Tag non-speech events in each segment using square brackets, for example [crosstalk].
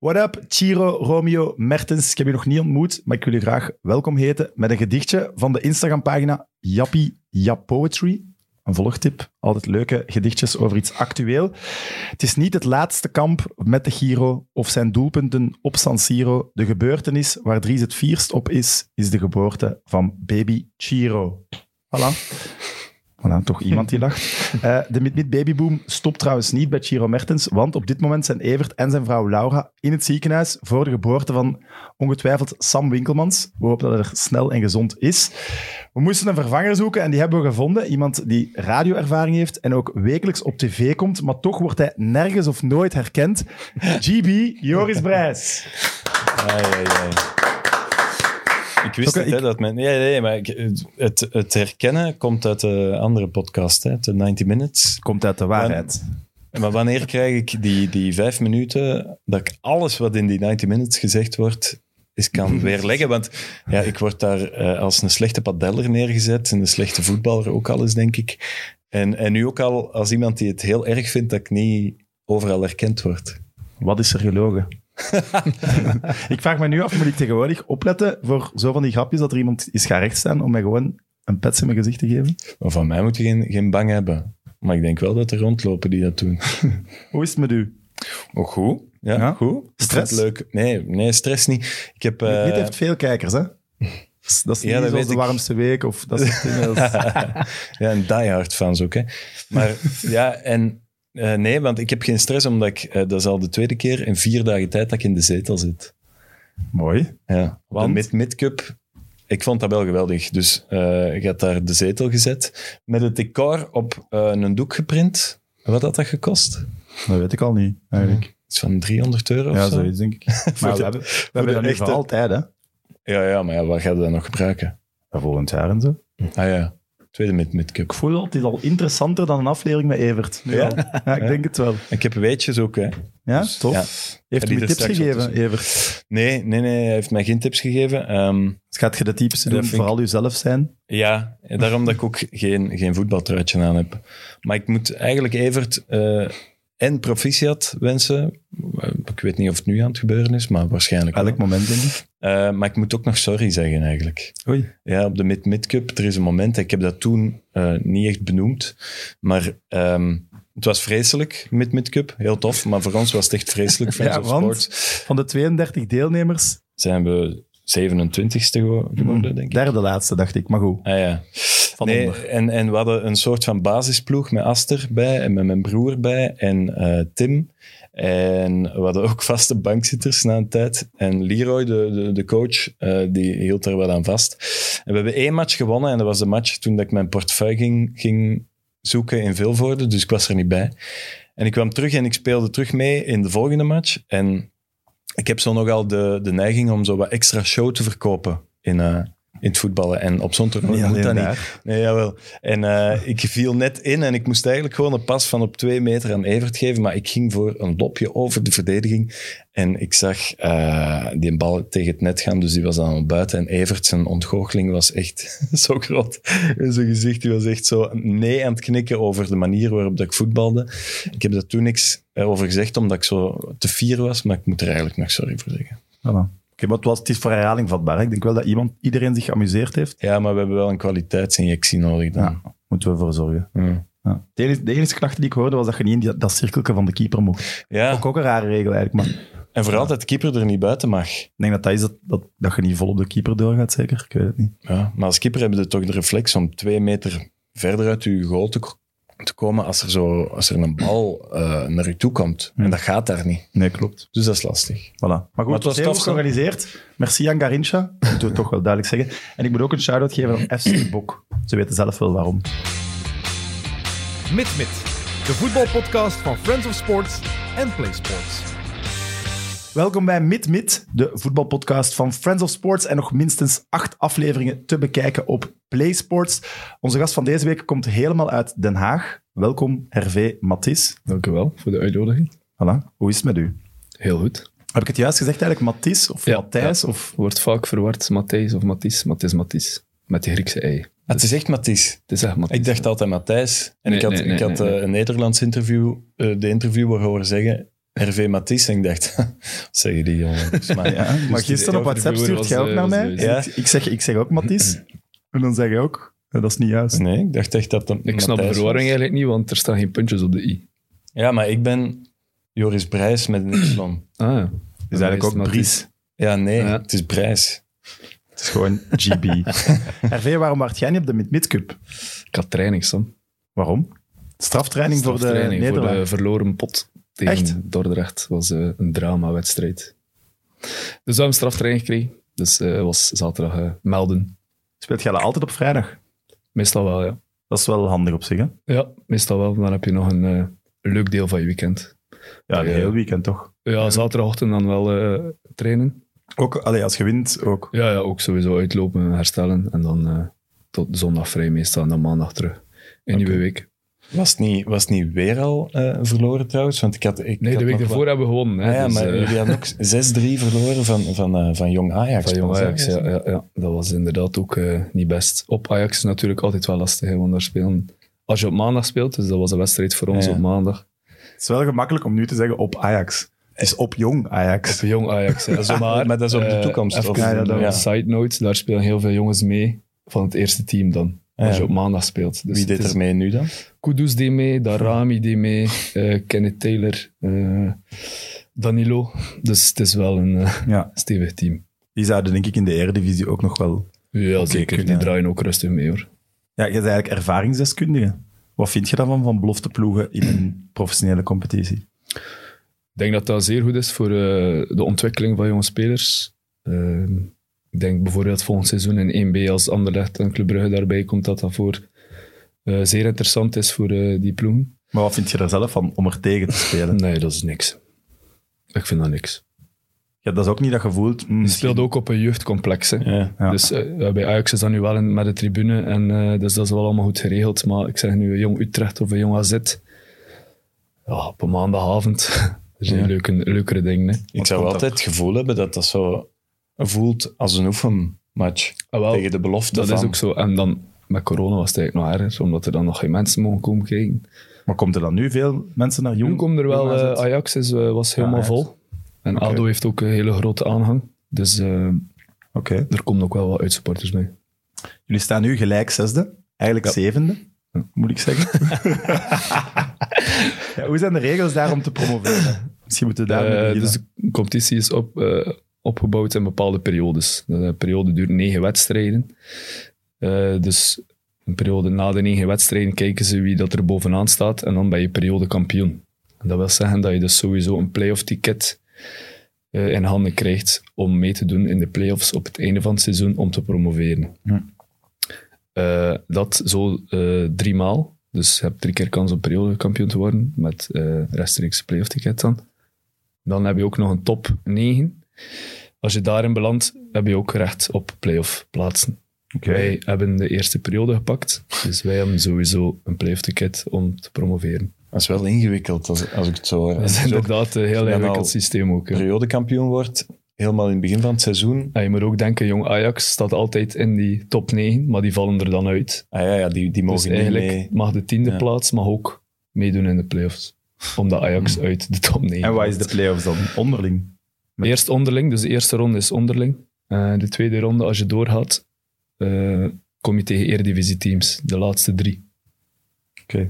What up, Chiro, Romeo, Mertens. Ik heb je nog niet ontmoet, maar ik wil je graag welkom heten met een gedichtje van de Instagram-pagina Jappie Jap Poetry. Een volgtip, altijd leuke gedichtjes over iets actueel. Het is niet het laatste kamp met de Giro of zijn doelpunten op San Siro. De gebeurtenis waar Dries het vierst op is, is de geboorte van baby Chiro. Voilà. Voilà, toch iemand die lacht. Eh, de Mid-Mid Babyboom stopt trouwens niet bij Chiro Mertens, want op dit moment zijn Evert en zijn vrouw Laura in het ziekenhuis voor de geboorte van ongetwijfeld Sam Winkelmans. We hopen dat hij er snel en gezond is. We moesten een vervanger zoeken en die hebben we gevonden. Iemand die radioervaring heeft en ook wekelijks op tv komt, maar toch wordt hij nergens of nooit herkend. GB Joris Brijs. Ai, ai, ai. Ik wist Oké, het, hè, ik- dat men... Ja, nee, maar ik- het, het herkennen komt uit de andere podcast, hè, uit de 90 Minutes. Komt uit de waarheid. Maar wanneer krijg ik die, die vijf minuten dat ik alles wat in die 90 Minutes gezegd wordt, [laughs] is kan weerleggen? Want ja, ik word daar eh, als een slechte padeller neergezet en een slechte voetballer ook al eens, denk ik. En, en nu ook al als iemand die het heel erg vindt dat ik niet overal herkend word. Wat is er gelogen? [laughs] ik vraag me nu af, moet ik tegenwoordig opletten voor zo van die grapjes dat er iemand is gaan rechtstaan om mij gewoon een pets in mijn gezicht te geven? Maar van mij moet je geen, geen bang hebben. Maar ik denk wel dat er rondlopen die dat doen. Hoe is het met u? Oh, goed. Ja, Ja? goed. Ik Stress? vond het leuk. Nee, nee, stress niet. Ik heb... eh, Dit heeft veel kijkers, hè? Dat is niet Ja, dat zoals weet de ik. warmste week of dat soort dingen. Dat [laughs] is- eh, ja, een diehard fans ook, hè. Maar ja, en... eh, nee, want ik heb geen stress, omdat ik... eh, dat is al de tweede keer in vier dagen tijd dat ik in de zetel zit. Mooi. Ja. op Want? De mid- mid-cup... Ik vond dat wel geweldig. Dus eh ik had daar de zetel gezet. Met het decor op eh, een doek geprint. Wat had dat gekost? Dat weet ik al niet, eigenlijk. Iets van 300 euro Ja, of zo? zoiets denk [laughs] ik. Maar we hebben, we hebben dat nu echte- voor altijd, hè? Ja, ja, maar ja, waar gaat je dat nog gebruiken? Ja, Volgend jaar en zo. Ah ja, tweede mid- mid-cup. Ik voel het is al interessanter dan een aflevering met Evert. Nu Ja? al. ja ik Ja. denk het wel. Ik heb weetjes ook, hè. Ja, Dus, tof. ja. Heeft En u die me er tips straks op gegeven, te zien. Evert? Nee, nee, nee, hij heeft mij geen tips gegeven. Ehm, Dus Gaat je de types Dat doen, vind ik- vooral jezelf zijn? ja, daarom dat ik ook geen, geen voetbaltruitje aan heb. Maar ik moet eigenlijk Evert eh, en proficiat wensen. Eh, Ik weet niet of het nu aan het gebeuren is, maar waarschijnlijk wel. Elk moment, denk ik. Eh, maar ik moet ook nog sorry zeggen eigenlijk. Oei. Ja, op de Mid-Mid Cup, er is een moment, ik heb dat toen eh, niet echt benoemd, maar ehm, het was vreselijk, Mid-Mid Cup, heel tof, maar voor ons was het echt [laughs] vreselijk, Friends Ja, of want? Sports. Van de 32 deelnemers, hmm, Zijn we 27ste gewo- geworden, denk ik. derde laatste, dacht ik. Maar goed. Ah ja. nee, onder. En, en we hadden een soort van basisploeg met Aster bij en met mijn broer bij en eh, Tim. En we hadden ook vaste bankzitters na een tijd. En Leroy, de, de, de coach, eh, die hield er wel aan vast. En we hebben één match gewonnen en dat was de match toen dat ik mijn portefeuille ging, ging zoeken in Vilvoorde. Dus ik was er niet bij. En ik kwam terug en ik speelde terug mee in de volgende match. En ik heb zo nogal de, de neiging om zo wat extra show te verkopen in, eh, in het voetballen. En op zo'n toernooi moet dat niet. Nee, jawel. En eh, ik viel net in en ik moest eigenlijk gewoon een pas van op twee meter aan Evert geven. Maar ik ging voor een lopje over de verdediging. En ik zag eh, die bal tegen het net gaan, dus die was dan al buiten. En Evert, zijn ontgoocheling was echt [laughs] zo groot. En zijn gezicht die was echt zo nee aan het knikken over de manier waarop dat ik voetbalde. Ik heb daar toen niks eh, over gezegd, omdat ik zo te fier was. Maar ik moet er eigenlijk nog sorry voor zeggen. Voilà. Oké, maar het, was, het is voor herhaling vatbaar. hè. Ik denk wel dat iemand, iedereen zich geamuseerd heeft. Ja, maar we hebben wel een kwaliteitsinjectie nodig dan. Ja. Moeten we voor zorgen. Ja. Ja. De, enige, de enige klacht die ik hoorde was dat je niet in die- dat cirkeltje van de keeper mocht. Ja, Ook, ook een rare regel eigenlijk, maar en vooral dat de keeper er niet buiten mag. ik denk dat dat is dat, dat, dat je niet vol op de keeper doorgaat, zeker. Ik weet het niet. Ja, maar als keeper hebben ze toch de reflex om twee meter verder uit je goal te, ko- te komen als er, zo, als er een bal eh, naar je toe komt. En dat gaat daar niet. Nee, klopt. Dus dat is lastig. Voilà. Maar goed, het was, was heel tof, goed hè? georganiseerd. Merci aan Garincha. Dat moeten we toch wel duidelijk zeggen. En ik moet ook een shout-out geven aan FC Bok. Ze weten zelf wel waarom. Mit Mit, de voetbalpodcast van Friends of Sports en Play Sports. Welkom bij Mid Mid, de voetbalpodcast van Friends of Sports. En nog minstens acht afleveringen te bekijken op Play Sports. Onze gast van deze week komt helemaal uit Den Haag. Welkom, Hervé Mathis. Dank u wel voor de uitnodiging. Voilà. Hoe is het met u? Heel goed. Heb ik het juist gezegd eigenlijk? Mathis of Ja, Matthijs? Of... Wordt vaak verward Matthijs of Matthijs. Matthijs, Matthijs. Met die Griekse ei. Ah, het is echt Matthijs. Het is echt Matthijs. Ik dacht altijd Matthijs. En Nee, ik had, nee, nee, ik had nee, eh, nee. een Nederlands interview, eh, de interviewer horen zeggen. Hervé Matisse. En ik dacht, [laughs] wat zeggen die jongens? Maar, [laughs] Ja, maar Dus die gisteren op WhatsApp stuurt overbuur was, jij ook eh, naar was mij. leuk. En ik, ik zeg, ik zeg ook Mathies. En dan zeg je ook, eh, dat is niet juist. Nee, ik dacht echt dat dat Ik snap de Matthijs verwarring was. eigenlijk niet, want er staan geen puntjes op de i. Ja, maar ik ben Joris Brijs met een [clears throat] Y. Ah, ja. Dus eigenlijk ook Bries. Ja, nee, Ja. het is Brijs. Het is gewoon [laughs] GB. Hervé, waarom waart jij niet op de Mid-Mid Cup? Ik had training, Sam. Waarom? Straftraining, voor de Straftraining voor Nederlander. de verloren pot tegen Echt? Dordrecht. was eh, een dramawedstrijd. Dus we hebben straftraining gekregen. Dus eh was zaterdag eh, melden. Speelt jij dat altijd op vrijdag? Meestal wel, ja. Dat is wel handig op zich, hè? Ja, meestal wel. Dan heb je nog een eh, leuk deel van je weekend. Ja, een Ja. heel weekend toch? Ja, zaterdagochtend dan wel eh, trainen. Ook allee, als je wint, ook. Ja, ja, ook sowieso uitlopen, herstellen. En dan eh, tot zondag vrij meestal en dan maandag terug. Een nieuwe week. Was het niet, was het niet weer al eh, verloren trouwens? Want ik had, ik Nee, had de week nog daarvoor wel- hebben we gewonnen. Hè, Ah ja, Dus, maar eh, jullie hadden ook 6-3 verloren van, van, eh, van Jong Ajax. [laughs] Van Jong Was dat Ajax, ja, het? ja, ja. Dat was inderdaad ook eh, niet best. Op Ajax is natuurlijk altijd wel lastig, hè, want daar spelen... Als je op maandag speelt, dus dat was een wedstrijd voor ons Ja. op maandag. Het is wel gemakkelijk om nu te zeggen op Ajax. Het is op jong Ajax. Op Jong Ajax, [laughs] hè. maar- maar dat is op de eh, toekomst, even of- een Ja, dat was- side note, daar spelen heel veel jongens mee van het eerste team dan. Als Ja. je op maandag speelt. Wie Dus het deed is- er mee nu dan? Kudus deed mee, Darami deed mee, eh, Kenneth Taylor, eh, Danilo. Dus het is wel een eh, Ja. stevig team. Die zouden denk ik in de Eredivisie ook nog wel... Ja, zeker. kunnen, Die ja. draaien ook rustig mee, hoor. Ja, je bent eigenlijk ervaringsdeskundige. Wat vind je daarvan, van belofteploegen in een professionele competitie? Ik denk dat dat zeer goed is voor eh, de ontwikkeling van jonge spelers. Ehm, ik denk bijvoorbeeld volgend seizoen in 1B als Anderlecht en Club Brugge daarbij komt dat dat voor eh, zeer interessant is voor eh, die ploegen. Maar wat vind je er zelf van, om er tegen te spelen? Nee, dat is niks. Ik vind dat niks. Ja, dat is ook niet dat gevoel... mm, Je speelt ook op een jeugdcomplex. Hè. Ja. Ja. Dus eh, bij Ajax is dat nu wel een- met de tribune. En, eh, dus dat is wel allemaal goed geregeld. Maar ik zeg nu een jong Utrecht of een jong AZ. Ja, op een maandagavond. [laughs] dat is een Ja. leuke, leukere ding. Hè. Ik zou komt altijd het gevoel hebben dat dat zo voelt als een oefenmatch. Ah, wel, tegen de belofte Dat van. is ook zo. En dan met corona was het eigenlijk nog erger, omdat er dan nog geen mensen mogen komen kijken. Maar komt er dan nu veel mensen naar jong? Toen kwam er wel, Jong eh, AZ? Ajax is, eh, was helemaal Ja, Ajax. vol. En ADO heeft ook een hele grote aanhang. Dus eh, Oké. er komen ook wel wat uitsupporters mee. Jullie staan nu gelijk zesde, eigenlijk zevende, moet ik [laughs] zeggen. ja, hoe zijn de regels daar om te promoveren? Misschien moeten we daar mee Eh, beginnen. dus de competitie is op, eh, opgebouwd in bepaalde periodes. De periode duurt negen wedstrijden. Eh, dus een periode na de negen wedstrijden kijken ze wie dat er bovenaan staat. En dan ben je periode kampioen. En dat wil zeggen dat je dus sowieso een playoff ticket eh, in handen krijgt om mee te doen in de playoffs op het einde van het seizoen om te promoveren. Hm. Eh, dat zo eh drie maal. Dus je hebt drie keer kans om periode kampioen te worden met eh rechtstreeks playoff ticket dan. Dan heb je ook nog een top 9. Als je daarin belandt, heb je ook recht op playoff plaatsen. Oké. Wij hebben de eerste periode gepakt, dus wij hebben sowieso een playoff ticket om te promoveren. Dat is wel ingewikkeld als, als ik het zo hoor. Dat is Als je ook inderdaad een heel al ingewikkeld systeem ook. hè. periodekampioen wordt, helemaal in het begin van het seizoen. En je moet ook denken, jong Ajax staat altijd in die top 9, maar die vallen er dan uit. Ah ja, ja die, die mogen Dus niet eigenlijk mee. mag de tiende Ja. plaats mag ook meedoen in de playoffs. Omdat Ajax uit de top 9 En wat is de play-offs dan? Onderling. Eerst onderling, dus de eerste ronde is onderling. Eh, de tweede ronde, als je doorgaat, eh, kom je tegen Eredivisie-teams, de laatste drie. Oké.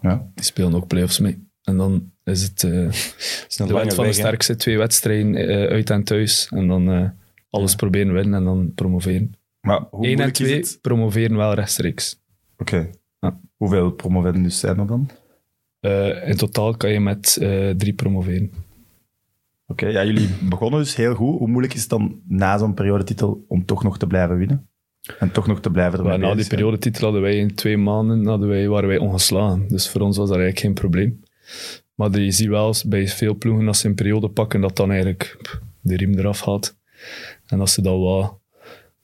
Ja. Die spelen ook play-offs mee. En dan is het eh, Het is een de lange wet van de weg, hè. sterkste, twee wedstrijden eh, uit en thuis. En dan eh, alles proberen winnen en dan promoveren. Maar hoe 1 en moeilijk is 2 het? promoveren wel rechtstreeks. Oké. Ja. Hoeveel promovendus zijn er dan? Eh, in totaal kan je met eh, drie promoveren. Oké, ja, jullie begonnen dus heel goed. Hoe moeilijk is het dan na zo'n periodetitel om toch nog te blijven winnen? En toch nog te blijven erbij Maar na die bezig zijn? periodetitel hadden wij in twee maanden hadden wij, waren wij ongeslagen. Dus voor ons was dat eigenlijk geen probleem. Maar je ziet wel eens bij veel ploegen als ze een periode pakken, dat dan eigenlijk pff, de riem eraf gaat. En dat ze dan wat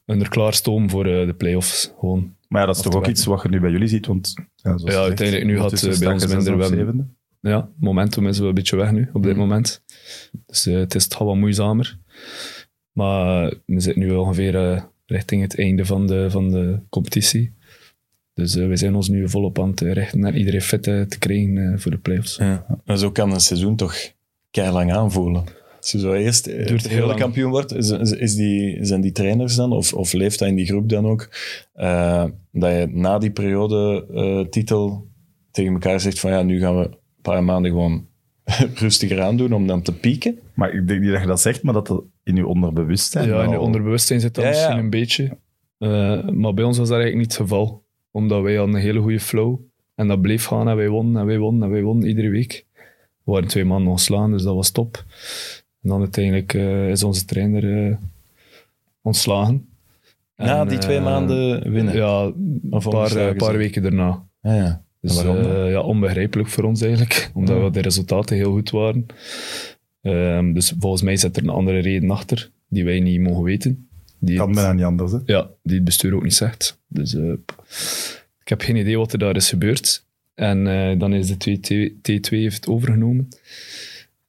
onder klaar stomen voor eh, de play-offs. Gewoon. Maar ja, dat is toch ook Afgewend. iets wat je nu bij jullie ziet, want... Ja, zoals je zegt, uiteindelijk nu had, ondertussen eh, bij ons staat je zesde minder of wel- zevende. Ja, momentum is wel een beetje weg nu, op dit moment. Dus eh, het is toch wat moeizamer. Maar eh, we zitten nu ongeveer eh, richting het einde van de, van de competitie. Dus eh, we zijn ons nu volop aan het richten naar iedereen fit eh, te krijgen eh, voor de play-offs. Ja. Dat is ook aan een seizoen toch keilang aanvoelen. Als je zo eerst eh, Duurt heel hele lang. kampioen wordt, is, is- is die, zijn die trainers dan, of, of leeft dat in die groep dan ook, eh, dat je na die periode eh, titel tegen elkaar zegt van ja, nu gaan we een paar maanden gewoon [laughs] rustiger aandoen om dan te pieken. Maar ik denk niet dat je dat zegt, maar dat dat in je onderbewustzijn Ja, in je al- onderbewustzijn zit dat Nou. Ja, ja. misschien een beetje. Eh, maar bij ons was dat eigenlijk niet het geval. Omdat wij hadden een hele goede flow. En dat bleef gaan en wij wonnen en wij wonnen en wij wonnen iedere week. We waren twee mannen ontslaan, dus dat was top. En dan uiteindelijk eh, is onze trainer eh, ontslagen. na En, die twee eh, maanden winnen. Ja, een Of paar, ontslagen eh, paar zijn. weken daarna. Ja, ja. Dus En waarom eh, ja, onbegrijpelijk voor ons eigenlijk, omdat Ja. we de resultaten heel goed waren. Ehm, dus volgens mij zit er een andere reden achter, die wij niet mogen weten. Die Kan het- bijna niet anders, hè. ja, die het bestuur ook niet zegt. Dus eh, ik heb geen idee wat er daar is gebeurd. En eh, dan is de twee- T- T2 heeft overgenomen.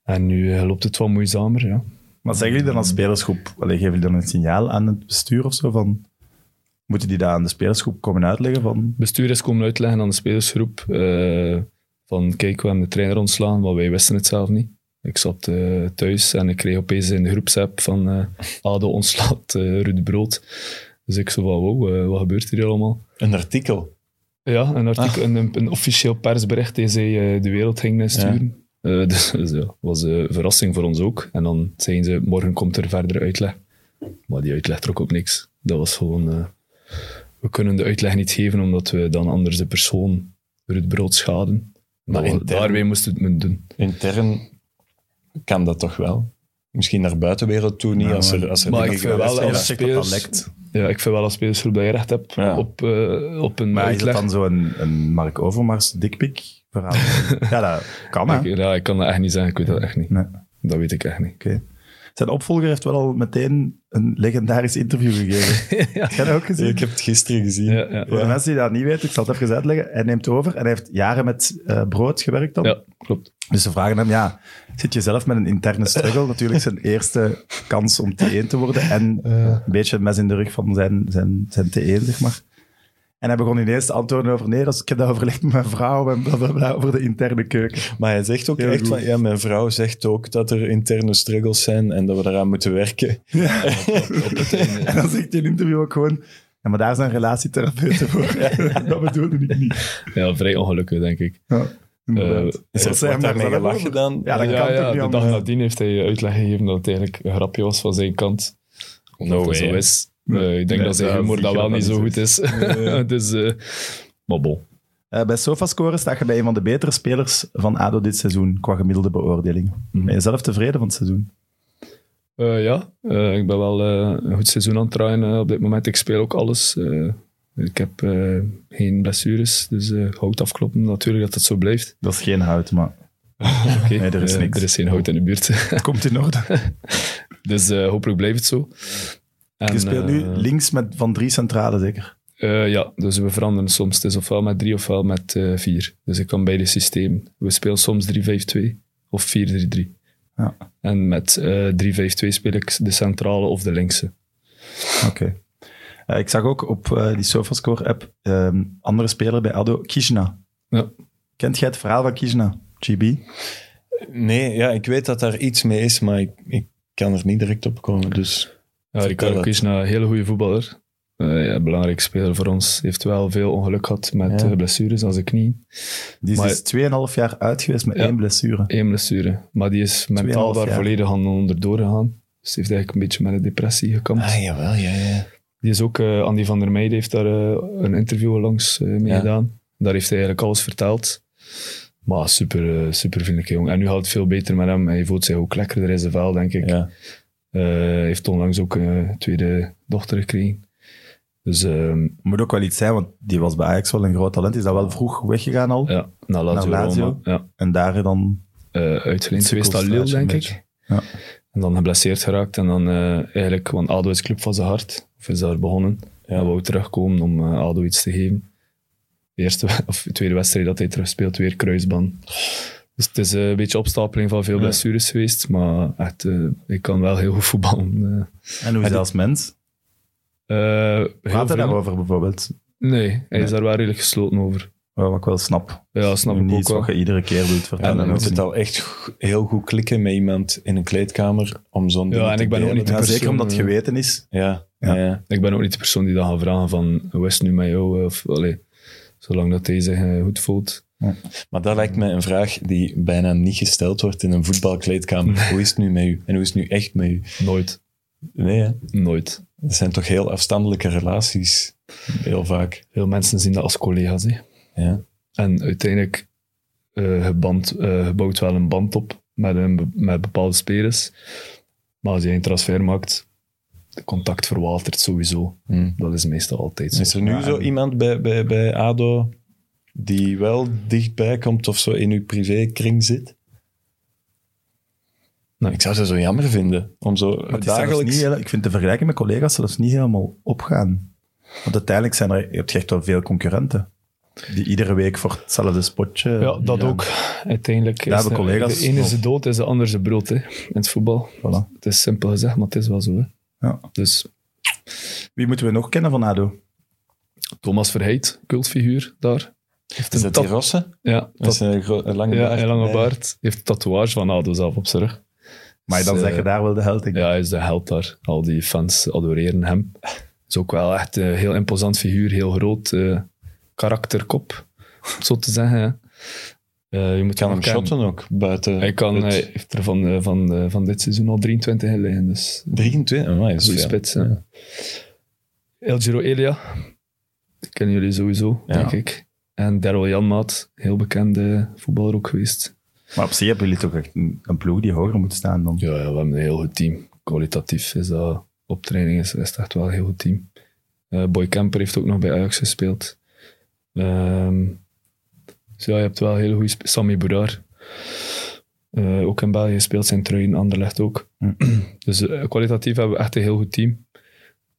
En nu eh, loopt het wat moeizamer, ja. Maar zeggen jullie dan Mm. als spelersgroep, allee, geven jullie dan een signaal aan het bestuur of zo van... Moeten die daar aan de spelersgroep komen uitleggen van... bestuur is komen uitleggen aan de spelersgroep eh, van kijk, we hebben de trainer ontslagen, maar wij wisten het zelf niet. Ik zat eh, thuis en ik kreeg opeens in de groepsapp van eh Ado ontslaat eh Ruud Brood. Dus ik zo van, wow, eh, wat gebeurt hier allemaal? Een artikel. Ja, een, artikel, een, een officieel persbericht die zij eh, de wereld ging eh, sturen. Eh, [laughs] dus dus ja, was eh, een verrassing voor ons ook. En dan zeiden ze, morgen komt er verder uitleg. Maar die uitleg trok op niks. Dat was gewoon... eh, we kunnen de uitleg niet geven, omdat we dan anders de persoon door het brood schaden. Maar Maar intern- daarmee moesten we het moeten doen. Intern kan dat toch wel? Misschien naar buitenwereld toe niet, Ja, als er, maar- als er Nou, Maar dingen ik vind wel geweest als zijn. Spelers checken dat dat spelers- lekt. Ja, ik vind wel als spelersgroep dat je recht hebt Ja. op, eh, op een Maar is dat uitleg. dan zo'n een Mark Overmars dikpik [laughs] verhaal? ja, dat kan, hè. Ik- ja, ik kan dat echt niet zeggen. Ik weet dat echt niet. Nee. Dat weet ik echt niet. Zijn opvolger heeft wel al meteen een legendarisch interview [laughs] gegeven. Heb jij dat ook gezien? Ik heb het gisteren gezien. Ja, ja. Voor de mensen die dat niet weten, ik zal het even uitleggen. Hij neemt over en hij heeft jaren met eh, brood gewerkt dan. ja klopt. Dus ze vragen hem, ja, zit je zelf met een interne struggle? Natuurlijk zijn eerste kans om T1 te worden. En een beetje het mes in de rug van zijn, zijn, zijn T1, zeg maar. En hij begon ineens te antwoorden over, nee, dat is- ik heb dat overlegd met mijn vrouw en blablabla over de interne keuken. Maar hij zegt ook Heel echt goed. van, ja, mijn vrouw zegt ook dat er interne struggles zijn en dat we daaraan moeten werken. En dan zegt hij in het interview ook gewoon, ja, maar daar zijn relatietherapeuten voor. [laughs] dat bedoelde ik niet. Ja, vrij ongelukkig, denk ik. Ja, inderdaad. Eh, Wat Is zei er hem wordt daarmee daar zelf gelachen over? dan? Ja, dat kan toch niet eh, de dag anders? nadien heeft hij uitleg gegeven dat het eigenlijk een grapje was van zijn kant. Omdat No dat way, zo hè? is. Eh, ik denk Nee, dat zijn ja, humor dat zeker wel dat niet dat zo niet goed is. [laughs] dus, eh, maar bon. Eh, bij Sofascore staat je bij een van de betere spelers van ADO dit seizoen, qua gemiddelde beoordeling. Ben je zelf tevreden van het seizoen? Eh, ja, eh, ik ben wel eh, een goed seizoen aan het draaien eh, op dit moment. Ik speel ook alles. Eh, ik heb eh, geen blessures, dus eh hout afkloppen natuurlijk dat het zo blijft. Dat is geen hout, maar Oké, Nee, er is eh, niks. er is geen hout in de buurt. [laughs] het komt in orde. [laughs] dus eh, hopelijk blijft het zo. En, Je speelt nu eh, links met van drie centrale, zeker. Eh, ja, dus we veranderen soms. Het is ofwel met drie ofwel met eh, vier. Dus ik kan beide systemen. We spelen soms 3-5-2 of 4-3-3. Ja. En met eh 3-5-2 speel ik de centrale of de linkse. Oké. Eh, ik zag ook op eh, die Sofascore-app ehm, andere speler bij ADO, Kishna. Ja. Kent jij het verhaal van Kishna? GB? [laughs] Nee, ja, ik weet dat daar iets mee is, maar ik, ik kan er niet direct op komen. Dus Ja, Ricardo het. Kishna, een hele goede voetballer. Eh ja, belangrijk speler voor ons. Heeft wel veel ongeluk gehad met Ja. eh, blessures aan zijn knie. Die is Maar- dus 2,5 jaar uit geweest met Ja. één blessure. Eén blessure. Maar die is mentaal Tweeënhalf daar jaar. volledig aan onderdoor gegaan. Dus die heeft eigenlijk een beetje met een depressie gekampt. ah, jawel, ja, ja. Die is ook, eh Andy van der Meijden heeft daar eh, een interview langs eh, mee Ja. gedaan. Daar heeft hij eigenlijk alles verteld. Maar super, eh, super vriendelijke jongen. En nu gaat het veel beter met hem. Hij voelt zich ook lekkerder in zijn vel, denk ik. ja. Eh, heeft onlangs ook een tweede dochter gekregen. Dus ehm, Moet ook wel iets zijn, want die was bij Ajax wel een groot talent. Is dat wel vroeg weggegaan al? ja, nou, naar Nou, Lazio Naar Lazio? Roma. Ja, En daar dan... eh uitgeleend geweest aan Lille, Cirkelstraatje een denk beetje. ik. Ja. En dan geblesseerd geraakt. En dan eh, eigenlijk, want ADO is club van zijn hart. Of is daar begonnen. Hij wou terugkomen om eh, Ado iets te geven. De eerste [laughs] of de tweede wedstrijd dat hij terug speelt, weer kruisband. Dus het is eh, een beetje opstapeling van veel Ja. blessures geweest. Maar echt, eh, ik kan wel heel goed voetballen. eh. En hoe is die- hij als mens? Eh, heel Praat hij vriendelijk. daarover bijvoorbeeld? Nee, hij Nee. is daar wel redelijk gesloten over. eh, wat ik wel snap. Ja, snap ik niet ook iets wel. wat je iedere keer wilt vertellen. En dan hè. moet het al echt go- heel goed klikken met iemand in een kleedkamer om zo'n ding en te ik ben ook delen. niet de Ja, persoon, zeker omdat het eh, geweten is. Ja, Ja. ja. ja. Ik ben ook niet de persoon die dan gaat vragen van, hoe is het nu met jou? eh, Of, allee, zolang dat hij zich eh, goed voelt. Maar dat lijkt me een vraag die bijna niet gesteld wordt in een voetbalkleedkamer. Hoe is het nu met u? En hoe is het nu echt met u? Nooit. Nee, hè? Nooit. dat zijn toch heel afstandelijke relaties, heel vaak. Veel mensen zien dat als collega's. Hè. Ja. En uiteindelijk eh je, band, eh, je bouwt wel een band op met, een, be- met bepaalde spelers. Maar als je een transfer maakt, de contact verwatert sowieso. Hm. Dat is meestal altijd zo. Is er nu Ja, zo en- iemand bij, bij, bij ADO die wel dichtbij komt of zo in uw privékring zit? Nou, Nee. Ik zou ze zo jammer vinden om zo Maar het is zelfs dagelijks... niet heel- ik vind de vergelijking met collega's zelfs niet helemaal opgaan. Want uiteindelijk zijn er, je hebt echt wel veel concurrenten. Die iedere week voor hetzelfde spotje. Ja, dat gaan. ook. Uiteindelijk Ja, is de de, collega's. de ene Of- zijn dood, is de ander zijn brood hè, in het voetbal. Voilà. Het is simpel gezegd, maar het is wel zo. Hè. Ja. Dus Wie moeten we nog kennen van ADO? Thomas Verheid, cultfiguur daar. Heeft Is een dat tat- die rossen? Ja, Dat tat- is een, gro- een lange ja, baard. een lange Nee. baard. Heeft een tatoeage van Ado zelf op zijn rug. Maar dan Dus, zeg eh, je daar wel de held in. Ja, hij is de held daar. Al die fans adoreren hem. Is ook wel echt een heel imposant figuur, heel groot eh, karakterkop, om het zo te zeggen. hè. Eh, je moet Kan hem kennen. shotten ook buiten. Hij, kan, het- hij heeft er van, eh, van, eh, van dit seizoen al 23 in liggen, dus 23, oh, dat is goede veel. spits. hè. El Giro Elia, die kennen jullie sowieso, Ja. denk ik. En Daryl Janmaat, heel bekende voetballer ook geweest. Maar op zich hebben jullie toch echt een, een ploeg die hoger moet staan dan. Ja, ja, we hebben een heel goed team. Kwalitatief is dat. Op training is, is het echt wel een heel goed team. Eh, Boy Kemper heeft ook nog bij Ajax gespeeld. Ehm, dus ja, je hebt wel hele goede... sp- Sammy Boudar. Eh, ook in België speelt zijn trui in Anderlecht ook. Hm. [clears throat] Dus eh, kwalitatief hebben we echt een heel goed team.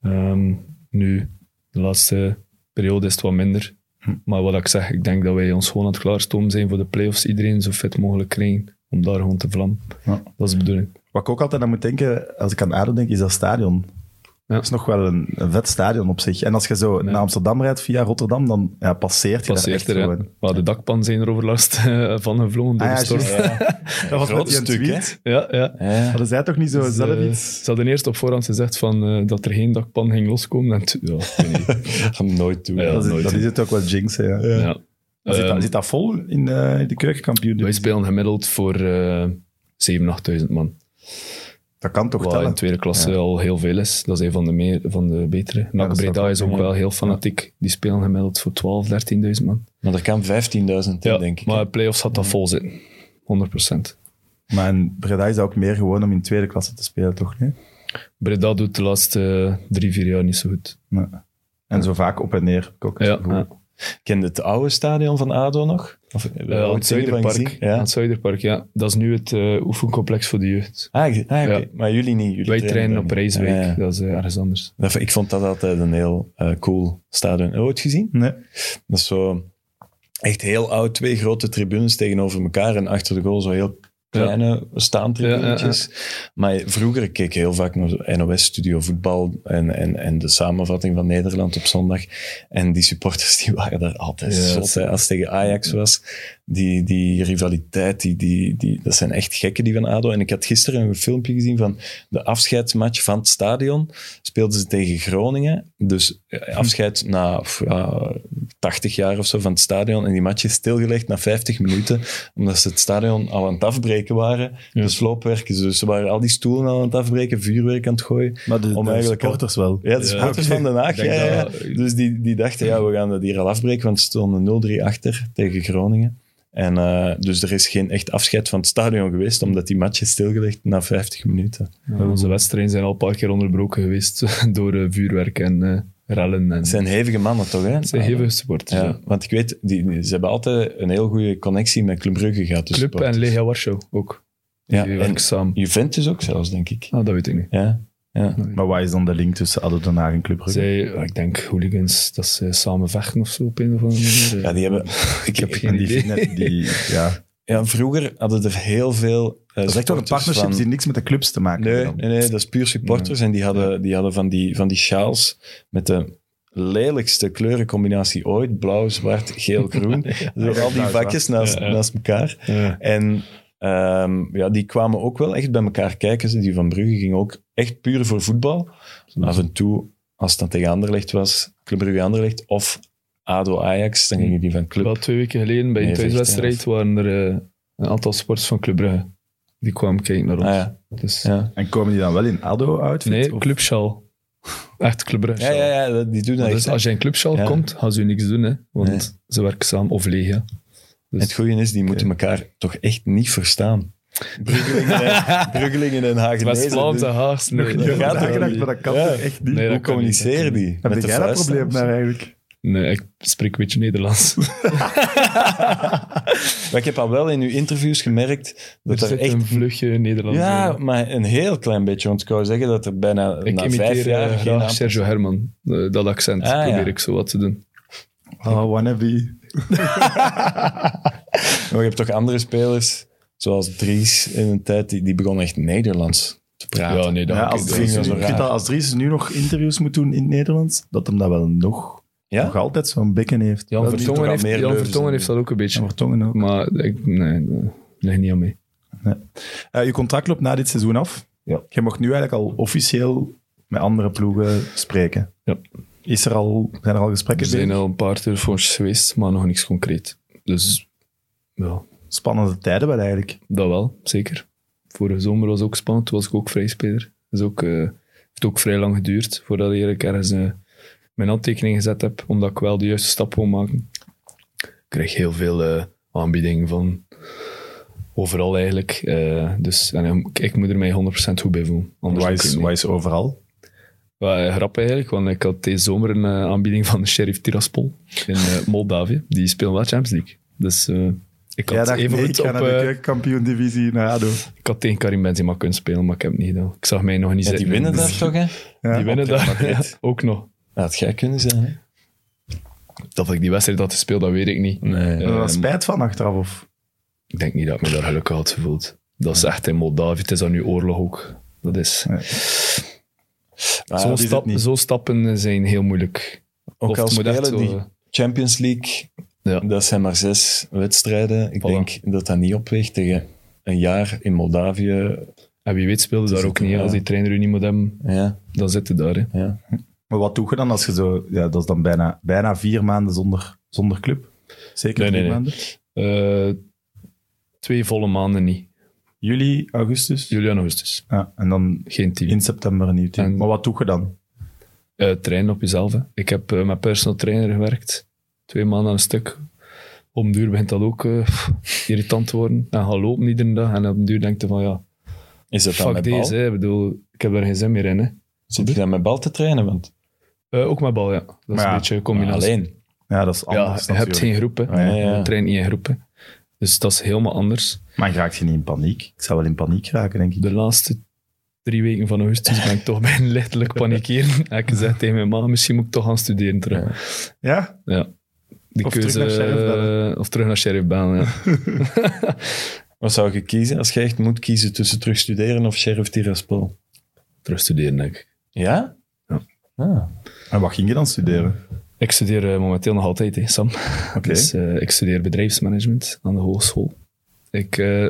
Ehm, nu, de laatste periode is het wat minder. Hm. Maar wat ik zeg, ik denk dat wij ons gewoon aan het klaarstomen zijn voor de playoffs. Iedereen zo fit mogelijk krijgen om daar gewoon te vlammen. Ja. Dat is de bedoeling. Wat ik ook altijd aan moet denken, als ik aan ADO denk, is dat stadion. Ja. Dat is nog wel een, een vet stadion op zich. En als je zo Ja. naar Amsterdam rijdt via Rotterdam, dan ja, passeert je Passeert daar er, echt hè. gewoon. Maar de dakpan zijn er overlast [laughs] eh, van gevlogen door Ah, de ja, storm. juist. [laughs] Dat was Groot met die een stuk, hè? tweet. Ja, ja. Ja. Hadden zij toch niet zo Dus, zelf eh, iets? Ze hadden eerst op voorhand gezegd van, eh, dat er geen dakpan ging loskomen. En tu- ja, ik weet niet. Dat gaan we nooit doen. Ja. Dat is, nooit. dat is het ook wel jinx, hè, ja. ja. Maar zit, Ehm, dat, zit dat vol in eh, de keukenkampioen? wij spelen gemiddeld voor eh 7.000, 8.000 man. Dat kan toch Wat in tellen? tweede klasse al heel veel is. Dat is een van de, meer, van de betere. NAC dat is Breda ook- is ook ja. wel heel fanatiek. Die spelen gemiddeld voor 12, 13.000 man. Maar er kan 15.000 in, Ja, denk ik. maar play-offs had dat vol zitten. 100%. Maar in Breda is dat ook meer gewoon om in tweede klasse te spelen, toch? Nee? Breda doet de laatste eh, drie, vier jaar niet zo goed. Nee. En zo vaak op en neer. heb ik Ook het Ja, gevoel. ja. Kende het oude stadion van ADO nog? Of, eh, Eh, aan ooit het dingen van Zuiderpark. gezien? Ja. Aan het Zuiderpark, ja. Dat is nu het eh, oefencomplex voor de jeugd. Ah, ik- ah, oké. Ja. Maar jullie niet. Jullie Wij trainen op dan. raceweek. Ja, ja. Ah. Dat is eh, ergens anders. Dat- Ik vond dat altijd een heel eh, cool stadion. Ooit gezien? Nee. Dat is zo echt heel oud. Twee grote tribunes tegenover elkaar en achter de goal zo heel kleine staantribunetjes. Maar vroeger keek ik heel vaak naar NOS Studio Voetbal en, en, en de samenvatting van Nederland op zondag. En die supporters die waren daar altijd Ja, dat zot. is- hè. Als het tegen Ajax was, die, die rivaliteit, die, die, die, dat zijn echt gekken die van ADO. En ik had gisteren een filmpje gezien van de afscheidsmatch van het stadion. Speelden ze tegen Groningen. Dus eh, afscheid na pff, ja, 80 jaar of zo van het stadion. En die match is stilgelegd na 50 minuten, omdat ze het stadion al aan het afbreken waren. Ja. De sloopwerken. Dus ze waren al die stoelen al aan het afbreken, vuurwerk aan het gooien. Maar de, Om de eigenlijk- supporters wel. Ja, de Ja, supporters oké. van Den Haag. Ik denk Ja, ja. dat- Dus die, die dachten, ja, we gaan dat hier al afbreken, want ze stonden 0-3 achter tegen Groningen. En eh, dus er is geen echt afscheid van het stadion geweest, omdat die match is stilgelegd na 50 minuten. Ja, onze wedstrijden zijn al een paar keer onderbroken geweest [laughs] door eh, vuurwerk en eh, rellen. En, Het zijn hevige mannen toch, hè? Het zijn hevige supporters. Ja, ja. want ik weet, die, die- ze hebben altijd een heel goede connectie met Club Brugge gehad. de Club en supporters. Legia Warschau ook. Die dus. Ja, werken en- samen. Juventus ook zelfs, denk ik. Ah, dat weet ik niet. Ja, ja. Maar waar is dan de link tussen Adel Den Haag en Club Brugge? Zij, eh, ik denk hooligans, dat ze samen vechten of zo op een of andere manier. eh. ja, die hebben... [laughs] ik heb En geen die, idee. vinden- die, [laughs] ja. Ja, vroeger hadden er heel veel... eh, Dat is echt wel een supporters partnership van- die niks met de clubs te maken Nee, hebben. nee, nee, dat is puur supporters. En die hadden, die hadden van, die, van die sjaals met de lelijkste kleurencombinatie ooit. Blauw, zwart, [laughs] geel, groen. Zo al die vakjes naast, Ja, ja. naast elkaar. Ja. En ehm, ja, die kwamen ook wel echt bij elkaar kijken. Ze. Die van Brugge ging ook echt puur voor voetbal. Af en toe, als het dan tegen Anderlecht was, Club Brugge Anderlecht of ADO Ajax, dan gingen die van Wel Club. twee weken geleden bij Nee, een thuiswedstrijd 15 waren er eh, een aantal sports van Club Brugge. Die kwamen kijken naar ons. Ah, ja. dus, Ja. En komen die dan wel in ADO-outfit? Nee, Club Schal. Echt Club Brugge. Ja, Schal. ja, ja, dat- die doen dat Maar echt. dus hè. als je in Club Schal Ja. komt, gaan ze je niks doen. Hè, want Nee. ze werken samen. Of Legia. Dus- Het goede is, die moeten elkaar toch echt niet verstaan. Bruggelingen, en- [laughs] Bruggelingen en Hagenezen. West-Vlaamse dus- Haars. [laughs] Nee, dat dat gaat gaat toch nagedacht, niet? maar dat kan Ja. toch echt niet? Nee, dat Hoe kan niet, dat communiceren kan die? Heb Met de jij dat vuist probleem dan? daar eigenlijk? Nee, ik spreek een beetje [laughs] Nederlands. Maar ik heb al wel in uw interviews gemerkt dat er er, zit echt... een vlugje Nederlands Ja, in. maar een heel klein beetje. Want ik wou zeggen dat er bijna Ik na imiteer vijf jaar eh, geen graag naam- Sergio Herman. Eh, dat accent Ah, probeer ja. ik zo wat te doen. Ah, Oh, wannabe. Maar je hebt toch andere spelers, zoals Dries in een tijd, die, die begon echt Nederlands te praten. Ja, nee, dat Ja, ik- als, dat Dries, is wel ik vind raar. dat als Dries nu nog interviews moet doen in het Nederlands, dat hem dat wel nog, Ja? nog altijd zo'n bekken heeft. Jan dat Vertongen, toch heeft, al meer Jan leuven Vertongen zijn. heeft dat ook een beetje. Vertongen ook. Maar ik, nee, dat ligt niet aan mee. Eh, je contract loopt na dit seizoen af. Ja. Je mag nu eigenlijk al officieel met andere ploegen spreken. Ja. Is er al, zijn er al Er gesprekken? zijn binnen? al een paar telefoons geweest, maar nog niks concreet. Dus ja, Spannende tijden wel eigenlijk. dat wel, zeker. Vorige zomer was ook spannend, toen was ik ook vrijspeler. Dus ook, eh, heeft ook vrij lang geduurd voordat ik eigenlijk ergens eh, mijn handtekening gezet heb, omdat ik wel de juiste stap wil maken. Ik kreeg heel veel eh, aanbiedingen van overal eigenlijk. eh, dus en, ik- ik moet er mij 100% goed bij voelen. Anders Waar doe ik het is, niet. waar is overal? Wel, eh, grap eigenlijk, want ik had deze zomer een eh, aanbieding van de Sheriff Tiraspol in eh, Moldavië. Die spelen wel Champions League. Dus eh, ik, Jij had dacht, even nee, ik goed ga op, naar de eh, keukenkampioen-divisie naar ADO. ik had tegen Karim Benzema kunnen spelen, maar ik heb het niet gedaan. Ik zag mij nog niet Ja, die zitten. winnen Dus- daar toch, hè? Ja. [laughs] Die winnen Op Real daar Madrid. [laughs] ja, ook nog. Dat had jij kunnen zijn, hè? Dat ik die wedstrijd had gespeeld, dat weet ik niet. Nee. Heb je Eh, daar spijt van achteraf? Of? Ik denk niet dat ik me daar gelukkig had gevoeld. Dat is echt in Moldavië. Het is dan nu oorlog ook. Dat is... Ja. Maar Zo'n dat is het stap, niet. zo stappen zijn heel moeilijk. Ook Of al het moet echt spelen zo- die Champions League, Ja. dat zijn maar zes wedstrijden. Ik Voilà. denk dat dat niet opweegt tegen een jaar in Moldavië. En wie weet speelde daar is ook het, niet. ja. Als die trainer u niet moet hebben, Ja, dan zit hij daar. Hè. ja. Maar wat doe je dan als je zo... Ja, dat is dan bijna, bijna vier maanden zonder, zonder club. Zeker Nee, vier nee, nee. maanden. Eh, twee volle maanden niet. Juli, augustus. Juli en augustus. Ja, en dan Geen team. in september een nieuw team. En- Maar wat doe je dan? Eh, trainen op jezelf. hè. Ik heb eh, met personal trainer gewerkt. Twee maanden aan een stuk. Op een duur begint dat ook eh, irritant te worden. En gaan lopen iedere dag. En op een duur denk je van ja, Is dat dan fuck met bal? deze. hè. Ik bedoel, ik heb er geen zin meer in. Hè. Zit je dan met bal te trainen? Want Eh, ook met bal, ja. Dat is Maar ja, een beetje een combinatie. alleen. Ja, dat is ja, anders je hebt natuurlijk. geen groepen. Ah, ja, ja. Je traint niet in groepen. Dus dat is helemaal anders. Maar raak je niet in paniek? Ik zou wel in paniek raken, denk ik. de laatste drie weken van augustus ben ik toch [laughs] bij lichtelijk panikeren. [laughs] En ik zei tegen mijn ma, misschien moet ik toch gaan studeren terug. Ja? Die Of terug naar Sheriff bellen. eh, Of terug naar Sheriff bellen, ja. Wat zou je kiezen als je echt moet kiezen tussen terugstuderen of Sheriff Tiraspol? terug studeren, denk ik. Ja? Ja. Ah. En wat ging je dan studeren? Ik studeer eh, momenteel nog altijd, hè, Sam. Oké. [laughs] Dus, eh, ik studeer bedrijfsmanagement aan de hogeschool. Ik, eh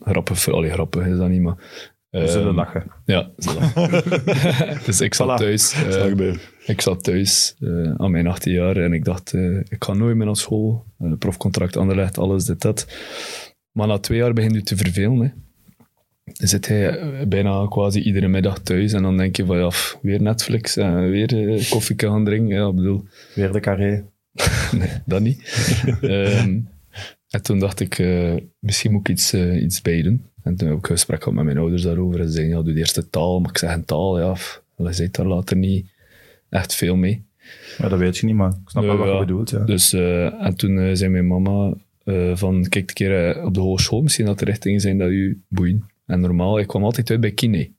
grappig, allee, grappig is dat niet, maar... We zullen ehm, lachen. Ja, zullen lachen. [laughs] dus ik zat Voilà. thuis. eh, Zal gebeuren. Ik zat thuis eh, aan mijn 18 jaar en ik dacht, eh, ik ga nooit meer naar school. Eh, profcontract, anderlecht, alles, dit, dat. Maar na twee jaar begint u te vervelen. Hè. Dan zit hij eh, bijna quasi iedere middag thuis en dan denk je van, ja, pff, weer Netflix en weer eh, koffie gaan drinken. Ja, ik bedoel, Weer de carré. [laughs] dat niet. Ehm, en toen dacht ik, eh, misschien moet ik iets, eh, iets bij doen. En toen heb ik een gesprek gehad met mijn ouders daarover. En ze zeiden, ja, doe de eerste taal. Maar ik zeg, een taal, ja, pff, je zit daar later niet echt veel mee. Ja, dat weet je niet, maar ik snap wel Nee, wat ja. je bedoelt. Ja. Dus, eh, en toen eh, zei mijn mama eh, van, kijk een keer eh, op de hogeschool, misschien dat er richtingen zijn dat u boeien. En normaal, ik kwam altijd uit bij kine.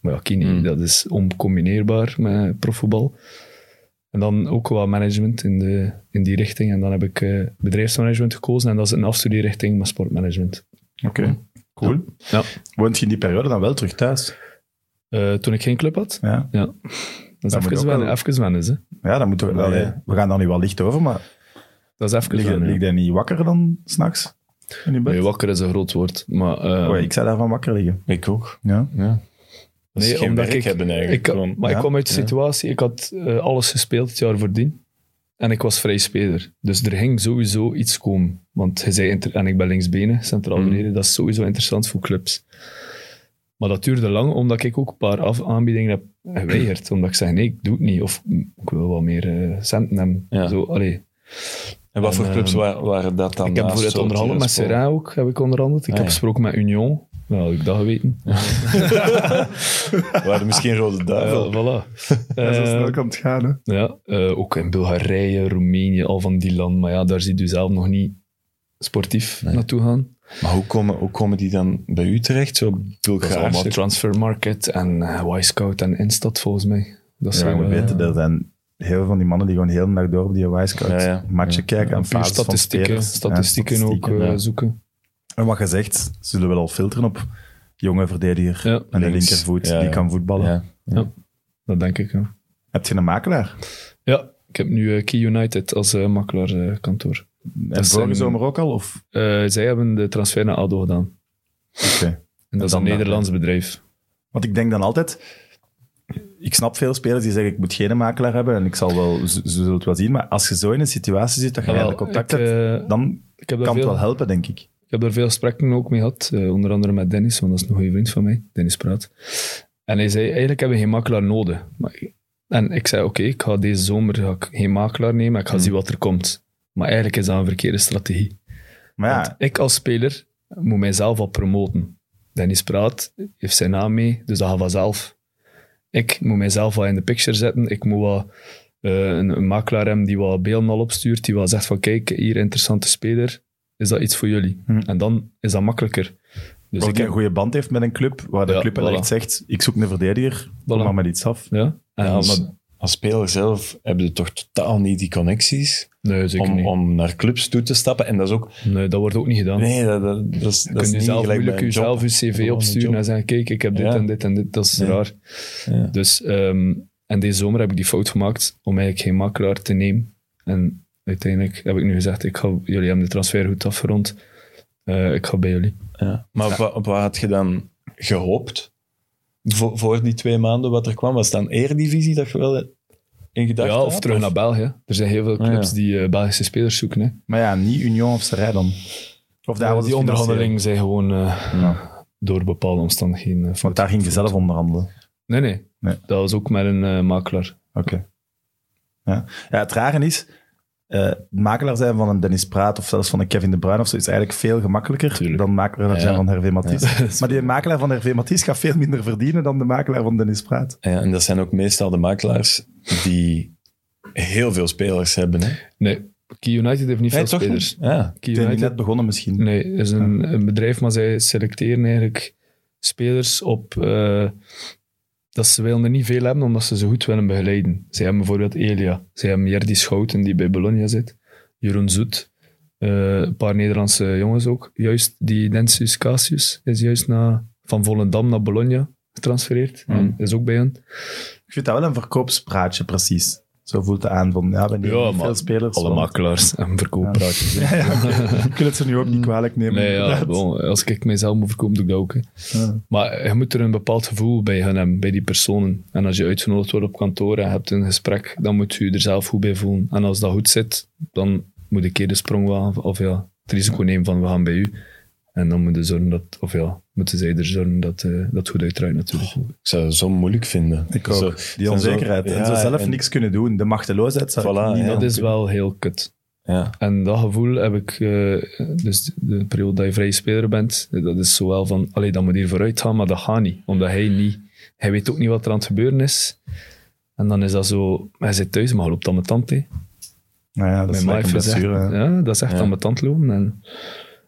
Maar ja, kine, Hmm. Mm. dat is oncombineerbaar met profvoetbal. En dan ook wat management in, de, in die richting. En dan heb ik eh, bedrijfsmanagement gekozen. En dat is een afstudierrichting met sportmanagement. Oké. Cool. Ja. Woont je in die periode dan wel terug thuis? Eh, toen ik geen club had, Ja. Dat is Dat moet even ook wennen, wel- even wennen. Hè. Ja, dat moet toch wel. Nee. hè. We gaan daar nu wel licht over, maar Dat is even lig, wennen. lig ja. jij niet wakker dan s'nachts? In je bed? Nee, wakker is een groot woord. Maar, eh, Oh, ik zei daarvan wakker liggen. Ik ook. Ja. ja. Dat is Nee, geen omdat werk ik- hebben eigenlijk. Ik, gewoon. maar ja, ik kwam uit de ja. situatie, ik had eh, alles gespeeld het jaar voordien. En ik was vrij speler. Dus er ging sowieso iets komen. Want hij zei, inter- en ik ben linksbenen, centraal Mhm. beneden. Dat is sowieso interessant voor clubs. Maar dat duurde lang, omdat ik ook een paar af- aanbiedingen heb geweigerd. Omdat ik zei, nee, ik doe het niet. Of mm, ik wil wel meer eh, centen hebben. Ja. Zo, allee. en eh, wat voor en, clubs ehm, wa- waren dat dan? Ik heb naast bijvoorbeeld zo'n onderhandeld met Tiraspol? Serra ook, heb ik onderhandeld. Ik Ah, heb ja. gesproken met Union. Nou, had ik dat geweten. [laughs] Waren misschien Rode Duivel. Eh, [laughs] voilà. Eh, kan het gaan, hè. Ja, eh, ook in Bulgarije, Roemenië, al van die landen. Maar ja, daar zie je zelf nog niet sportief Nee. naartoe gaan. Maar hoe komen, hoe komen die dan bij u terecht? Zo Dat is allemaal Bulgaarse Transfer Market en eh Wisecout en Instat volgens mij. Dat Ja, zijn je moet wel, weten, eh, er zijn heel veel van die mannen die gewoon heel de dag door op die wijscout Ja, ja. matchen Ja. kijken. En en puur fases van statistieken, spelers. Ja, statistieken ook statistieken. eh, ja. zoeken. En wat gezegd, zullen we wel al filteren op jonge verdediger Ja, en de links. linkervoet Ja, die ja. kan voetballen. Ja. dat denk ik. Ja, Heb je een makelaar? ja ik heb nu eh, Key United als eh makelaarkantoor. en is vorige een- zomer ook al? Of? Eh, zij hebben de transfer naar ADO gedaan. Oké. En dat dan eh, is een dat, Nederlands bedrijf. Want ik denk dan altijd... Ik snap veel spelers die zeggen, ik moet geen makelaar hebben en ik zal wel, ze ze zullen het wel zien. Maar als je zo in een situatie zit dat je Jawel, eigenlijk contact ik, hebt, eh, dan ik heb daar kan het veel- wel helpen, denk ik. Ik heb daar veel gesprekken ook mee gehad, eh, onder andere met Dennis, want dat is een goede vriend van mij, Dennis Praat. En hij zei, eigenlijk hebben we geen makelaar nodig. Maar, en ik zei, oké, ik ga deze zomer ga ik geen makelaar nemen, ik ga zien wat er komt. Maar eigenlijk is dat een verkeerde strategie. Maar ja, Want ik als speler moet mijzelf al promoten. Dennis Praat heeft zijn naam mee, dus dat gaat vanzelf. Ik moet mijzelf wel in de picture zetten, ik moet wel... eh, een, een makelaar hebben die wat beelden al opstuurt, die wel zegt van kijk, hier interessante speler, is dat iets voor jullie? Hm. En dan is dat makkelijker. Dus als ik ik een heb, goede band heeft met een club, waar de Ja, club wel voilà. echt zegt, ik zoek een verdediger, kom Voilà. maar met iets af. ja, en Ja, als- als, als speler zelf heb je toch totaal niet die connecties nee, zeker om, niet. om naar clubs toe te stappen. En dat is ook... Nee, dat wordt ook niet gedaan. Nee, dat, dat, dat is, je dat is kunt niet jezelf gelijk moeilijk bij een job. jezelf je cv Gewoon een opsturen job. en zeggen, kijk, ik heb dit Ja. en dit en dit, dat is Ja. raar. Ja. Dus, ehm, en deze zomer heb ik die fout gemaakt om eigenlijk geen makelaar te nemen. En uiteindelijk heb ik nu gezegd, ik ga, jullie hebben de transfer goed afgerond, Eh, ik ga bij jullie. Ja. Maar op wa- op wat had je dan gehoopt voor, voor die twee maanden wat er kwam? Was het dan Eredivisie dat je wel in gedachten Ja, had? of terug naar België. Er zijn heel veel Ah, ja. clubs die eh, Belgische spelers zoeken. Hè. Maar ja, niet Union of Serij dan. Of daar Ja, was die het onderhandelingen zijn gewoon eh, Ja. door bepaalde omstandigheden. eh, Want daar ging je zelf onderhandelen. Nee, nee, Nee. Dat was ook met een eh, makelaar. Oké. Ja. ja, het rare is, eh, makelaar zijn van een Dennis Praat of zelfs van een Kevin De Bruyne of zo is eigenlijk veel gemakkelijker Tuurlijk. dan makelaar Ja. zijn van Hervé Mathies. [laughs] Dat is Maar die makelaar van Hervé Mathies gaat veel minder verdienen dan de makelaar van Dennis Praat. Ja, en dat zijn ook meestal de makelaars die heel veel spelers hebben. Hè? Nee, Key United heeft niet Nee, veel toch niet? spelers. Ja. Key Die zijn die United net begonnen misschien. nee, is een, een bedrijf, maar zij selecteren eigenlijk spelers op... eh, dat ze willen er niet veel hebben, omdat ze ze goed willen begeleiden. Zij hebben bijvoorbeeld Elia. Zij hebben Jerdy Schouten, die bij Bologna zit. Jeroen Zoet. Eh, een paar Nederlandse jongens ook. Juist die Densius Cassius is juist na, van Volendam naar Bologna getransfereerd. En is ook bij hen. Ik vind dat wel een verkoopspraatje precies. Zo voelt het aan van, ja, ben je Ja, niet maar veel spelers. Alle want- makelaars en [laughs] verkooppraatjes. hè. Ja, [laughs] ja, oké. Ik wil het ze nu ook niet kwalijk nemen. Nee, ja, inderdaad. bon, als ik mijzelf moet verkopen, doe ik dat ook. hè. Ja. Maar je moet er een bepaald gevoel bij gaan hebben, bij die personen. En als je uitgenodigd wordt op kantoor en je hebt een gesprek, dan moet je je er zelf goed bij voelen. En als dat goed zit, dan moet je een keer de sprong wagen. Of ja, het risico nemen van we gaan bij u. En dan moeten, zorgen dat, of ja, moeten zij er zorgen dat eh, dat het goed uitdraait natuurlijk. Ik zou het zo moeilijk vinden. Ik ook. Zo- Die onzekerheid. Zo- en zo ja, zelf en- niks kunnen doen. De machteloosheid. Zou ik Voilà, niet ja. aan dat is kunnen. wel heel kut. ja. En dat gevoel heb ik, eh, dus de periode dat je vrije speler bent, dat is zowel van, allee, dat moet hier vooruit gaan, maar dat gaat niet. Omdat hij niet, hij weet ook niet wat er aan het gebeuren is. En dan is dat zo, hij zit thuis, maar hij loopt aan mijn tand, hè. Nou ja, dat is Mijn like een life is echt, blessure. hè. ja, dat is echt Ja. aan mijn tand lopen. En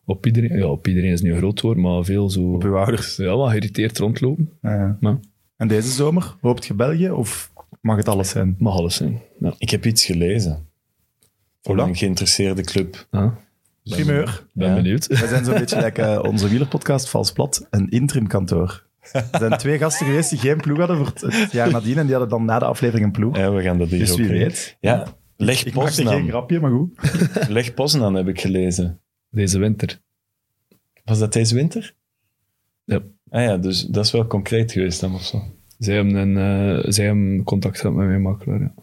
op iedereen, ja, op iedereen is nu een groot woord, maar veel zo, Op uw ouders. ja, wat geïrriteerd rondlopen. Ja, ja. Maar En deze zomer hoopt je België of mag het alles zijn? mag alles zijn. Ja. Ik heb iets gelezen. Voor Voilà. een geïnteresseerde club. Ja, Primeur. ben Ja. benieuwd. Wij zijn zo'n beetje like eh, onze wielerpodcast Vals Plat, een interimkantoor. Er zijn twee gasten geweest die geen ploeg hadden voor het- het jaar nadien. En die hadden dan na de aflevering een ploeg. Ja, we gaan dat hier dus ook wie in. weet. Ja, Leg Ik maakte geen Poznan. grapje, maar goed. Leg Poznan heb ik gelezen. Deze winter. Was dat deze winter? Ja. Ah ja, dus dat is wel concreet geweest dan of zo. Zij hebben, een, eh, zij hebben contact gehad met mijn makelaar. ja.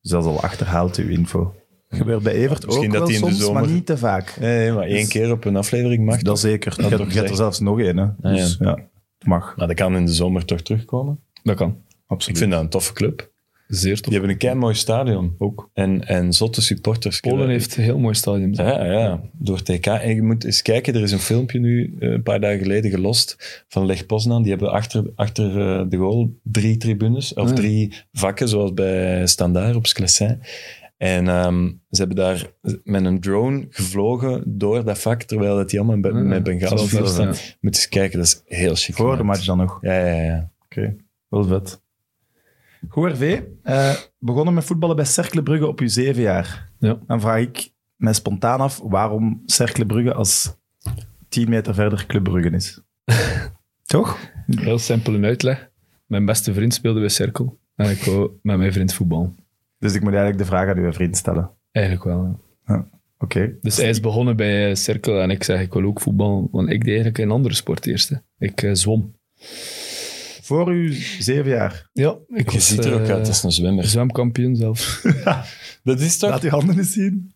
Zelfs al achterhaalt uw info. Gebeurt bij Evert Misschien ook dat wel die in de soms, maar zomer- niet te vaak. Nee, nee, maar één Dus- keer op een aflevering mag. Dat zeker. Dat Je toch hebt je hebt zeg. er zelfs nog één, hè. ja. Dus ja, het mag. Maar dat kan in de zomer toch terugkomen. Dat kan. Ik Absoluut. vind dat een toffe club. Zeer Die tof. hebben een kei mooi stadion. Ook. En, en zotte supporters. Polen heeft een heel mooi stadion. Ja, ah ja, door TK. En je moet eens kijken, er is een filmpje nu eh, een paar dagen geleden gelost van Leg Poznan. Die hebben achter, achter eh, de goal drie tribunes, of Ah. drie vakken, zoals bij Standaard op Sclessin. En ehm, ze hebben daar met een drone gevlogen door dat vak, terwijl dat die allemaal be- Ah, met dat Bengals is wel vuur vet, staan. ja. Moet eens kijken, dat is heel chic. Voor de gemaakt. match dan nog. Ja, ja, ja. Wel vet. Goed, RV. eh, begonnen met voetballen bij Cercle Brugge op uw zeven jaar. Ja. Dan vraag ik mij spontaan af waarom Cercle Brugge als 10 meter verder Club Brugge is. Toch? Heel simpel een uitleg. Mijn beste vriend speelde bij Cirkel. En ik wou met mijn vriend voetbal. Dus ik moet eigenlijk de vraag aan uw vriend stellen. Oké. Eigenlijk wel. ja. Dus hij is begonnen bij eh, Cirkel en ik zeg ik wil ook voetbal. Want ik deed eigenlijk een andere sport eerst. hè. Ik eh, zwom. Voor uw zeven jaar. Ja, ik Je ziet er ook uit als als een zwemmer. [laughs] zwemkampioen zelf. Dat is toch Laat uw handen eens zien.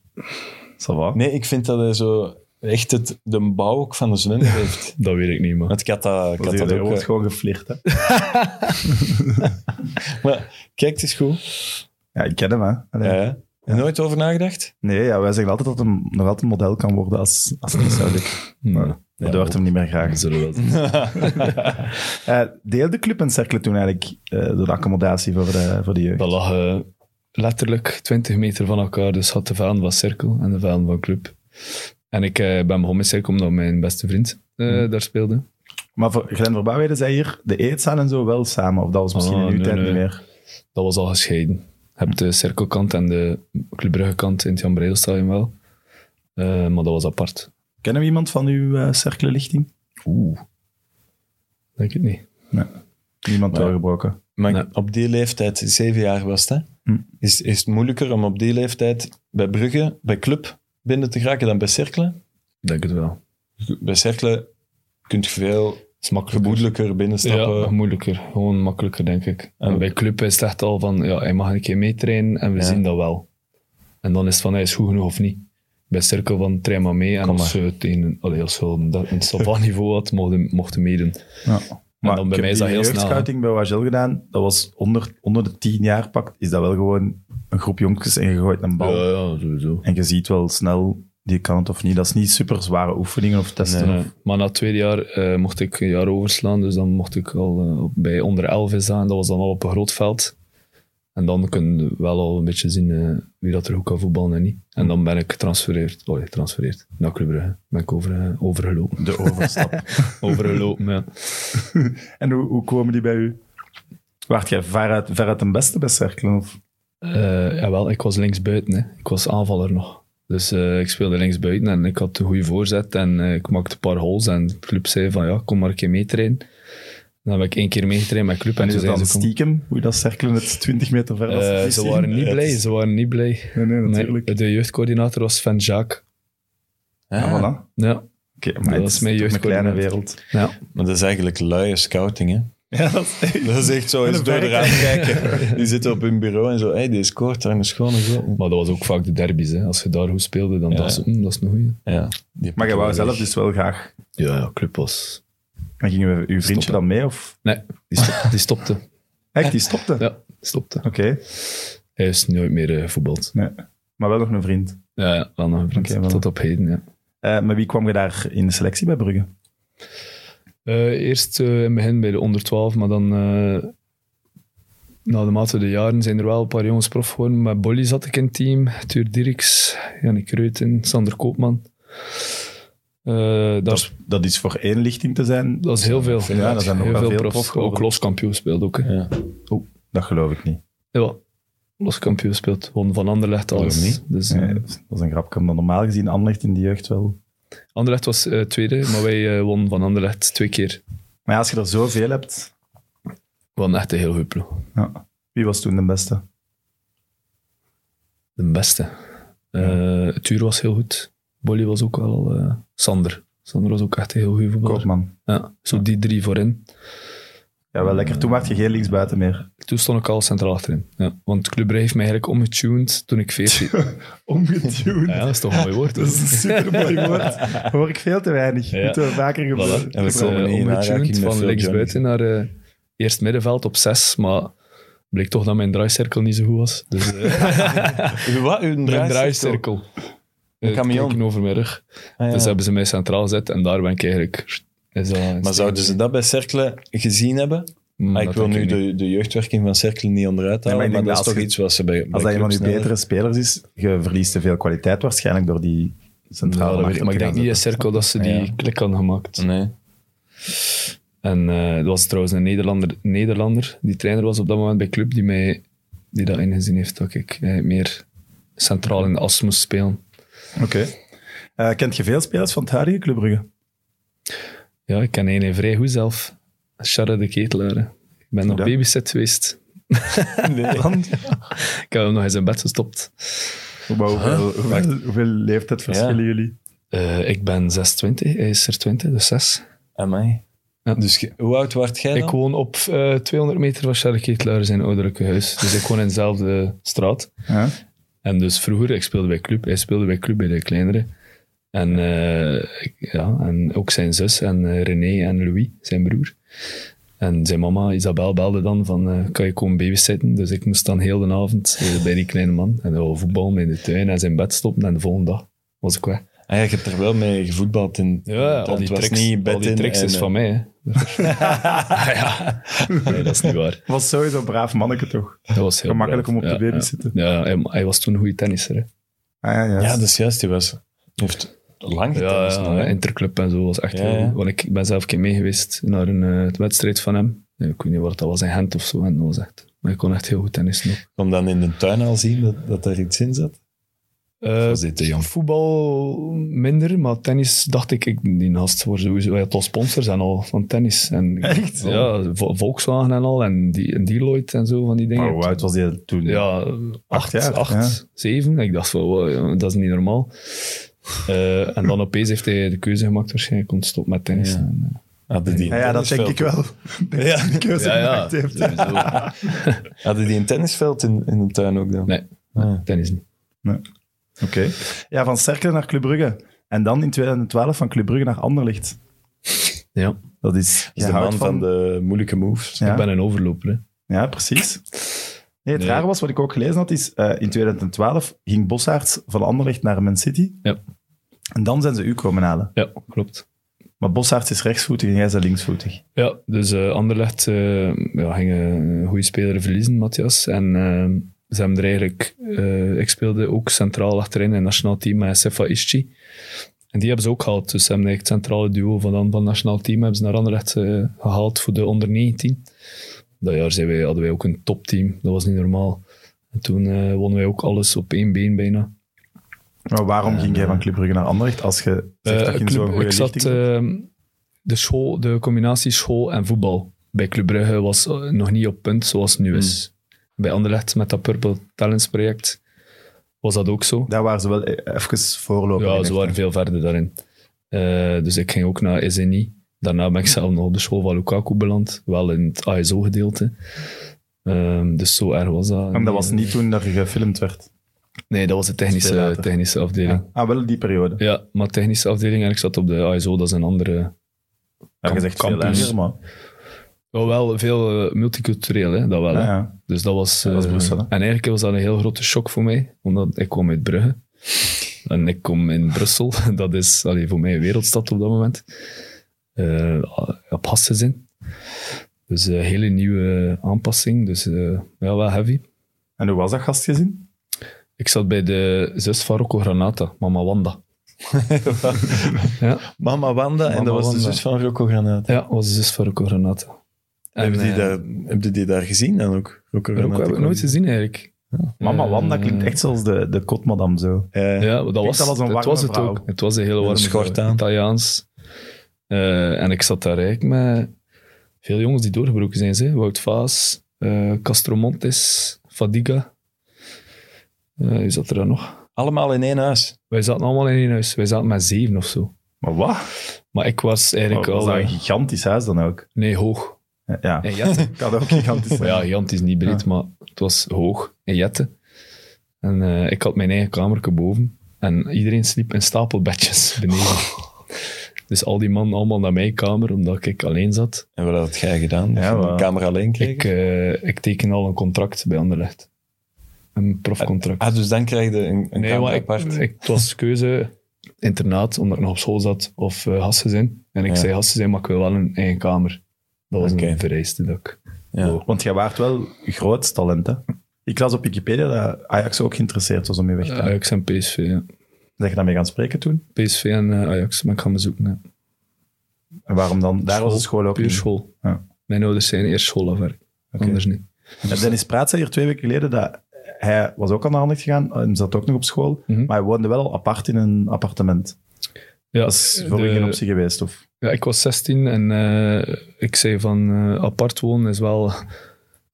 Ça va. Nee, ik vind dat hij zo echt het, de bouw ook van de zwemmer heeft. Dat weet ik niet, man. Want ik had dat, ik Dat had dat ook... wordt eh, gewoon geflirt, hè. Maar kijk, het is goed. Ja, ik ken hem, hè. Allee. Ja. hè? Nooit over nagedacht? Nee, ja, wij zeggen altijd dat hij nog altijd een model kan worden als, als het niet zou lukken. Maar Nee. dat hoort hem niet meer graag. We zullen wel zien. Eh, deelde Club en Cercle toen eigenlijk eh, de accommodatie voor de, voor de jeugd? Dat lag eh, letterlijk 20 meter van elkaar. Dus had de velden van Cirkel en de velden van Club. En ik eh, ben begonnen met Cirkel omdat mijn beste vriend eh, Hm. daar speelde. Maar voor Glenn Verbouwheden zei hier de eetzaal en zo wel samen. Of dat was misschien Ah, in uw nee, tijd nee. niet meer. Dat was al gescheiden. Je hebt de cirkelkant en de Club Brugge kant in het Jan Bredelstadion wel. Eh, maar dat was apart. Kennen we iemand van uw eh Cercle-lichting? Oeh. Denk ik niet. Niemand Nee. doorgebroken. Maar Nee. op die leeftijd, zeven jaar was het, hè? Hm. Is, is het moeilijker om op die leeftijd bij Brugge, bij Club, binnen te geraken dan bij Cerkelen? Denk het wel. Bij Cerkelen kun je veel Het is makkelijker. gemoedelijker binnenstappen. Ja, moeilijker. Gewoon makkelijker, denk ik. En bij Club is het echt al van, ja, hij mag een keer meetrainen en we Ja. zien dat wel. En dan is het van, hij is goed genoeg of niet. Bij Cirkel van, train maar mee. En Kom als je tegen, allee, als je wel een, [laughs] een niveau had, mocht je- mocht je meedoen. Ja. Maar dan bij ik heb mij die is dat heel snel, jeugdscouting bij Wagel gedaan. Dat was onder, onder de tien jaar pakt. Is dat wel gewoon een groep jonkjes en je gooit een bal. ja, sowieso. En je ziet wel snel die kan het of niet. Dat is niet super zware oefeningen of testen. Nee. Maar na het tweede jaar eh, mocht ik een jaar overslaan. Dus dan mocht ik al eh, op- bij onder 11 staan. Dat was dan al op een groot veld. En dan kun je wel al een beetje zien eh, wie dat er goed kan voetballen en niet. En dan ben ik getransfereerd. Oh, getransfereerd. Naar Club Brugge. Ben ik over, eh, overgelopen. De overstap. [laughs] Overgelopen, ja. en hoe, hoe komen die bij u? Waart jij veruit, veruit de beste bij Cercle? Of? Eh, jawel, ik was linksbuiten. Hè. Ik was aanvaller nog. Dus eh, ik speelde linksbuiten en ik had een goede voorzet. En eh, ik maakte een paar holes. En de club zei van, ja, kom maar een keer meetrainen. Dan heb ik één keer meegetraind met de club. En, En is toen het zeiden dan ze, kom- stiekem, hoe dat cirkelen het 20 meter verder als Eh, het ze is waren zien? niet Eh, blij, het is- ze waren niet blij. Nee, nee, Nee, natuurlijk. de jeugdcoördinator was Van Jaak. Ah, Ah, voilà. Ja, Oké, Dat maar het is is mijn toch een kleine jeugdcoördinator. wereld. ja. Maar dat is eigenlijk luie scouting, hè? Ja, dat is Dat is echt zo, eens een door de raam werk. [laughs] kijken. Die zitten op hun bureau en dus- zo, hey, die scoort daar een schone goal. maar dat was ook vaak de derbies. Hè. Als je daar goed speelde, dan Ja. dacht je, "Hm, dat is een goeie. Ja, Maar jij wou zelf dus wel graag. Ja, ja, club was... En gingen we uw vriendje Stoppen. dan mee? Of? Nee, die, stop- die stopte. Echt, die [laughs] stopte? Ja, die stopte. Oké, Hij is nooit meer eh, gevoetbald. maar wel nog een vriend. Ja, ja, wel nog een vriend. Oké, wel. Tot op heden, ja. Eh, maar wie kwam je daar in de selectie bij Brugge? Eh, eerst eh, in het begin bij de onder 12, maar dan... eh na de mate de jaren zijn er wel een paar jongens prof geworden. Met Bolly zat ik in het team. Tuur Dirks, Jannik Reuten, Sander Koopman. Eh, daar Dat, dat is voor één lichting te zijn, Dat is heel veel. Ja, dat zijn nog heel wel veel veel prof. profs geworden. ook loskampioen speelt ook. Hè. Ja. dat geloof ik niet. Ja, loskampioen speelt. Gewoon van Anderlecht Waarom alles. niet? Dus, Nee, eh, dat is een grapje, omdat normaal gezien Anderlecht in de jeugd wel... Anderlecht was eh, tweede, maar wij eh wonnen van Anderlecht twee keer. Maar ja, als je er zoveel hebt... Want echt een heel goed ploeg. Ja. Wie was toen de beste? De beste. Eh Tuur was heel goed. Bolly was ook wel... eh, Sander. Sander was ook echt een heel goed voetballer. Koopman. Ja, zo die drie voorin. Ja, wel lekker. Toen werd je geen linksbuiten meer. Toen stond ik al centraal achterin. Ja, want Club Brugge heeft mij eigenlijk omgetuned toen ik 14... [laughs] Ongetuned. ja, dat is toch een mooi woord. Eh, Dat is een [laughs] supermooi woord. Hoor ik veel te weinig. Ja. Moeten we vaker gebruiken. En we Dus, komen eh, niet in aanraking omgetuned met van veel linksbuiten naar eh, eerst middenveld op 6, maar bleek toch dat mijn draaicirkel niet zo goed was. [laughs] Dus, eh, Uw Wat? Uw mijn draaicirkel? draaicirkel. Een Eh, camion. teken over mijn rug. Ah, ja. Dus hebben ze mij centraal gezet en daar ben ik eigenlijk... Is dat Maar zouden ze dat bij Cercle gezien hebben? Mm, Ah, ik dat wil nu denk ik niet. de, de jeugdwerking van Cercle niet onderuit Nee, maar halen, ik maar, denk dat dat is als toch je- iets wat ze bij, bij Als dat een van clubs je sneller- betere spelers is, je verliest te veel kwaliteit waarschijnlijk door die centrale Ja, Nou, dat weet ik, achter maar ik te denk gaan niet in zetten. cirkel dat ze die Ja. klik hadden gemaakt. Nee. En eh, dat was trouwens een Nederlander, Nederlander, die trainer was op dat moment bij Club, die, mij, die dat ingezien heeft dat ik eh, meer centraal in de as moest spelen. Oké. Eh, kent je veel spelers van het huidige Club [laughs] Brugge? Ja, ik ken een vrij goed zelf. Charre de Ketelaar. hè. Ik ben nog dat? babysit geweest. Dan? Ik heb hem nog in zijn bed gestopt. Maar hoeveel, hoeveel, hoeveel leeftijd verschillen jullie? Eh, ik ben 26, hij is er 20, dus 6. Amai. Ja. Dus ge- hoe oud werd jij dan? Ik woon op eh, 200 meter van Charre de Ketelaar, zijn ouderlijke huis. Dus ik woon in dezelfde straat. Ja. En dus vroeger, ik speelde bij club, hij speelde bij club bij de kleinere. En, eh, ik- ja, en ook zijn zus en eh, René en Louis, zijn broer. En zijn mama, Isabel, belde dan van, eh, kan je komen babysitten? Dus ik moest dan heel de avond eh, bij die kleine man. En dan voetballen in de tuin en zijn bed stoppen. En de volgende dag was ik weg. Ah, ja, je hebt er wel mee gevoetbald. In, Ja, het al die was tricks, niet bed al die in tricks en, is eh, van mij. hè. Ah, ja. [laughs] Nee, dat is niet waar. Was sowieso een braaf manneke toch? Dat was heel Gemakkelijk braaf. om op te Ja, babysitten. Ja, ja hij, hij was toen een goede tennisser. hè. Ah, ja, [laughs] Ja, juist. dat is juist. Die was, heeft lang Ja, getenist nog, ja, hè? Interclub en zo was echt Ja, heel ja. goed. Want ik ben zelf een keer mee geweest naar een eh, wedstrijd van hem. Ja, Ik weet niet wat dat was, in Gent of zo. En dat was echt... Maar ik kon echt heel goed tennis nog. Ik kon dan in de tuin al zien dat, dat er iets in zat. was dit te jong? Eh, voetbal minder, maar tennis dacht ik... ik die naast voor sowieso... Hij had al sponsors en al van tennis. [laughs] En, Echt? Ja, Vo- Volkswagen en al. En, die, en Deloitte en zo van die dingen. Maar hoe oud was die toen? Ja, acht, jaar, acht, zeven. Ik dacht van, wow, dat is niet normaal. Eh, en dan opeens heeft hij de keuze gemaakt waarschijnlijk om te stoppen met tennis. Ja. En, eh, Hadden die een Ja, ja, dat denk tennisveld- ik wel. [laughs] Ja, die keuze Ja, ja. gemaakt heeft. Sowieso. Hadden die een tennisveld in, in de tuin ook dan? Nee, Ah. tennis niet. Oké. Ja, van Cercle naar Club Brugge. En dan in 2012 van Club Brugge naar Anderlicht. Ja. Dat is, Dat is je de houdt man van de moeilijke moves. Ja. Eh, Ik ben een overloper. hè. Ja, precies. Nee, het Nee. rare was, wat ik ook gelezen had, is eh, in 2012 ging Bossaerts van Anderlecht naar Man City. Ja. En dan zijn ze u komen halen. Ja, klopt. Maar Bossaerts is rechtsvoetig en jij bent linksvoetig. Ja, dus eh Anderlecht eh, ja, ging een goede speler verliezen, Matthias. En eh, ze hebben er eigenlijk... eh, ik speelde ook centraal achterin in het nationaal team met Sefa Ischi. En die hebben ze ook gehaald. Dus ze hebben eigenlijk het centrale duo van, van het nationaal team hebben ze naar Anderlecht eh, gehaald voor de onder-19. Dat jaar zijn wij, hadden wij ook een topteam. Dat was niet normaal. En toen eh, wonnen wij ook alles op één been bijna. Maar waarom ging jij van Club Brugge naar Anderlecht als je zegt dat Eh, je in Club- zo'n goede ik lichting zat zat? ehm, de, school, de combinatie school en voetbal bij Club Brugge was eh, nog niet op punt zoals het nu is. Hmm. Bij Anderlecht met dat Purple Talents project was dat ook zo. Daar waren ze wel e- even voorlopen. in Ja, echt, ze hè. waren veel verder daarin. Eh, dus ik ging ook naar Ezeni. Daarna ben ik zelf nog op de school van Lukaku beland. Wel in het ASO-gedeelte. Ehm, dus zo erg was dat. En dat was niet toen dat je gefilmd werd. Nee, dat was de Veel technische, later. technische afdeling. Ja. Ah, wel die periode. maar technische afdeling. En ik zat op de ASO, dat is een andere Ja, je zegt veel campus. erger, maar... Wel, wel veel eh, multicultureel, hè, dat wel. Ah, hè. ja. Dus dat was... Ja, dat is eh, Brussel, hè. en eigenlijk was dat een heel grote shock voor mij, omdat ik kwam uit Brugge. En ik kom in Brussel, [laughs] dat is allee, voor mij een wereldstad op dat moment. Eh, op hastenzin. Dus een hele nieuwe aanpassing, dus eh, ja, wel heavy. En hoe was dat gastgezin? Ik zat bij de zus van Rocco Granata, mama Wanda. Ja. Mama Wanda, en Mama dat was de Wanda. zus van Rocco Granaat. Ja, was de zus van Rocco Granata. Hebben die, eh, daar, hebben die die daar gezien dan ook? Rocco Rocco Granaat heb ik nooit gezien eigenlijk. Mama Eh, Wanda klinkt echt zoals de, de kotmadam zo. Eh, Ja, dat was, dat was een het warme was het vrouw. ook. Het was een hele Met een warme schort vrouw, aan. Italiaans. Eh, en ik zat daar eigenlijk met veel jongens die doorgebroken zijn. Ze. Wout Vaas, eh Castromontes, Fadiga. Eh wie zat er dan nog? Allemaal in één huis. Wij zaten allemaal in één huis. Wij zaten met zeven of zo. Maar wat? Maar ik was Dat eigenlijk Oh, was al... dat een eh, gigantisch huis dan ook. nee, hoog. Ja, En Jette. kan ook [laughs] gigantisch zijn. ja, Jant is niet breed, maar het was hoog in Jette. En eh, ik had mijn eigen kamerke boven. En iedereen sliep in stapelbedjes [laughs] beneden. Dus al die mannen allemaal naar mijn kamer, omdat ik alleen zat. En wat had jij gedaan? Ja, Ja, maar- camera alleen kregen? Ik, eh, ik teken al een contract bij Anderlecht. Een profcontract. Ah, dus dan krijg je een, een eh, nee, camera maar ik, apart. ik, het was keuze internaat, omdat ik nog op school zat, of eh Hassenzijn. En ik Ja. zei Hassenzijn, maar ik wil wel een eigen kamer. Dat was Oké. een vereiste dat ik... Oh. ja. Oh. Want jij waart wel groot talent, hè? Ik las op Wikipedia dat Ajax ook geïnteresseerd was om je weg te gaan. Ajax en PSV, ja. Zeg je daarmee gaan spreken toen? PSV en eh, Ajax, maar ik ga me zoeken, ja. En waarom dan? Daar was de school ook Puur niet. school. Ja. Mijn ouders zijn eerst schoolafwerk. Anders niet. En Dennis Praat zei hier twee weken geleden dat hij was ook aan de hand gegaan, en zat ook nog op school, Mhm. maar hij woonde wel al apart in een appartement. Ja, Dat is voor de- u geen optie geweest, of? ja, ik was 16 en eh, ik zei van eh, apart wonen is wel.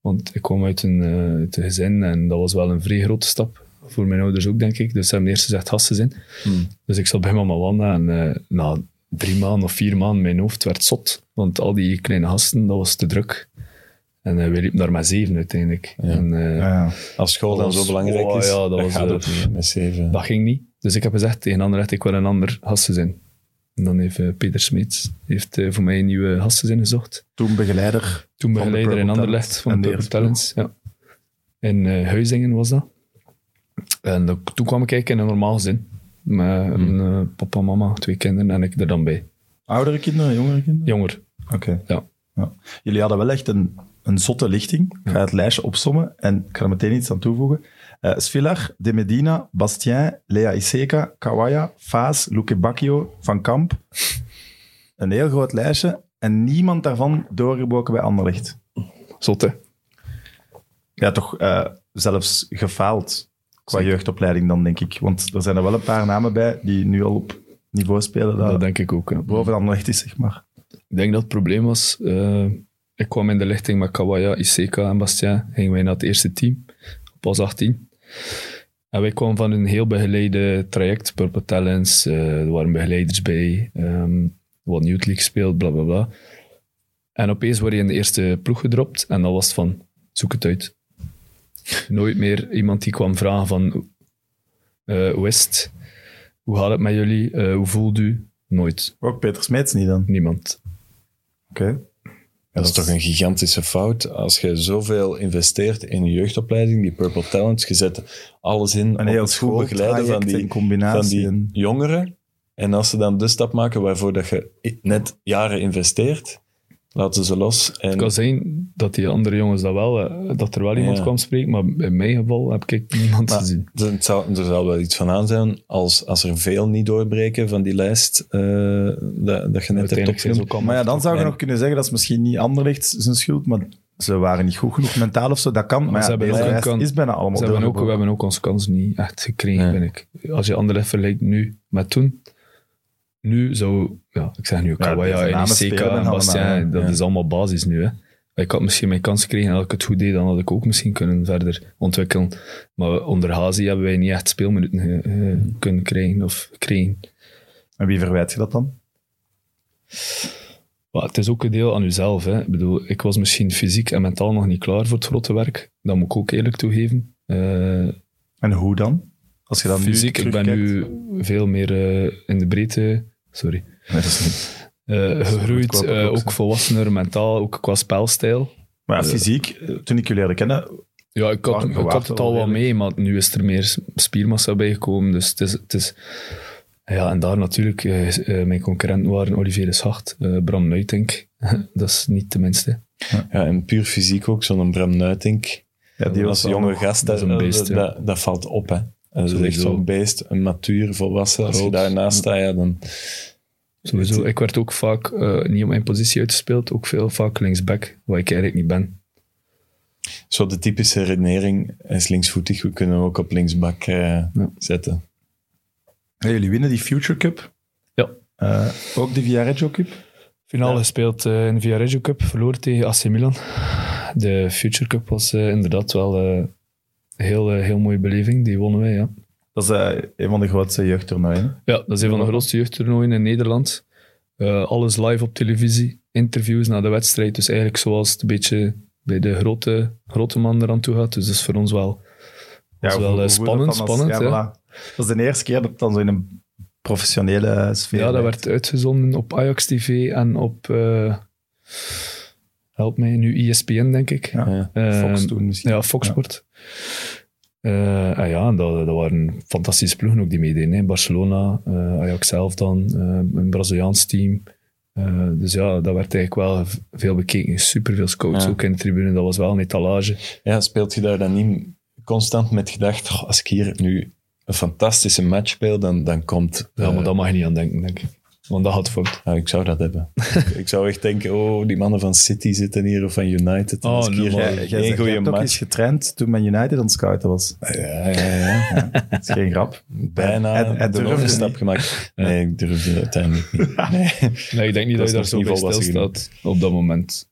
Want ik kwam uit een, eh, uit een gezin en dat was wel een vrij grote stap. Voor mijn ouders ook, denk ik. Dus ze hebben eerst gezegd gastgezin. Hmm. Dus ik zat bij mama Wanda en eh, na drie maanden of vier maanden, mijn hoofd werd zot. Want al die kleine gasten, dat was te druk. En eh, we liepen daar met zeven uiteindelijk. En, eh, Ja. Als school Dat dan was- zo belangrijk oh, is, ja, dat dan was, gaat eh, het niet hè, met zeven. Dat ging niet. Dus ik heb gezegd tegen Anderlecht, ik wil een ander gastgezin. En dan heeft eh, Peter Smeets heeft, eh, voor mij een nieuwe gastgezin gezocht. Toen begeleider. Toen Van de begeleider in Purple Anderlecht Talents. van En de de Purple Talents. eerste Ja. In eh, Huizingen was dat. En dan- toen kwam ik eigenlijk in een normaal gezin. Met Hmm. een, eh, papa, mama, twee kinderen en ik er dan bij. Oudere kinderen, jongere kinderen? Jonger. Oké. Ja. Ja. Jullie hadden wel echt een, een zotte lichting. Ik ga het lijstje opsommen en ik ga er meteen iets aan toevoegen. Eh Svilar, De Medina, Bastien, Lea Iseka, Kawaya, Faas, Luke Bacchio, Van Kamp. Een heel groot lijstje en niemand daarvan doorgebroken bij Anderlecht. Zotte. Ja, toch eh, zelfs gefaald qua Zeker. jeugdopleiding dan, denk ik. Want er zijn er wel een paar namen bij die nu al op niveau spelen dat, Dat denk ik ook. ja. boven Anderlecht is, zeg maar. Ik denk dat het probleem was. eh, ik kwam in de lichting met Kawaya, Iseka en Bastien. Gingen wij naar het eerste team. Pas 18. En wij kwamen van een heel begeleide traject. Purple Talents. eh, er waren begeleiders bij. ehm wat Youth League speelt, bla bla bla. En opeens word je in de eerste ploeg gedropt. En dan was het van, zoek het uit. Nooit meer iemand die kwam vragen van, eh, hoe is het? Hoe gaat het met jullie? Eh, hoe voelt u? Nooit. Ook Peter Smeets niet dan. Niemand. Oké. dat is toch een gigantische fout. Als je zoveel investeert in een jeugdopleiding, die Purple Talents, je zet alles in op een heel het goed begeleiden van schooltraject in die, van combinatie. die en- jongeren. En als ze dan de stap maken waarvoor dat je i- net jaren investeert, laten ze los. En Het kan zijn dat die andere jongens dat wel, eh, dat er wel iemand Ja. kwam spreken, maar in mijn geval heb ik niemand Maar gezien. er- het zou, er zou wel iets van aan zijn als, als er veel niet doorbreken van die lijst eh, dat, dat je net hebt Uiteindelijk zijn ze opgenoemd. ook allemaal. Maar ja, dan zou je En- nog kunnen zeggen dat is misschien niet Anderlecht zijn schuld, maar ze waren niet goed genoeg mentaal of zo. Dat kan, maar ze ja, hebben deze ook een lijst kant- is bijna Ze allemaal hebben ook, we doorgebroken. hebben ook onze kans niet echt gekregen, Nee. ben ik. Als je Anderlecht vergelijkt nu met toen, nu zou, ja, ik zeg nu deze Kawaya en namen spelen Iseka en allemaal, Bastien, dat ja. is allemaal basis nu. Hè. Ik had misschien mijn kans gekregen en als ik het goed deed, dan had ik ook misschien kunnen verder ontwikkelen. Maar onder Hazi hebben wij niet echt speelminuten eh, eh, kunnen krijgen of kregen. En wie verwijt je dat dan? Maar het is ook een deel aan uzelf. Hè. Ik bedoel, ik was misschien fysiek en mentaal nog niet klaar voor het grote werk. Dat moet ik ook eerlijk toegeven. Eh, En hoe dan? Als je dan fysiek, nu ik ben terugkijkt- nu veel meer eh, in de breedte. Sorry. Nee, dat is niet. eh, gegroeid, qua eh, boxen. ook volwassener, mentaal, ook qua spelstijl. Maar ja, Eh. fysiek, eh, toen ik jullie leerde kennen, Ja, ik had, Waar- ik had gewaagd het wel al wel redelijk. mee, maar nu is er meer spiermassa bijgekomen. Dus het is, het is... Ja, en daar natuurlijk, eh, eh, mijn concurrenten waren Olivier de Schacht, eh, Bram Nuitink. [laughs] dat is niet de minste. Ja, en puur fysiek ook, zo'n Bram Nuitink. ja, die was als jonge gast, dat dat, is een beest, dat, ja. dat, dat valt op. Hè. Eh, Dat is echt Sowieso. zo'n beest, een matuur, volwassen. Als je Groot. daarnaast staat, ja, dan... Sowieso. Dus Ik werd ook vaak eh, niet op mijn positie uitgespeeld, ook veel vaak linksback, wat ik eigenlijk niet ben. Zo de typische redenering, hij is linksvoetig, we kunnen hem ook op linksbak eh, zetten. Ja, jullie winnen die Future Cup. Ja. Eh, ook de Viareggio Cup. Finale Ja. gespeeld eh, in de Via Reggio Cup, verloren tegen AC Milan. De Future Cup was eh, inderdaad wel eh, een heel, eh, heel mooie beleving. Die wonnen wij, ja. Dat is eh, een van de grootste jeugdtoernooien. Ja, dat is een van de grootste jeugdtoernooien in Nederland. Eh, alles live op televisie, interviews na de wedstrijd. Dus eigenlijk zoals het een beetje bij de grote, grote man eraan toe gaat. Dus dat is voor ons wel, dat is wel eh, spannend. spannend hè. ja, Dat is de eerste keer dat het dan zo in een professionele sfeer dat lijkt. werd uitgezonden op Ajax TV en op, eh, help mij, nu E ESPN denk ik. Ja. Ja. Eh, Fox Ehm, toen misschien. Ja, Fox Ja. Sport. Eh, ah ja, en dat, dat waren fantastische ploegen ook die meededen. Hè. Barcelona, eh, Ajax zelf dan, eh, een Braziliaans team. Eh, dus ja, dat werd eigenlijk wel v- veel bekeken. Superveel scouts Ja. ook in de tribune. Dat was wel een etalage. Ja, speelt je daar dan niet constant met gedacht, "Goh, als ik hier nu een fantastische match speel, dan, dan komt... Ja, maar eh, daar mag je niet aan denken, denk ik. Want dat had fout. nou, ik zou dat [laughs] hebben. ik zou echt denken, oh, die mannen van City zitten hier of van United. En Oh, als ik hier nee, maar geen- Jij, jij geen zegt, je goede hebt ook eens match... getraind toen Man United aan het scouten was. Ja, ja, [laughs] ja. Dat is geen grap. Bijna Hij- hij de durfde overstap niet. gemaakt. Nee, ik durfde [laughs] uiteindelijk niet. Nee. Nee, ik denk niet Dat dat, je daar is zo nog bij niet volwassen stilstaat op dat moment.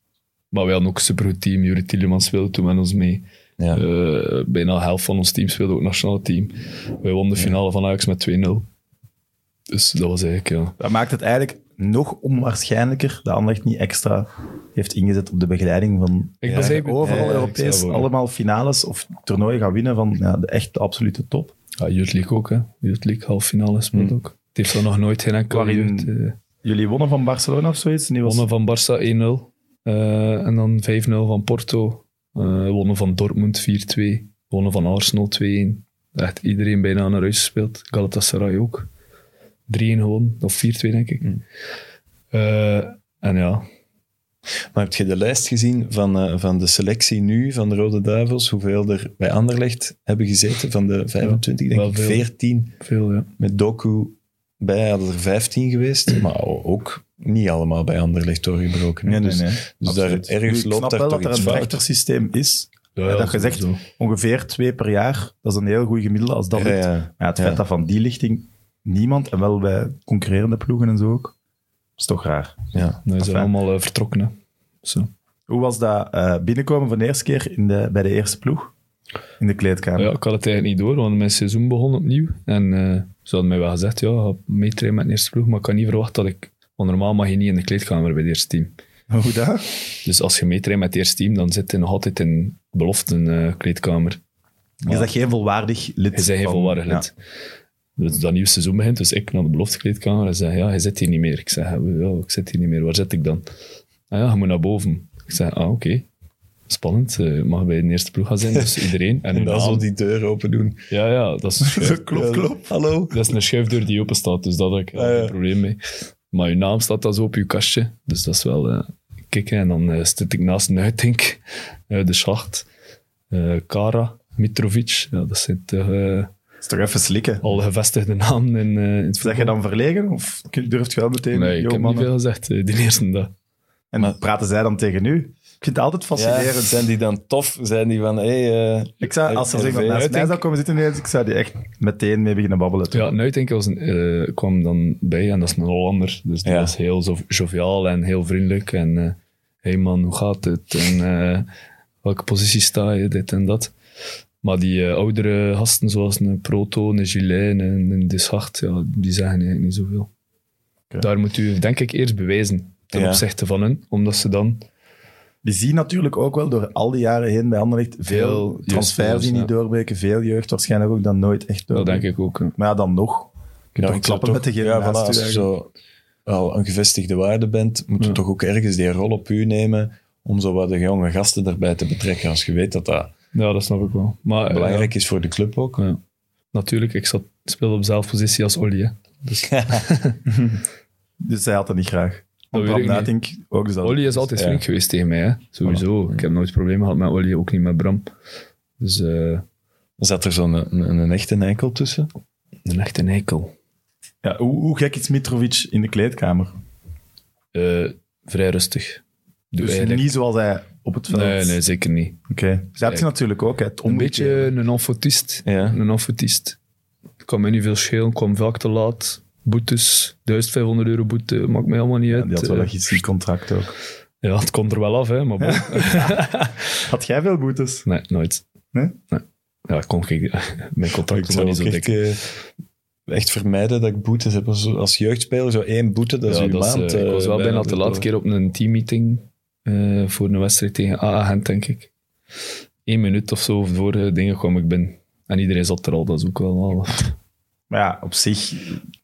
Maar we hadden ook een supergoed team. Jure Tielemans speelde toen met ons mee. Ja. Eh, bijna de helft van ons team speelde ook het nationale team. Wij wonnen de finale van Ajax met 2-0. Dus dat was eigenlijk, ja. Dat maakt het eigenlijk nog onwaarschijnlijker dat Anderlecht niet extra heeft ingezet op de begeleiding van Ja, Ik Oh. was begrijp even overal Ja, ja, Europees ik zou- allemaal finales of toernooien gaan winnen van ja, de echt de absolute top. Ja, Youth League ook, hè. Youth League half finale speelt Hmm. ook. Het heeft er nog nooit geen enkele Waarin- jeugd... eh, Jullie wonnen van Barcelona of zoiets? En die was wonnen van Barça 1-0. eh, en dan 5-0 van Porto. eh, wonnen van Dortmund 4-2. Wonnen van Arsenal 2-1. Echt iedereen bijna naar huis gespeeld. Galatasaray ook. 3-1 gewonnen. Of 4-2, denk ik. Hmm. Eh, en ja, Maar heb je de lijst gezien van, eh, van de selectie nu van de Rode Duivels? Hoeveel er bij Anderlecht hebben gezeten van de 25, wel denk ik? veel. 14. veel, ja. Met Doku bij hadden er 15 [clears throat] geweest. Maar o- ook niet allemaal bij Anderlecht doorgebroken. hè. Nee, nee, nee. Dus daar, Absoluut. ergens Ik loopt snap daar wel toch dat er iets een fout. vechtersysteem is. Ja, dat gezegd. sowieso. Ongeveer twee per jaar. Dat is een heel goed gemiddelde als dat Ja, lukt. ja. Maar ja, het feit Ja. dat van die lichting niemand, en wel bij concurrerende ploegen en zo ook, is toch raar. Ja. Nee, ze Enfin. zijn allemaal eh, vertrokken. Hè. Zo. Hoe was dat eh, binnenkomen van de eerste keer in de, bij de eerste ploeg? In de kleedkamer. Ja, ik had het eigenlijk niet door, want mijn seizoen begon opnieuw. En eh, ze hadden mij wel gezegd, ja, ga meetrainen met de eerste ploeg, maar ik had niet verwacht dat ik... Want normaal mag je niet in de kleedkamer bij het eerste team. Hoe dat? Dus als je meetraint met het eerste team, dan zit je nog altijd in beloften eh, kleedkamer. Is dat geen volwaardig lid? Je bent heel van- volwaardig Ja. lid. Dus dat nieuwe seizoen begint, dus ik naar de beloftekleedkamer en zeg, ja, je zit hier niet meer. Ik zeg, ja, ik zit hier niet meer, waar zit ik dan? Ah ja, je moet naar boven. Ik zeg, ah, oké. Spannend, eh, je mag bij de eerste ploeg gaan zijn, [laughs] dus iedereen. En, En hun dan naam. zo die deur open doen. Ja, ja, dat is eh, [laughs] een schuif. Klop, klop. Hallo. dat is een schuifdeur die open staat, dus daar heb ik Ah, ja. geen probleem mee. Maar je naam staat dan zo op je kastje, dus dat is wel eh kicken. En dan eh zit ik naast een uitink, eh, de schacht, eh, Kara, Mitrovic. Ja, dat zijn toch, eh, Is toch even slikken. al gevestigde namen in, eh in het Zeg je voetbal. dan verlegen? Of durft je wel meteen? Nee, ik "Yo, heb niet mannen." veel gezegd eh, die eerste dag. En Maar- praten zij dan tegen u? Ik vind het altijd Ja, fascinerend. zijn die dan tof? Zijn die van, hé... Hey, eh, Ik zou, als er zo iemand naast mij zou komen zitten ineens, ik zou die echt meteen mee beginnen babbelen. Ja, Nuitink was een, eh, kwam dan bij en dat is een Hollander. Dus die Ja. was heel zo- joviaal en heel vriendelijk. En eh hey man, hoe gaat het? En eh, welke positie sta je? Dit en dat. Maar die eh, oudere gasten, zoals een Proto, een Gillet en een Deschacht, ja, die zeggen eigenlijk niet zoveel. Oké. Daar moet u, denk ik, eerst bewijzen ten Ja. opzichte van hun. Omdat ze dan Die zien natuurlijk ook wel door al die jaren heen bij Anderlecht Veel veel jeugd- transfers die ja. niet doorbreken, veel jeugd waarschijnlijk ook dan nooit echt Dat doorbreken. denk ik ook. eh, hè. Maar ja, dan nog. Je kunt Ja, toch ik zou klappen toch- met degene ja, voilà, naast als u je eigenlijk. zo al een gevestigde waarde bent, Hmm. moet je toch ook ergens die rol op u nemen om zo wat de jonge gasten erbij te betrekken. Als je weet dat dat Ah, Ja, dat snap ik wel. Maar, eh, belangrijk is voor de club ook. Ja. Natuurlijk, ik zat, speelde op zelfde positie als Olly. hè. Dus zij had het niet graag. Want weet Bram ik niet. Nuitink ook dus dat- Olly is altijd ja. vriendelijk geweest tegen mij, hè? sowieso. Ik heb nooit problemen gehad met Olly, ook niet met Bram. Dus eh, Zat er zo'n een, een echte eikel tussen? een echte eikel. Ja, hoe, hoe gek is Mitrovic in de kleedkamer? Eh, vrij rustig. Doe Dus eigenlijk. niet zoals hij op het veld. nee, nee, zeker niet. Oké. Dus dat heb je natuurlijk ook. hè, Het Een omgekeerde. beetje een enfantist. Ja. Een enfantist. Ik kwam mij niet veel schelen, kwam vaak te laat. boetes, 1500 euro boete, maakt mij allemaal niet Ja, uit. die had wel Eh, een gidsend contract ook. ja, het komt er wel af, hè, maar bon. Had jij veel boetes? Nee, nooit. Nee? Ja, kon ik, [laughs] mijn contract Ik was wel zou niet ook zo dik. echt, eh, echt vermijden dat ik boetes heb. Als, als jeugdspeler, zo één boete, dat is Ja, uw dat is, maand. eh, eh, ik was wel bijna de dus laatste dat- keer op een teammeeting eh, voor een wedstrijd tegen AA Gent, denk ik. Eén minuut of zo voor de dingen kwam ik binnen. En iedereen zat er al, dat is ook wel wel. Maar ja, op zich,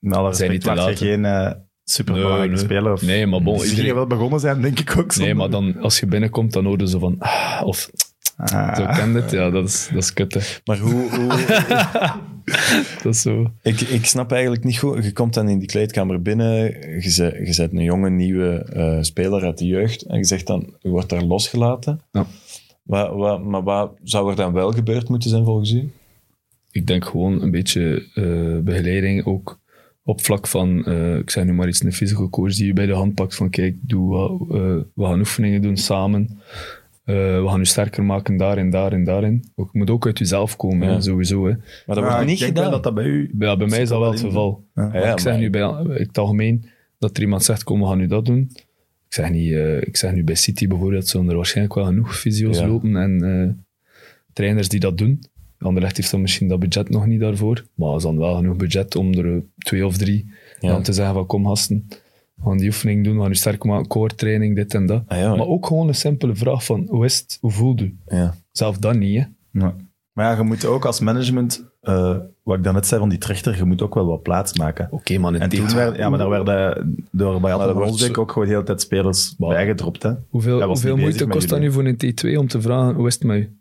met alle respect, Zijn niet te was je laat, geen eh superbelangrijke Nee, nee. speler. Of... Nee, maar bon, Ze iedereen- gingen wel begonnen zijn, denk ik ook. Nee, zonder- maar dan, als je binnenkomt, dan hoorden ze van... "Ah," of, Ah. zo kent het. Ja, dat is, dat is kut, hè. Maar hoe... [laughs] hoe Dat is zo... ik, ik snap eigenlijk niet goed. Je komt dan in die kleedkamer binnen. Je zet, je zet een jonge, nieuwe eh, speler uit de jeugd. En je zegt dan, je wordt daar losgelaten. Ja. Wa- wa- maar wat zou er dan wel gebeurd moeten zijn volgens u? Ik denk gewoon een beetje eh, begeleiding ook op vlak van, eh, ik zeg nu maar iets, een physical coach die je bij de hand pakt van kijk, doe wat, eh, we gaan oefeningen doen samen. Eh, we gaan je sterker maken daarin, daarin, daarin. Ook, het moet ook uit jezelf komen, Ja. hè, sowieso. Hè. Maar dat Ja, wordt ik niet denk wel gedaan. dat Ah, dat bij u... Ja, bij mij is dat wel het in. geval. Ja. Maar Ja, ik zeg maar- nu bij in het algemeen dat er iemand zegt, kom, we gaan nu dat doen. Ik zeg, niet, eh, ik zeg nu bij City bijvoorbeeld, zullen er waarschijnlijk wel genoeg fysio's Ja. lopen en eh, trainers die dat doen. Anderlecht heeft dan misschien dat budget nog niet daarvoor, maar er is dan wel genoeg budget om er eh, twee of drie Ja. aan te zeggen van kom gasten, we gaan die oefening doen, we gaan nu sterk maken, core training, dit en dat. Ah, ja, Maar ook gewoon een simpele vraag van, hoe is het, hoe voel je? ja. Zelf dat niet, hè. Ja. Maar ja, je moet ook als management, eh, wat ik daarnet zei van die trechter, je moet ook wel wat plaats maken. Oké man, En toen werd, ja, maar daar werden door bij Adam wordt Holsbeek zo- ook gewoon de hele tijd spelers Maar- bijgedropt. Hè? Hoeveel, Hij was hoeveel niet bezig moeite met kost dat jullie. nu voor een T2 om te vragen hoe is het met u?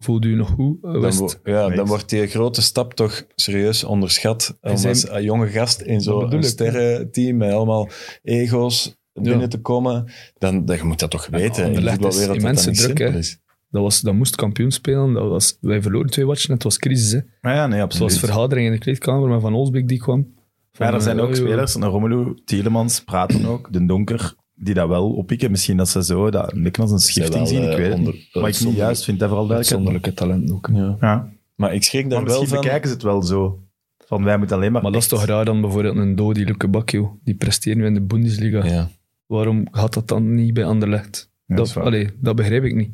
Voelt u nog goed? Eh, Hoe Dan, is wo- het? ja, dan Niks. wordt die grote stap toch serieus onderschat. Om zijn- als een jonge gast in bedoel zo'n ik. sterrenteam met allemaal ego's binnen te komen, dan, dan je moet dat toch weten. In de Anderlecht is voetbalwereld dat dat immense niet druk, simpel hè. is. Dat, was, dat moest kampioen spelen. Dat was, wij verloren twee watchen. Het was crisis. Hè. Maar ja, nee, Het was absoluut. vergadering in de kleedkamer met Van Olsbeek die kwam. Van, Maar er zijn eh, ook oh, joh. spelers, een Romelu, Tielemans, Praten ook, Den Donker, die dat wel oppikken. Misschien dat ze zo dat een beetje als een schifting wel, zien, ik eh, weet het onder- niet. Maar ik niet juist vind, dat vooral duidelijk. Uitzonderlijke talent ook. hè. Ja. Ja. Maar Maar ik schrik daar wel misschien van. bekijken ze het wel zo. Van wij moeten alleen maar... Maar dat is echt- toch raar dan bijvoorbeeld een Dodi Luke Bakio. Die presteert nu in de Bundesliga. Ja. Waarom gaat dat dan niet bij Anderlecht? Ja, dat is dat, waar. allee, dat begrijp ik niet.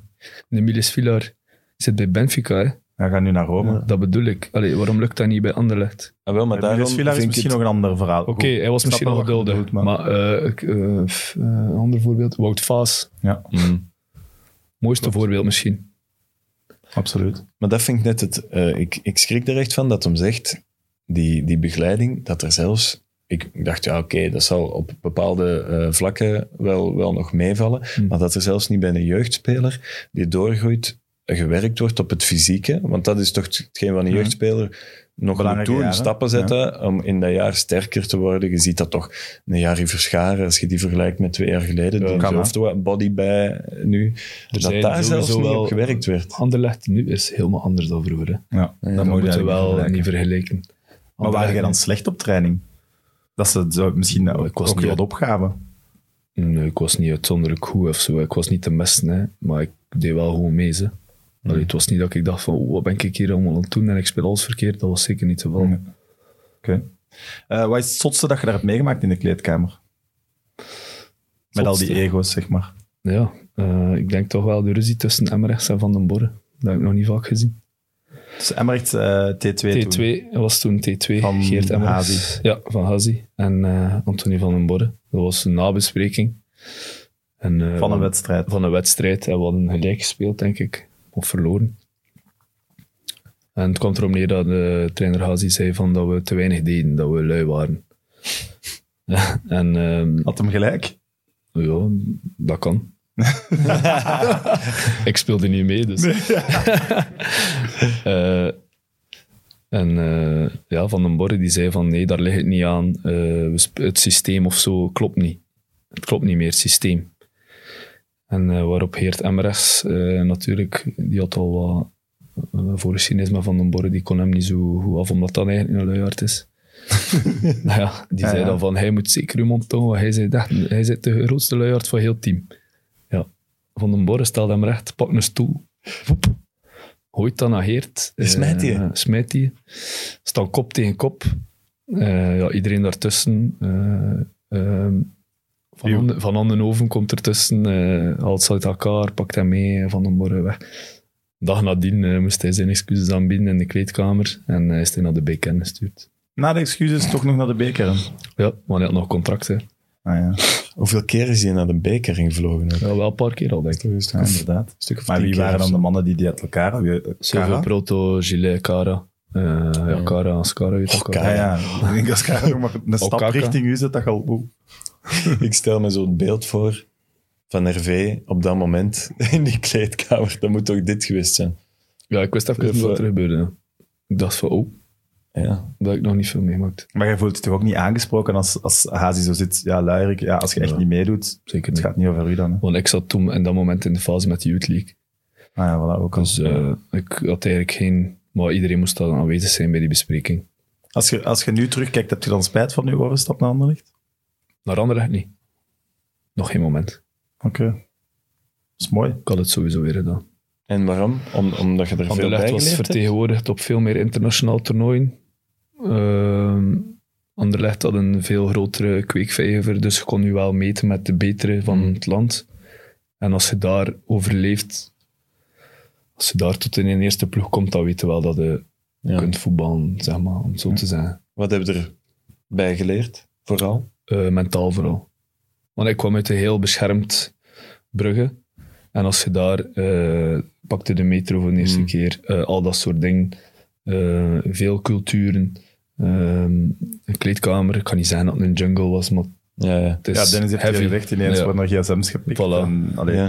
De Miles Villar zit bij Benfica. Hè. Hij gaat nu naar Rome. Ja. Dat bedoel ik. Allee, waarom lukt dat niet bij Anderlecht? Ah, wel, maar Maar daarom daarom is misschien vind ik het... nog een ander verhaal. Oké, hij was ik snap misschien wel al wat je geduldig. bedoelt, Maar, maar- eh, ik, eh, f- eh, een ander voorbeeld. Wout Vaas. Mm. Mooiste voorbeeld misschien. Absoluut. Maar dat vind ik net het... eh, ik, ik schrik er echt van dat hem zegt, die, die begeleiding, dat er zelfs... Ik ik dacht, ja, oké, dat zal op bepaalde eh, vlakken wel, wel nog meevallen. Mm. Maar dat er zelfs niet bij een jeugdspeler die doorgroeit, eh, gewerkt wordt op het fysieke. Want dat is toch hetgeen wat een Mhm. jeugdspeler nog moet Belangrijke doen. jaren. Stappen zetten om in dat jaar sterker te worden. Je ziet dat toch een jaar in verscharen als je die vergelijkt met twee jaar geleden. Ja, die kan, hè. hoofd wat body bij eh, nu. dat zijn daar zelfs sowieso niet wel- op gewerkt werd. Anderlecht nu is helemaal anders dan vroeger. Hè. Ja, Ja, dat Dat moet moeten je we wel wel. niet vergelijken. Maar waren jij Anderlecht- dan slecht op training? Dat ze zo, misschien eh, Nou, ik ook, was ook niet- wat opgaven. Nee, ik was niet uitzonderlijk goed of zo. Ik was niet de beste, hè. maar ik deed wel gewoon mee. Ze. Allee, het was niet dat ik dacht van, "Oh, wat ben ik hier allemaal aan het doen en ik speel alles verkeerd. Dat was zeker niet het geval. Nee. Eh, wat is het zotste dat je daar hebt meegemaakt in de kleedkamer? Met al die Zotste? ego's, zeg maar. Ja, eh, ik denk toch wel de ruzie tussen Emmerich en Van den Borre. Dat heb ik nog niet vaak gezien. Dus Emmerich eh, T2 T2 toen. was toen T2, Van Geert Emmers. Hazi. Ja, van Hazi. En eh Anthony van den Borre. Dat was een nabespreking. En, eh, Van een wedstrijd. Van een wedstrijd. En we hadden gelijk gespeeld, denk ik. Of verloren. En het kwam erop neer dat de trainer Hazi zei van dat we te weinig deden, dat we lui waren. [laughs] en ehm, Had hem gelijk? ja, dat kan. [laughs] ik speelde niet mee, dus. [laughs] Eh, en eh, ja, Van den Borre die zei van nee, daar ligt het niet aan. Eh, we sp- het systeem of zo klopt niet. Het klopt niet meer, het systeem. En eh, waarop Geert Emmers eh, natuurlijk, die had al wat eh, voor cynisme van den Borre, die kon hem niet zo goed af, omdat dat eigenlijk een [laughs] luiaard is. nou ja, die Ja, zei ja. dan van, hij moet zeker uw mond houden, want hij zei dat, hij is de grootste luiaard van heel het team. Ja, Van den Borre stelde hem recht, pak een stoel, Woep. gooit dat naar Geert. Smijt die? Eh, smijt die. Staan kop tegen kop. Eh, ja, iedereen daartussen. eh, ehm, van, Uw. Ande- van Andenhoven komt ertussen. eh haalt ze uit elkaar, pakt hem mee eh, van de morgen weg. Dag nadien eh, moest hij zijn excuses aanbieden in de kleedkamer. En eh, is hij naar de BKN gestuurd. Na de excuses toch nog naar de beker. hè? Ja, maar hij had nog contracten. Ah, ja. Hoeveel keer is hij naar de beker gevlogen? Een Ja, wel een paar keer al, denk ik. ja, [laughs] inderdaad. stuk of Maar tien wie keer waren of dan zo. de mannen die die uit elkaar... Wie, Silva, Cara? Proto, Gillet, Cara. Eh, ja, Cara, als Cara weet Oh, elkaar. Ja, ja. Ik denk als Cara nog maar een stap Okaka. richting u zet, dat je al... oeh. Ik stel me zo het beeld voor van Hervé op dat moment [laughs] in die kleedkamer. Dat moet toch dit geweest zijn? Ja, ik wist even niet wat er gebeurde. ja. Ik dacht van, oh, Ja. dat heb ik nog niet veel meemaakt. Maar jij voelt je toch ook niet aangesproken als, als Hazi zo zit? Ja, luierik. Ja, als je echt Ja. niet meedoet, Zeker het niet. gaat niet over u dan. Hè? Want ik zat toen in dat moment in de fase met de Youth League. Ah ja, voilà, ook al. Dus eh, ik had eigenlijk geen... Maar iedereen moest dan aanwezig zijn bij die bespreking. Als je, als je nu terugkijkt, heb je dan spijt van uw overstap naar Anderlecht? Naar Anderlecht niet. Nog geen moment. Oké. Dat is mooi. Ik had het sowieso weer gedaan. En waarom? Om, omdat je er veel bij Anderlecht was geleefd hebt? vertegenwoordigd op veel meer internationaal toernooien. Ehm Anderlecht had een veel grotere kweekvijver, dus je kon nu wel meten met de betere van Hmm. het land. En als je daar overleeft, als je daar tot in een eerste ploeg komt, dan weet je wel dat je Ja. kunt voetballen, zeg maar, om het zo te zeggen. Wat heb je erbij geleerd, vooral? Eh, mentaal vooral. Want ik kwam uit een heel beschermd Brugge. En als je daar eh, pakte de metro voor de eerste Mm. keer, eh, al dat soort dingen. Eh, veel culturen. ehm, een kleedkamer. Ik kan niet zeggen dat het een jungle was, maar Ja, ja. het is ja, Dennis heeft heavy. hier gezegd, ineens Ja. worden er gsm's gepikt. Voilà. En, allee, ja.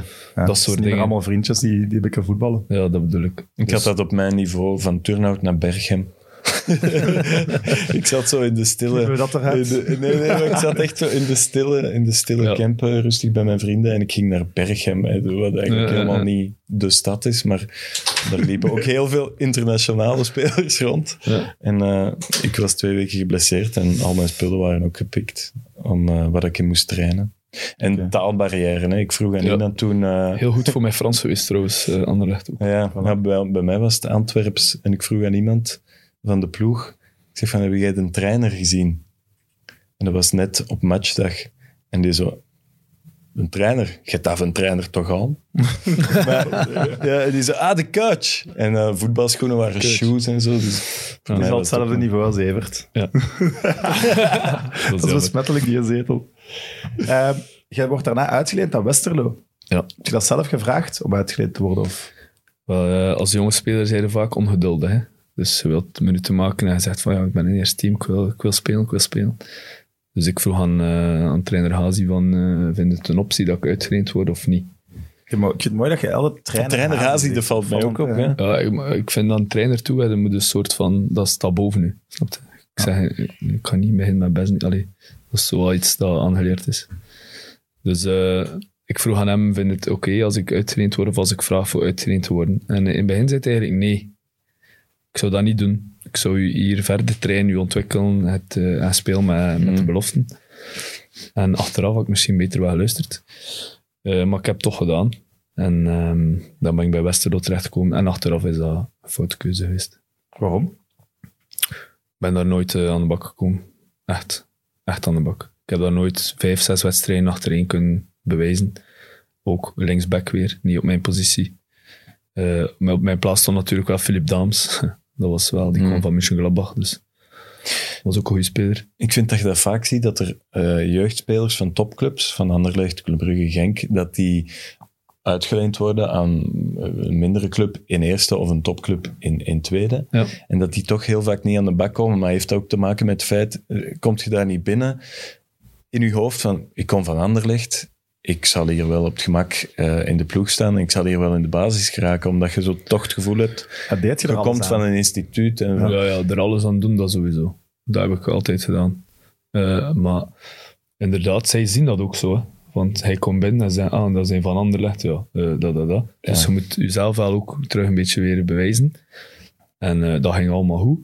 dat Ja. soort soort dingen. dingen. allemaal vriendjes die, die lekker voetballen. Ja, dat bedoel ik. Ik Dus- had dat op mijn niveau van Turnhout naar [laughs] Berchem. ik zat zo in de Hebben we stille. dat in eruit? de- nee, nee, maar ik zat echt zo in de stille, in de stille Ja. camper, rustig bij mijn vrienden. En ik ging naar Berchem, hè, wat eigenlijk Ja, ja, helemaal ja. niet de stad is. Maar daar liepen ook heel veel internationale [laughs] spelers rond. Ja. En eh, ik was twee weken geblesseerd en al mijn spullen waren ook gepikt om eh wat ik in moest trainen. En Oké. taalbarrière. Hè. Ik vroeg aan Ja. Ina toen... eh, Heel goed voor mijn Frans geweest trouwens, eh, [laughs] Anderlecht ook. ja, maar bij, bij mij was het Antwerps. En ik vroeg aan iemand van de ploeg. Ik zeg van, heb jij de trainer gezien? En dat was net op matchdag. En die zo... Een trainer? Je hebt daar een trainer toch aan? maar, ja, en die zo, ah, de coach. En eh, voetbalschoenen waren shoes en zo. Dus, Het is al hetzelfde niveau als Evert. Dat Dat is is besmettelijk, die [laughs] zetel. Ehm, jij wordt daarna uitgeleend aan Westerlo. Ja. Heb je dat zelf gevraagd om uitgeleend te worden? Of? Wel, eh, als jonge speler zijn ze vaak ongeduldig. Hè? Dus je wilt minuten maken en je zegt van ja, ik ben in het eerste team, ik wil, ik wil spelen, ik wil spelen. Dus ik vroeg aan, eh, aan trainer Hazi van, eh vindt het een optie dat ik uitgetraind word of niet? Ja, maar Ik vind het mooi dat je elke trainer... Trainer Hazi, zegt. dat valt mij ook op. Vallend, hè. Ja, ik, maar ik vind aan trainer toe, hè, dat moet een soort van, dat staat boven nu. Snap je? Ik zeg, ik- ik kan niet beginnen met best niet. Allee, dat is zoiets dat aangeleerd is. Dus eh, ik vroeg aan hem, vindt het oké als ik uitgetraind word of als ik vraag voor uitgetraind te worden? En eh, in het begin zei hij eigenlijk nee. Ik zou dat niet doen. Ik zou u hier verder trainen, u ontwikkelen het, eh, en speel met, met de beloften. En achteraf had ik misschien beter wel geluisterd. Eh, maar ik heb het toch gedaan. En ehm, dan ben ik bij Westerlo terechtgekomen. En achteraf is dat een foute keuze geweest. Waarom? Ik ben daar nooit eh, aan de bak gekomen. Echt. Echt aan de bak. Ik heb daar nooit vijf, zes wedstrijden achtereen kunnen bewijzen. Ook linksback weer, niet op mijn positie. Eh, maar op mijn plaats stond natuurlijk wel Philip Daams. [laughs] dat was wel, die kwam Mm. van Mönchengladbach, dus was ook een goede speler. Ik vind dat je dat vaak ziet, dat er eh, jeugdspelers van topclubs, van Anderlecht, Club Brugge, Genk, dat die uitgeleend worden aan eh, een mindere club in eerste of een topclub in, in tweede. Ja. En dat die toch heel vaak niet aan de bak komen, maar heeft ook te maken met het feit, eh, komt je daar niet binnen, in je hoofd van, ik kom van Anderlecht, ik zal hier wel op het gemak eh, in de ploeg staan en ik zal hier wel in de basis geraken, omdat je zo toch het gevoel hebt, Dat deed je je er alles komt aan. van een instituut en Ja, ja, er alles aan doen, dat sowieso. Dat heb ik altijd gedaan. Eh, maar inderdaad, zij zien dat ook zo. Hè. Want hij komt binnen en zegt, ah, dat zijn van Anderlecht, ja, eh, dat, dat, dat. Dus je moet jezelf wel ook terug een beetje weer bewijzen. En eh, dat ging allemaal goed.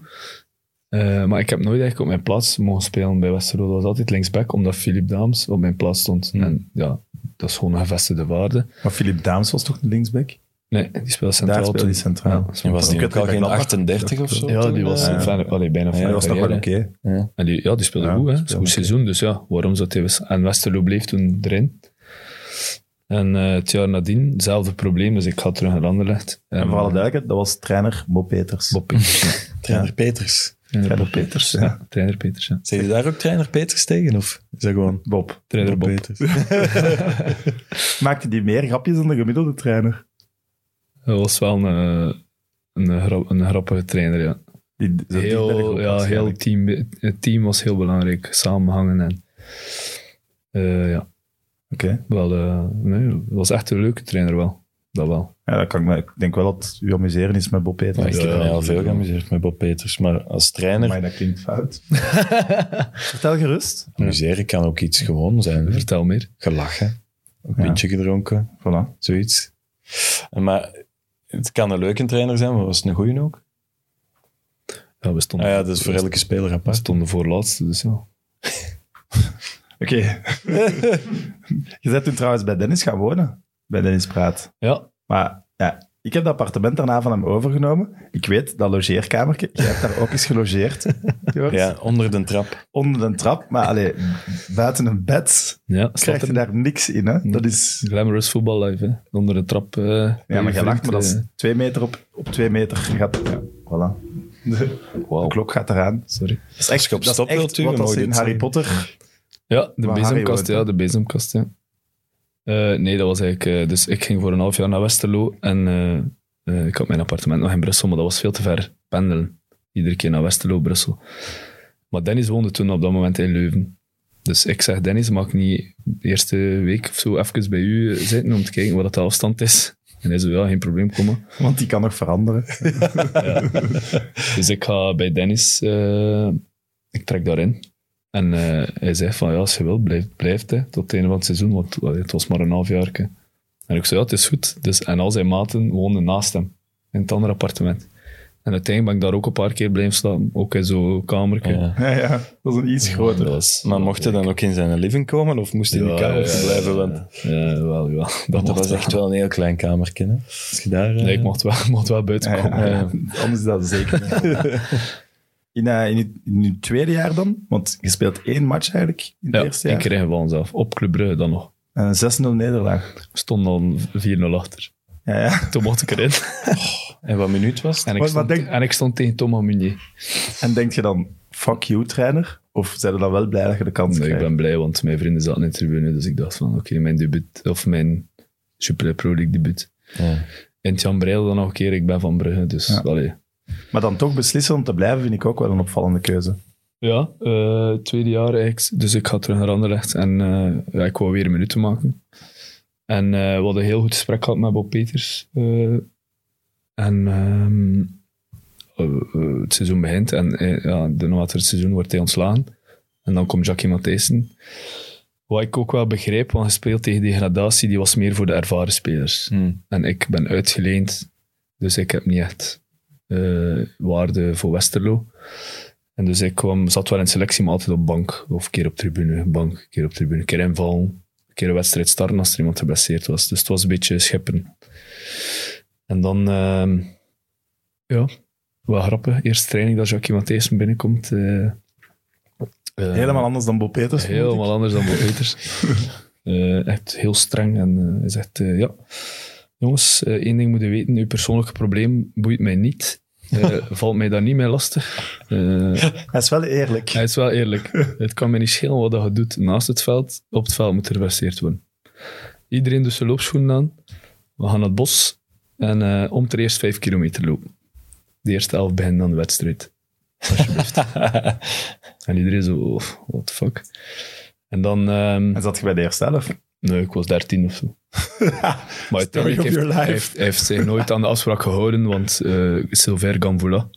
Eh, maar ik heb nooit eigenlijk op mijn plaats mogen spelen bij Westerlo. Dat was altijd linksback, omdat Philip Daams op mijn plaats stond. En ja, dat is gewoon een gevestigde waarde. Maar Philip Daams was toch de linksback? Nee, die speelde Daar centraal. speelde hij toen. centraal. Ja, En was Ook die ook het al geen Gladbach. 38 of zo? Ja, toen, die was- eh? een fijne- allee, bijna Ja, Dat fijne was nog wel carrière, oké. hè. En die, ja, die speelde Ja, goed, hè. die Goed speelde goed. seizoen, dus ja, waarom zou hij was? En Westerlo bleef toen erin. En eh, het jaar nadien, hetzelfde probleem, dus ik ga terug naar Anderlecht. eh, En voor alle duidelijkheid, dat was trainer Bob Peters. Bob Peters. Trainer Peters. Trainer Trainer Bob Peters, Peters, ja. ja. Trainer Peters, ja. Zeg je daar ook trainer Peters tegen? Of is dat gewoon Bob. Trainer Bob. Peters? Maakte die meer grapjes dan de gemiddelde trainer? Dat was wel een, eh, een, gra- een grappige trainer, ja. Die, zo diep bergop Heel, ja, waarschijnlijk. heel team, eh, het team was heel belangrijk, samenhangen en... eh, ja, Oké. wel, eh, nee, het was echt een leuke trainer wel. Dat wel. Ja, dat kan ik, me- ik denk wel dat u amuseren is met Bob Peters. Maar ik heb Ja, mij ja, al veel ja. geamuseerd met Bob Peters, maar als trainer... Maar dat klinkt fout. Vertel gerust. Amuseren kan ook iets gewoon zijn. Vertel meer. Gelachen, een Ja. pintje gedronken, Voilà. zoiets. Maar het kan een leuke trainer zijn, maar was het een goeie ook? Ja, we stonden, Ah ja, dat is voor elke speler we apart. stonden voorlaatste, dus ja. Oké. [laughs] je bent toen trouwens bij Dennis gaan wonen. Bij Dennis Praat. Ja, Maar ja, ik heb dat appartement daarna van hem overgenomen. Ik weet, dat logeerkamertje. Jij hebt daar ook eens [laughs] gelogeerd. Joris. Ja, onder de trap. Onder een trap. Maar allee, buiten een bed ja krijg staat je er. daar niks in. Hè? Dat is... Glamorous voetbal live, hè. Onder een trap. eh, Ja, maar je vriend, lacht, maar dat is eh, twee meter op, op twee meter. Gaat, ja, voilà. De Wauw, klok gaat eraan. sorry. Dat is echt, je op stap wilt, u, wat dan als moet je in dit Harry zeggen. Potter. Ja, Waar Harry de woont, bezemkast, hè? ja, de bezemkast, ja. Eh, nee, dat was eigenlijk... eh, dus ik ging voor een half jaar naar Westerlo en eh, eh, ik had mijn appartement nog in Brussel, maar dat was veel te ver pendelen. Iedere keer naar Westerlo, Brussel. Maar Dennis woonde toen op dat moment in Leuven. Dus ik zeg, Dennis, mag ik niet de eerste week of zo even bij u zitten om te kijken wat dat de afstand is? En hij zei, ja, geen probleem, kom maar. Want die kan nog veranderen. [laughs] Dus ik ga bij Dennis, eh, ik trek daarin. En eh, hij zei van, ja, als je wilt, blijf, blijf hè, tot het einde van het seizoen, want allee, het was maar een half jaar. En ik zei, ja, het is goed. Dus, en al zijn maten woonden naast hem, in het andere appartement. En uiteindelijk ben ik daar ook een paar keer blijven slapen, ook in zo'n kamertje. Ja. Ja, ja, dat is een iets groter. Dat was- Maar mocht hij dan ook in zijn living komen of moest hij in Ja, de kamer ja, ja, blijven? ja. Want Ja, wel, ja. [laughs] Dat, want dat mocht was wel. echt wel een heel klein kamertje. hè. Als je daar... eh, Nee, ik mocht wel, [laughs] mocht wel buiten Ja, ja, komen. ja. Ja. [laughs] Anders is dat zeker. [laughs] niet. In, eh, in, je- in je tweede jaar dan, want je speelt één match eigenlijk in het Ja, eerste ik jaar. kreeg hem van zelf, op Club Brugge dan nog. En een 6-0 nederlaag. We stonden dan 4-0 achter. Ja, ja. Toen mocht ik erin. En wat minuut was het? Oh. En ik, Wat- stond, wat denk- en ik stond tegen Thomas Meunier. En denk je dan, fuck you trainer? Of zijn we dan wel blij dat je de kans Nee, ik krijgt? ben blij, want mijn vrienden zaten in de tribune. Dus ik dacht van, oké, mijn debuut, of mijn Super Pro League debuut. Ja. En Jan Breil dan nog een keer, ik ben van Brugge, dus Ja. allee. Maar dan toch beslissen om te blijven vind ik ook wel een opvallende keuze. Ja, eh, tweede jaar eigenlijk. Dus ik ga terug naar Anderlecht en eh, ja, ik wou weer minuten maken. En eh, we hadden een heel goed gesprek gehad met Bob Peters. eh, en ehm, eh, eh, het seizoen begint en eh, ja, de later het seizoen wordt hij ontslagen. En dan komt Jackie Matthijssen. Wat ik ook wel begreep, want gespeeld tegen degradatie, die was meer voor de ervaren spelers. Hmm. En ik ben uitgeleend, dus ik heb niet echt eh, waarde voor Westerlo. En dus ik kwam, zat wel in selectie, maar altijd op bank. Of keer op tribune, bank, keer op tribune, keer invallen. Keer een wedstrijd starten als er iemand geblesseerd was. Dus het was een beetje scheppen. En dan, ehm, ja, wel grappig. Eerste training dat Jackie Matthijssen binnenkomt. eh, eh, Helemaal anders dan Bob Peters. vermoed ik. Helemaal anders dan Bob Peters. Eh, echt heel streng. En eh, hij zegt, eh, ja, jongens, eh, één ding moeten weten. Uw persoonlijke probleem boeit mij niet. Eh, valt mij daar niet mee lastig. Eh, Hij is wel eerlijk. hij is wel eerlijk. het kan me niet schelen wat dat je doet naast het veld. Op het veld moet er geverseerd worden. Iedereen doet zijn loopschoenen aan. We gaan naar het bos. En eh, om ter eerst vijf kilometer lopen. De eerste elf begint dan de wedstrijd. En iedereen zo, oh, what the fuck. En dan, ehm, En zat je bij de eerste helft? nee, ik was 13 of [laughs] zo. maar uiteindelijk of heeft, your life. hij heeft, hij heeft zich nooit aan de afspraak gehouden, want eh Sylvain Gamboula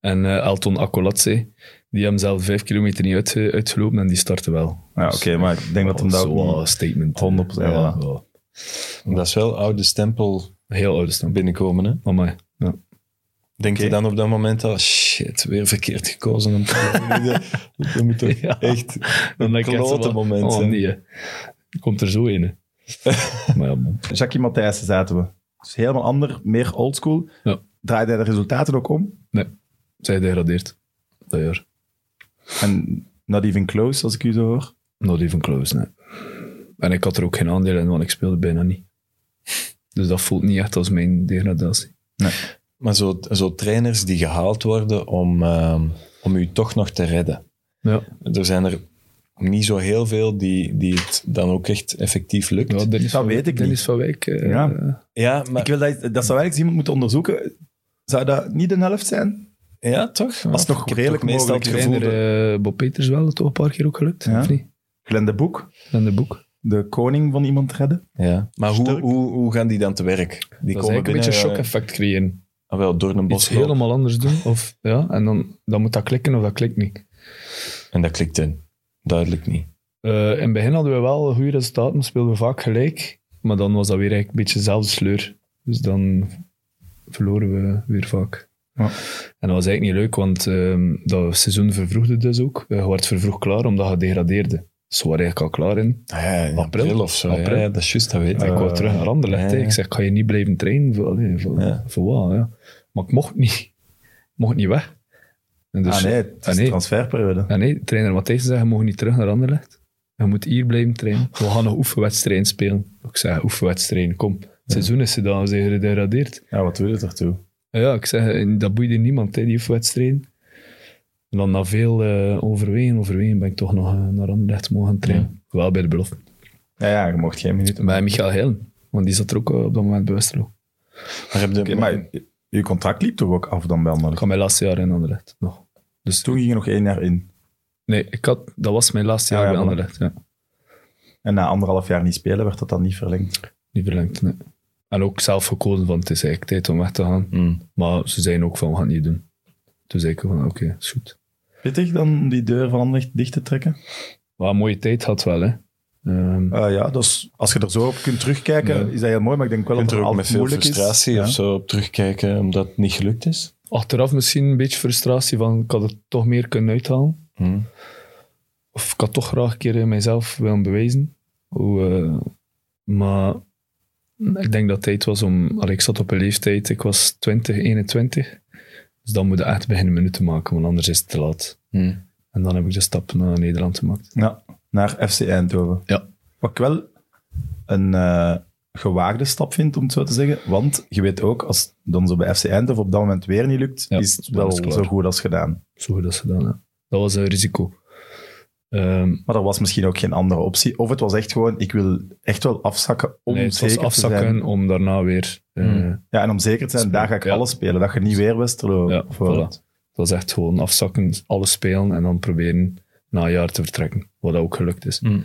en eh Elton Akolatse, die hebben zelf vijf kilometer niet uitge- uitgelopen en die starten wel. Oh, Ja, oké, maar ik denk dat hem dat zo ook wel niet- een statement. 100%, ja, voilà. ja. Dat is wel oude stempel Heel oude stamp. binnenkomen. Hè? Amai. Ja. Denk je Oké. dan op dat moment al, shit, weer verkeerd gekozen om [laughs] te doen? Dat moet toch Ja. echt Dan denk ik echt zo klote van, moment Oh [laughs] zijn. nee, hè. komt er zo in. hè. maar ja, man. Jackie Matthijssen zaten we. Dus helemaal ander, meer oldschool. Ja. Draaide hij de resultaten ook om. Zij degradeert. Dat jaar. En not even close, als ik u zo hoor. Not even close, nee. En ik had er ook geen aandeel in, want ik speelde bijna niet. Dus dat voelt niet echt als mijn degradatie. Maar zo, zo trainers die gehaald worden om, ehm, om u toch nog te redden. Ja, Er zijn er niet zo heel veel die, die het dan ook echt effectief lukt. ja Ja, Dennis, van, weet ik Dennis niet. van Wijk. eh, Ja. maar, Ik wil dat, dat zou eigenlijk iemand moeten onderzoeken. Zou dat niet een helft zijn? ja toch? Dat is toch redelijk meestal mogelijk. het Glenn gevoel Trainer dat- eh, Bob Peters wel, toch een paar keer ook gelukt. Ja. Of niet? Glenn de Boek, En de boek. de koning van iemand redden. Ja. Maar hoe, Sterk. hoe, hoe gaan die dan te werk? Die dat is eigenlijk een beetje een binnen, eh, shock-effect creëren. ah, wel, door een Iets bos lopen. helemaal anders doen. Of, ja, en dan, dan moet dat klikken of dat klikt niet. En dat klikt in. Duidelijk niet. Eh, in het begin hadden we wel goede resultaten, speelden we vaak gelijk. Maar dan was dat weer eigenlijk een beetje dezelfde sleur. Dus dan verloren we weer vaak. Ja. En dat was eigenlijk niet leuk, want ehm, dat seizoen vervroegde dus ook. Eh, Je werd vervroegd klaar omdat je degradeerde. Dus we waren eigenlijk al klaar in. Ah, ja, in April? april, of zo. April. Eh, Ja, ja, dat is juist, dat weet ik ik. Eh, wou terug naar Anderlecht. hè. ja. Ik zeg, ga je niet blijven trainen? Voor, allee, voor, Ja. voor wat? Ja. Maar ik mocht niet. Ik mocht niet weg. En dus, ah nee, het is ah, nee. transferperiode. Ja, nee, trainer Matthijs zei, je mag niet terug naar Anderlecht. Je moet hier blijven trainen. We gaan nog oefenwedstrijden spelen. Ik zei, oefenwedstrijden, kom. Het seizoen is gedaan, ze zijn gedegradeerd. Ja, wat doe je ertoe? Ja, Ja, ik zeg, en dat boeide niemand, hè, die oefenwedstrijden. En dan na veel eh, overwegen, overwegen ben ik toch nog eh, naar Anderlecht mogen trainen. Wel bij de belofte. Ja, ja, je mocht geen minuten. Bij Michael Heilen, want die zat er ook eh, op dat moment bij Westerlo. Maar heb je- Oké, maar uw contract liep toch ook af dan bij Ik Anderlecht? had mijn laatste jaar in Anderlecht nog. Dus toen ging je nog één jaar in. Nee, ik had, dat was mijn laatste jaar Ah, ja, bij voilà. Anderlecht, ja. En na anderhalf jaar niet spelen werd dat dan niet verlengd. Niet verlengd, nee. En ook zelf gekozen van, het is eigenlijk tijd om weg te gaan. Mm. Maar ze zeiden ook van, we gaan het niet doen. Toen zei ik van, oké, is goed. Pittig dan om die deur van Anderlecht dicht te trekken? Wat een mooie tijd had wel, hè. Ehm, Eh, ja, dus als je er zo op kunt terugkijken, Ja. is dat heel mooi. Maar ik denk wel Je kunt dat er het ook altijd met veel moeilijk frustratie is. of Ja. zo op terugkijken omdat het niet gelukt is. achteraf misschien een beetje frustratie van, ik had het toch meer kunnen uithalen. Mm. Of ik had toch graag een keer eh, mijzelf willen bewijzen. Hoe, eh, maar ik denk dat het tijd was om... allee, ik zat op een leeftijd, ik was 20, 21. Dus dan moet je echt beginnen minuten maken, want anders is het te laat. Mm. En dan heb ik de stap naar Nederland gemaakt. Ja, naar FC Eindhoven. Ja. Wat ik wel een eh, gewaagde stap vind, om het zo te zeggen. Want je weet ook, als het dan zo bij FC Eindhoven op dat moment weer niet lukt, Ja, is het dan is wel het klaar. zo goed als gedaan. Zo goed als gedaan, ja. Dat was een risico. Ehm, Maar er was misschien ook geen andere optie. Of het was echt gewoon, ik wil echt wel afzakken om nee, het was zeker te zijn. afzakken om daarna weer... eh, Hmm. Ja, en om zeker te zijn, daar ga ik Ja. alles spelen. Dat je niet weer Westerlo Ja, voor- Het was echt gewoon afzakken, alles spelen en dan proberen na een jaar te vertrekken. Wat ook gelukt is. Hmm. Mm.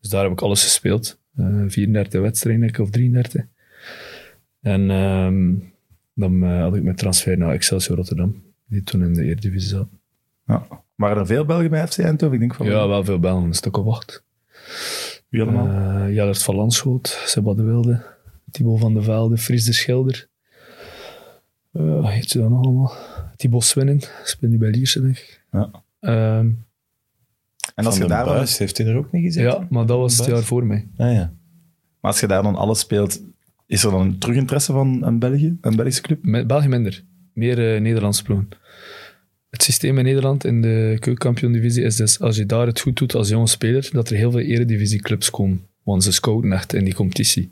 Dus daar heb ik alles gespeeld. Eh 34 wedstrijden denk ik, of 33. En ehm, dan eh, had ik mijn transfer naar Excelsior Rotterdam. Die toen in de Eredivisie zat. Ja. Waren er veel Belgen bij FC Eindhoven? Ik denk van Ja, wel veel bellen, een stuk of acht. wie allemaal? Eh, Jellert van Lanschoot, Sebba de Wilde, Thibaut van de Velde, Fries de Schilder. Eh, Wat heet ze dan nog allemaal? Thibaut Swinnen, speelt nu bij Lierse, denk ik. Ja. Ehm, en als Van je, den daar dan, Buis, heeft hij er ook niet gezeten? ja, maar dat was het Best. jaar voor mij. Ah, ja. maar als je daar dan alles speelt, is er dan een teruginteresse van een, België, een Belgische club? Me- België minder. Meer eh, Nederlands ploegen. Het systeem in Nederland in de keukenkampioen-divisie is dus als je daar het goed doet als jonge speler, dat er heel veel eredivisieclubs komen. Want ze scouten echt in die competitie.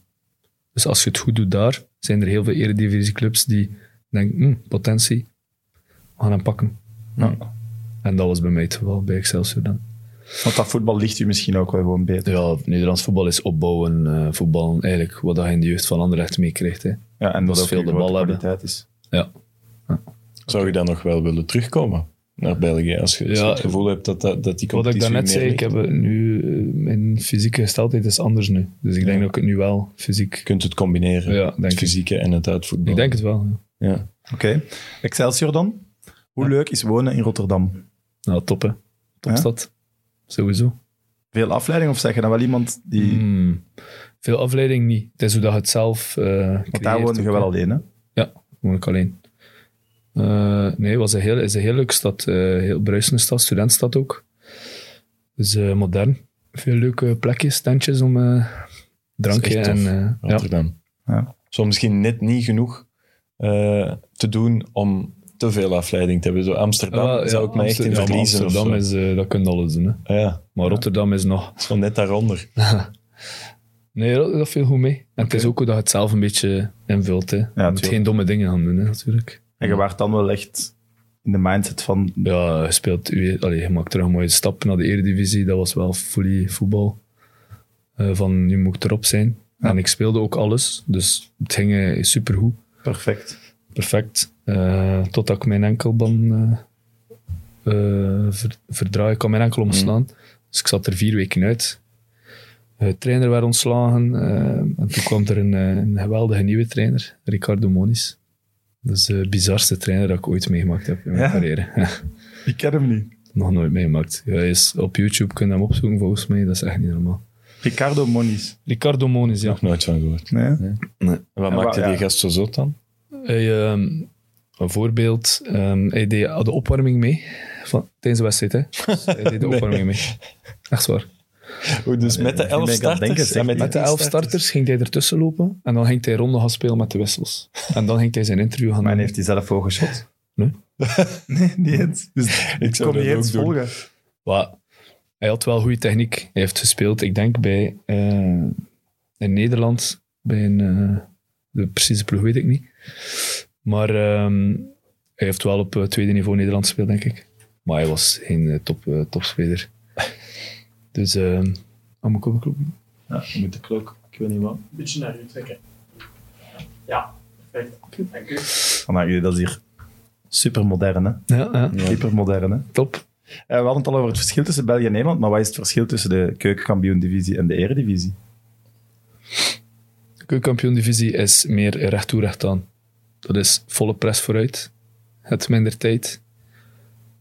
Dus als je het goed doet daar, zijn er heel veel eredivisieclubs die denken, "Hm, potentie, we gaan hem pakken. Ja. En dat was bij mij het geval, bij Excelsior dan. Want dat voetbal ligt u misschien ook wel gewoon beter. Ja, Nederlands voetbal is opbouwen, eh voetballen, eigenlijk wat dat je in de jeugd van Anderlecht meekrijgt. hè. Ja, en dat, Dat is ook dus veel uw de grote bal hebben. kwaliteit is. Ja. Zou je dan nog wel willen terugkomen naar België? Als je, als je Ja. het gevoel hebt dat, dat, dat die Wat ik competitie daarnet meer zei, ik ligt. heb eh, nu, eh, mijn fysieke gesteldheid is anders nu. Dus ik Ja. denk dat ik het nu wel fysiek... Je kunt het combineren, Ja, denk het ik. fysieke en het uitvoetbal. Ik denk het wel. ja. Ja. Oké. Excelsior dan? Hoe leuk is wonen in Rotterdam? Nou, top hè. Topstad. Sowieso. Veel afleiding of zeg je dan wel iemand die... Hmm. Veel afleiding niet. Het is hoe dat je het zelf eh want daar woonde je wel alleen, hè? woon ik alleen. Eh, nee, het was een heel, is een heel leuke stad. Eh, heel bruisende stad, studentstad ook. Dus eh, modern. Veel leuke plekjes, tentjes om eh, drankje echt en... tof. eh, ja. Rotterdam. Ja. zo misschien net niet genoeg eh, te doen om te veel afleiding te hebben. Zo Amsterdam Ah, ja, zou ik me echt in Amsterdam- verliezen. of Amsterdam zo. is, eh, dat kun je alles doen. Hè. Ja, Maar Rotterdam is nog... zo net daaronder. Nee, dat, dat viel goed mee. En het is ook hoe dat je het zelf een beetje invult. Hè. je moet tuurlijk. geen domme dingen gaan doen, hè, natuurlijk. En je waart dan wel echt in de mindset van... Ja, je speelt... je weet- Allee, je maakt terug een mooie stap naar de Eredivisie. Dat was wel fully voetbal. Eh, van, nu moet ik erop zijn. En ik speelde ook alles. Dus het ging eh, supergoed. Perfect. perfect. Eh, totdat ik mijn enkelban eh, eh, ver- verdraai. Ik kan mijn enkel omslaan. Dus ik zat er vier weken uit. De trainer werd ontslagen. eh, en toen kwam er een, eh, een geweldige nieuwe trainer, Ricardo Moniz. Dat is de bizarste trainer dat ik ooit meegemaakt heb in mijn Ja? carrière. [laughs] Ik ken hem niet. Nog nooit meegemaakt. Ja, hij is op YouTube kun je hem opzoeken volgens mij. Dat is echt niet normaal. Ricardo Moniz. Ricardo Moniz, ja. Nog nooit van gehoord. Nee? En Wat Ja, maakte maar- ja. die gast zo zot dan? Hij, ehm, een voorbeeld, ehm, hij deed de opwarming mee van, tijdens de wedstrijd. Hè? [laughs] Dus hij deed de Nee. opwarming mee. Echt waar. Oeh, dus met de ik ben elf aan het denken, starters? zeg. en met die Met de tien elf starters ging hij ertussen lopen en dan ging hij ronde gaan spelen met de wissels. En dan ging hij zijn interview gaan Maar doen. heeft hij zelf voorgeschot? Nee. [laughs] nee, niet eens. Dus Ik ik zou kon niet dat eens ook doen. volgen. Maar hij had wel goede techniek. Hij heeft gespeeld, ik denk, bij, eh, in Nederland. Bij een, eh, de precieze ploeg weet ik niet. Maar ehm, hij heeft wel op eh, tweede niveau Nederland gespeeld, denk ik. Maar hij was geen eh, top, eh, [laughs] topspeler. Dus, ehm Ah, oh, moet ik ook- Ja, je moet de klok. Ik weet niet wat. Een beetje naar u trekken. Ja, perfect. Dank u. dat is hier supermodern, hè? Ja, ja, Hypermodern, hè? top. Eh, we hadden het al over het verschil tussen België en Nederland, maar wat is het verschil tussen de keukenkampioen-divisie en de eredivisie? Keukenkampioen-divisie is meer recht toe, recht aan. Dat is volle press vooruit. Het minder tijd.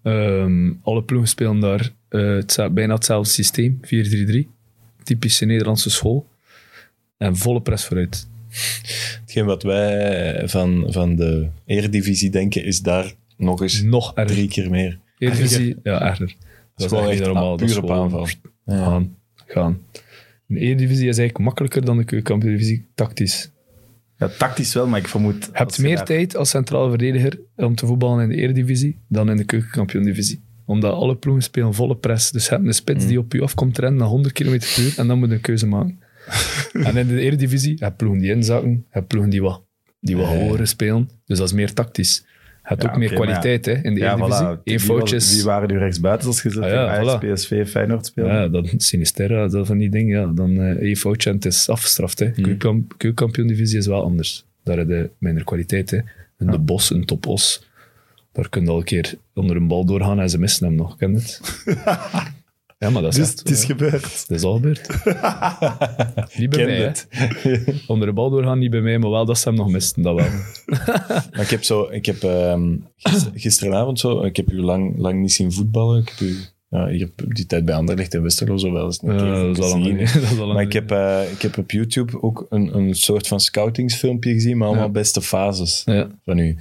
Ehm, alle ploegen spelen daar eh, hetze- bijna hetzelfde systeem. 4-3-3. Typische Nederlandse school. En volle press vooruit. Hetgeen wat wij eh, van, van de Eredivisie denken, is daar nog eens Nog erger. drie keer meer. Eredivisie, ja, erger. Dat is wel echt echt niet normaal. Dat is Puur op gewoon- aanval. Gaan. Gaan. De Eredivisie is eigenlijk makkelijker dan de keukenkampioen-divisie tactisch. Ja, tactisch wel, maar ik vermoed... Je hebt meer tijd als centraal verdediger om te voetballen in de Eredivisie dan in de keukenkampioen-divisie. Omdat alle ploegen spelen volle press. Dus je hebt een spits Mm. die op je afkomt rennen naar 100 km per uur en dan moet je een [laughs] keuze maken. en in de Eredivisie heb je ploegen die inzakken, je hebt ploegen die wat, die wat Ja. horen spelen. Dus dat is meer tactisch. Je hebt Ja, ook meer oké, maar ja. kwaliteit hè, in de Ja, Eredivisie. voilà. Eén foutjes. Wie waren nu rechtsbuiten als gezet? Ah, ja, Ajax, voilà. PSV, Feyenoord speelden. Ja, dat Sinisterra, dat van die dingen, ja, dan eh één foutje en het is afgestraft. hè. Keukenkamp- Keukenkampioen-divisie is wel anders. Daar heb je minder kwaliteit. Hè. Een De Bos, een Top Os, daar kun je al een keer onder een bal doorgaan en ze missen hem nog, ken je [laughs] het? ja, maar dat is dus echt, het is eh, gebeurd. dat is al [laughs] gebeurd. niet Ken bij mij, het. hè. Onder de bal doorgaan, niet bij mij, maar wel dat ze hem nog misten, [laughs] dat wel. Maar ik heb zo, ik heb ehm, gister- gisteravond zo, ik heb u lang, lang niet zien voetballen. Ik heb u ja, hier op die tijd bij Anderlecht en Westerlo zo wel eens een Eh, keer dat is al gezien. lang geleden. [laughs] Dat is al lang Maar ik geleden. heb, eh, ik heb op YouTube ook een, een soort van scoutingsfilmpje gezien, maar allemaal beste fases Ja. van u.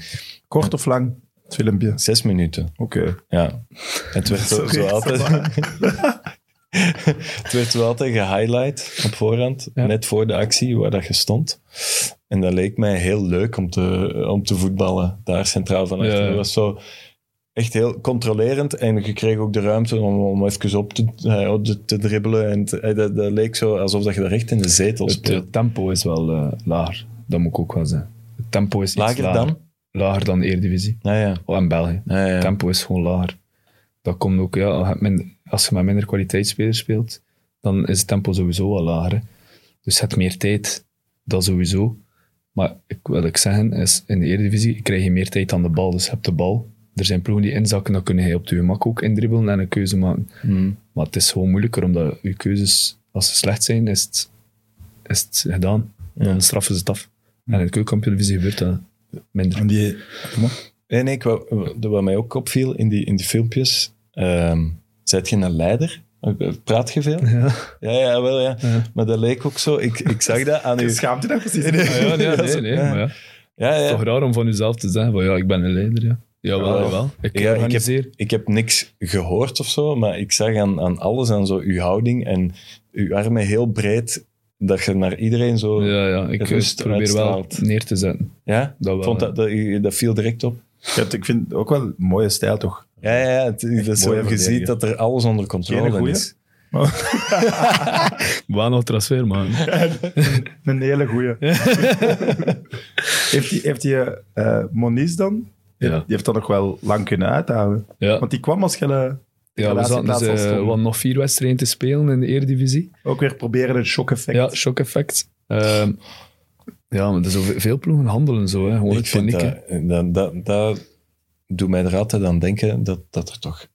Kort of lang? Het filmpje. Zes minuten. Oké. Ja. Het [laughs] werd zo, Sorry, zo ik altijd. [laughs] het werd wel altijd gehighlight op voorhand, Ja. net voor de actie waar dat je stond. En dat leek mij heel leuk om te, om te voetballen daar centraal van achter. Ja. Dat was zo echt heel controlerend en je kreeg ook de ruimte om, om even op te, eh, op te, te dribbelen. En te- eh, dat, dat leek zo alsof dat je er echt in de zetel Het eh, speelt. tempo is wel eh, lager, dat moet ik ook wel zeggen. Het tempo is iets Lager dan? Lager dan de Eredivisie. Nou ja. Oh, en België. Ja, ja. tempo is gewoon lager. Dat komt ook, ja, als je minder- als je met minder kwaliteitsspelers speelt, dan is het tempo sowieso wel lager. hè. Dus je hebt meer tijd, dat sowieso. Maar ik, wat ik zeggen is, in de Eredivisie krijg je meer tijd aan de bal. Dus je hebt de bal, er zijn ploegen die inzakken, dan kun je op je gemak ook indribbelen en een keuze maken. Mm. Maar het is gewoon moeilijker, omdat je keuzes, als ze slecht zijn, is het, is het gedaan. Dan Ja. straffen ze het af. En in de keukenkampioenvisie gebeurt dat minder. En die... Nee, nee, ik wou, dat wat mij ook opviel in die, in die filmpjes. ehm Zijt je een leider? Praat je veel? Ja. Ja, ja, wel ja. Ja. Maar dat leek ook zo. Ik, ik zag dat [laughs] aan u. Schaamt je dat precies? Ah, ja, [laughs] nee, Ja, nee, zo- nee, ja. maar ja. Ja, toch ja. raar om van jezelf te zeggen van ja, ik ben een leider. Ja. Jawel, Ja. jawel. Ik Ja, ik heb- organiseer. Ik heb niks gehoord of zo, maar ik zag aan, aan alles, aan zo uw houding en uw armen heel breed dat je naar iedereen zo... Ja? Ja, ja ik Het eh, rust probeer wel uitstraalt. neer te zetten. Dat wel, Vond ja. dat, dat, dat viel direct op. Je hebt- ik vind het ook wel een mooie stijl, toch? Ja, ja, het, dat is zo, mooi je verdedigen. ziet dat er alles onder Geen controle goeie? is. Waar nog transfer, man. Een hele goeie. [laughs] heeft die, heeft die eh, Moniz dan? Ja. [laughs] Die heeft dat nog wel lang kunnen uithouden. Ja, Want die kwam als je eh, ja we laatste zaten plaats dus, al eh, stonden. wat, nog vier wedstrijden te spelen in de Eredivisie. ook weer proberen het shock effect. Ja, shock effect. Ehm, ja, maar er zo ve- veel ploegen handelen zo. Hè. Gewoon Ik uit vind paniek. hè. dat, dat, dat, dat doet mij er altijd aan denken dat, dat er toch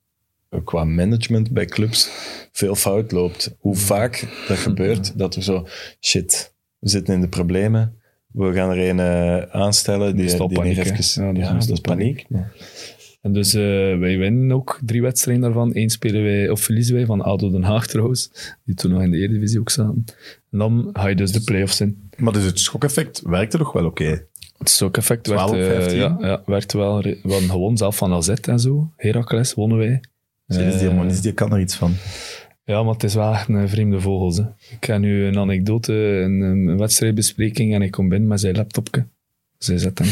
qua management bij clubs veel fout loopt. Hoe vaak dat gebeurt, dat er zo, shit, we zitten in de problemen, we gaan er een eh, aanstellen die, is wel die nog paniek, hè? even... Ja, dat is meestal paniek. En dus eh, wij winnen ook drie wedstrijden daarvan. Eén spelen wij, of verliezen wij van ADO Den Haag trouwens. Die toen nog in de Eredivisie ook zaten. En dan ga je dus de play-offs in. Maar dus het shock effect werkte nog wel oké. Het shock effect werd, 12, eh, 15. ja, ja, werd wel... re- We hadden gewoon zelf van AZ en zo. Heracles wonnen wij. Zeg, die Eh, Moniz die kan er iets van. Ja, maar het is wel echt een vreemde vogels. Hè. Ik ga nu een anekdote, een, een wedstrijdbespreking en ik kom binnen met zijn laptopje. Zij zet hem.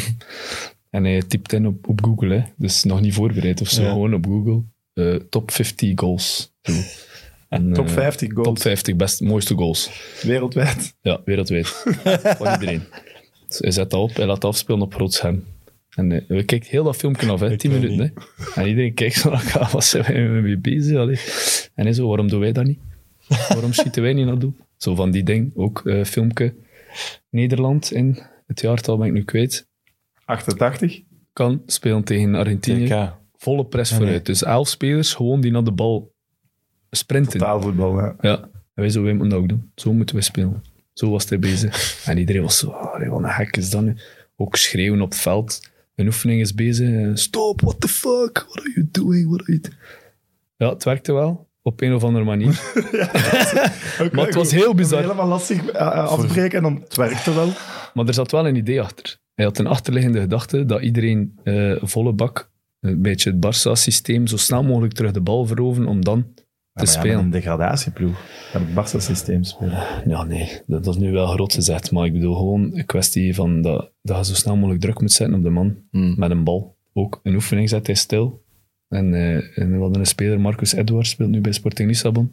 En hij typt in op, op Google, hè. dus nog niet voorbereid of zo, Ja. gewoon op Google. Eh, top 50 goals. [laughs] Zo. En, Top eh, 50 goals Top 50 best, mooiste goals. wereldwijd. Ja, wereldwijd. Van iedereen. Dus hij zet dat op, hij laat afspelen op groot scherm. En eh, we kijken heel dat filmpje af, hè, 10 weet minuten. Hè. En iedereen kijkt zo [laughs] naar elkaar, wat zijn wij mee bezig? Allee. En hij zo, waarom doen wij dat niet? Waarom schieten wij niet naar doel? Zo van die ding, ook eh, filmpje. Nederland in, het jaartal ben ik nu kwijt, 88. kan spelen tegen Argentinië. TK. Volle press vooruit. Dus elf spelers gewoon die naar de bal sprinten. Taalvoetbal, ja. Ja. En wij zo, wij moeten dat ook doen. Zo moeten we spelen. Zo was hij bezig. En iedereen was zo, "Allee, wat een hek is dat nu? Ook schreeuwen op het veld. Een oefening is bezig. Eh, Stop, what the fuck? What are you doing? What are you do-" Ja, het werkte wel. Op een of andere manier. maar het was heel bizar. Helemaal lastig eh, eh, afbreken Ah, en dan het werkte wel. Maar er zat wel een idee achter. Hij had een achterliggende gedachte dat iedereen eh, volle bak, een beetje het Barça-systeem, zo snel mogelijk terug de bal veroveren om dan te spelen. een degradatieploeg. Met het Barca-systeem spelen. Ja, nee, dat is nu wel groot gezegd. Maar ik bedoel gewoon een kwestie van dat, dat je zo snel mogelijk druk moet zetten op de man Hmm. met een bal. Ook een oefening zet hij stil. En, eh, en we hadden een speler, Marcus Edwards, speelt nu bij Sporting Lissabon.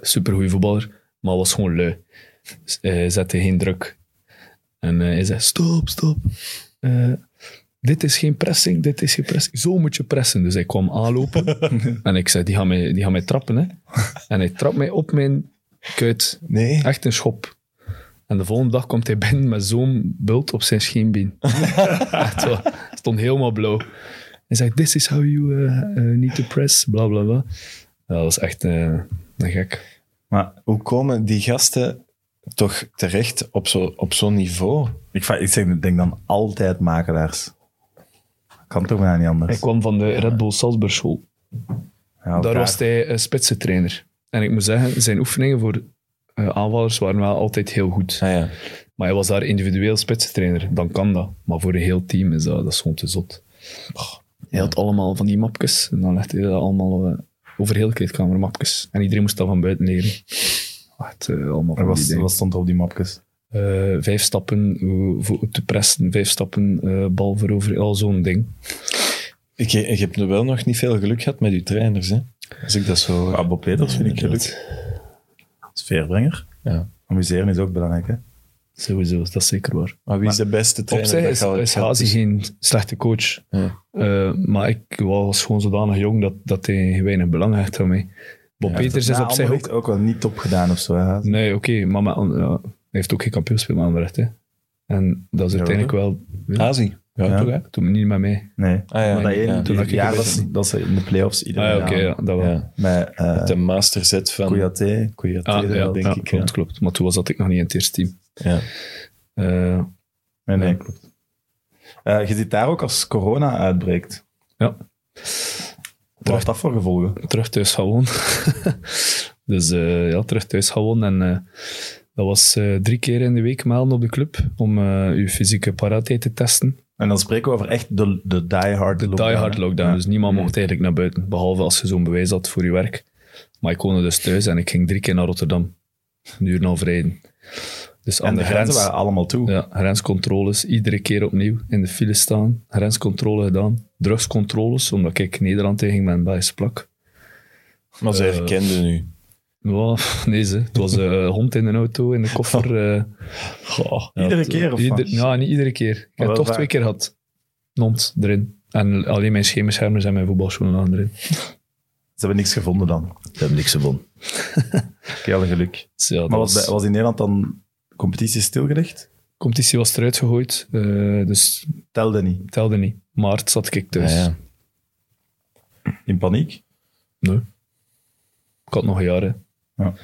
Supergoeie voetballer, maar was gewoon lui. Dus hij zette geen druk. En eh, hij zei, stop, stop. Eh, dit is geen pressing, dit is geen pressing. Zo moet je pressen. Dus hij kwam aanlopen. en ik zei, die gaan mij, die gaan mij trappen, hè. En hij trapt mij op mijn kuit. Nee. Echt een schop. En de volgende dag komt hij binnen met zo'n bult op zijn scheenbeen. Echt waar. Stond helemaal blauw. Hij zegt, this is how you eh, eh, need to press, bla bla bla. Ja, dat was echt eh, een gek. Maar Hoe komen die gasten toch terecht op zo'n op zo'n niveau? ik, va- ik zeg, ik denk dan altijd makelaars. Kan toch bijna niet anders. Hij kwam van de Red Bull Salzburg school. Ja, Daar raar. was hij eh, spitsentrainer. En ik moet zeggen, zijn oefeningen voor eh, aanvallers waren wel altijd heel goed. Ah ja. Maar hij was daar individueel spitsentrainer. Dan kan dat. Maar voor een heel team is dat, dat is gewoon te zot. Hij had allemaal van die mapjes. En dan legde hij dat allemaal eh, over heel de kleedkamer mapjes. En iedereen moest dat van buiten leren. Echt, eh, allemaal Er van was, die dingen. wat stond er op die mapjes? Eh, vijf stappen hoe- voor te pressen. Vijf stappen eh, bal veroveren. Al zo'n ding. Ik, ik heb nu wel nog niet veel geluk gehad met uw trainers. Hè? Dus Als ik dat zo... hoor. Ah, Bob Peters vind ik Inderdaad. geluk. Sfeerbrenger. Ja. Amuseren is ook belangrijk, hè? Sowieso, dat is zeker waar. Maar wie is de beste Op trainer? dat zich is, je al is hebt gehad? Hazi geen slechte coach. Ja. Eh, maar ik was gewoon zodanig jong dat, dat hij weinig belang heeft aan mij. Bob Peters is Na op zich ook... Anderlecht ook wel niet top gedaan of zo. Hè? Nee, oké, maar met- ja, hij heeft ook geen kampioenspeel met Anderlecht. Hè. En dat is Ja, uiteindelijk wel... Ah, Ja, Hazi. Ja, Ja. toch hè? Toen niet met mij. Nee. Ah ja. dat ja. één toen had ik jaar een dat, beetje- ze- dat ze in de playoffs Ah, iedereen ja, oké, ja, dat wel. Ja. Met eh De master set ehm, van Kouyaté. Kouyaté, Ah, ja, dat denk ja, ik. ja. klopt, klopt. Maar toen was dat ik nog niet in het eerste team. Ja. Eh, Nee, nee, Ja. klopt. Eh, je zit daar ook als corona uitbreekt. ja, Wat heeft dat voor gevolgen? terug thuis gaan wonen. [laughs] dus eh, ja, terug thuis gaan wonen. En eh, dat was eh, drie keer in de week melden op de club om eh je fysieke paraatheid te testen. En dan spreken we over echt de, de die-hard De lockdown, die hard hè? lockdown. Ja. Mm. Dus niemand mocht eigenlijk naar buiten. Behalve als je zo'n bewijs had voor je werk. Maar ik woonde dus thuis en ik ging drie keer naar Rotterdam. Een uur en een half rijden. Dus aan En de grenzen waren allemaal toe. ja, grenscontroles, iedere keer opnieuw in de file staan. Grenscontrole gedaan. Drugscontroles, omdat ik Nederland tegen mijn buis plak. Maar zij herkenden u. Ja, [laughs] nee, ze. het was eh, een hond in een auto, in de koffer. eh. Goh. Iedere keer of Ieder- wat? ja, niet iedere keer. Ik wel heb toch vaak. twee keer gehad. Nont erin. En alleen mijn schemerschermers en mijn voetbalschoenen aan erin. Ze hebben niks gevonden dan. Ze hebben niks [laughs] gevonden. Keilig geluk. Dus ja, dat Maar was, was- bij- was in Nederland dan competitie stilgelegd? competitie was eruit gegooid, eh, dus Telde niet. het telde niet. Maart zat ik thuis. Ah, ja. In paniek? Ik had nog jaren. Ja.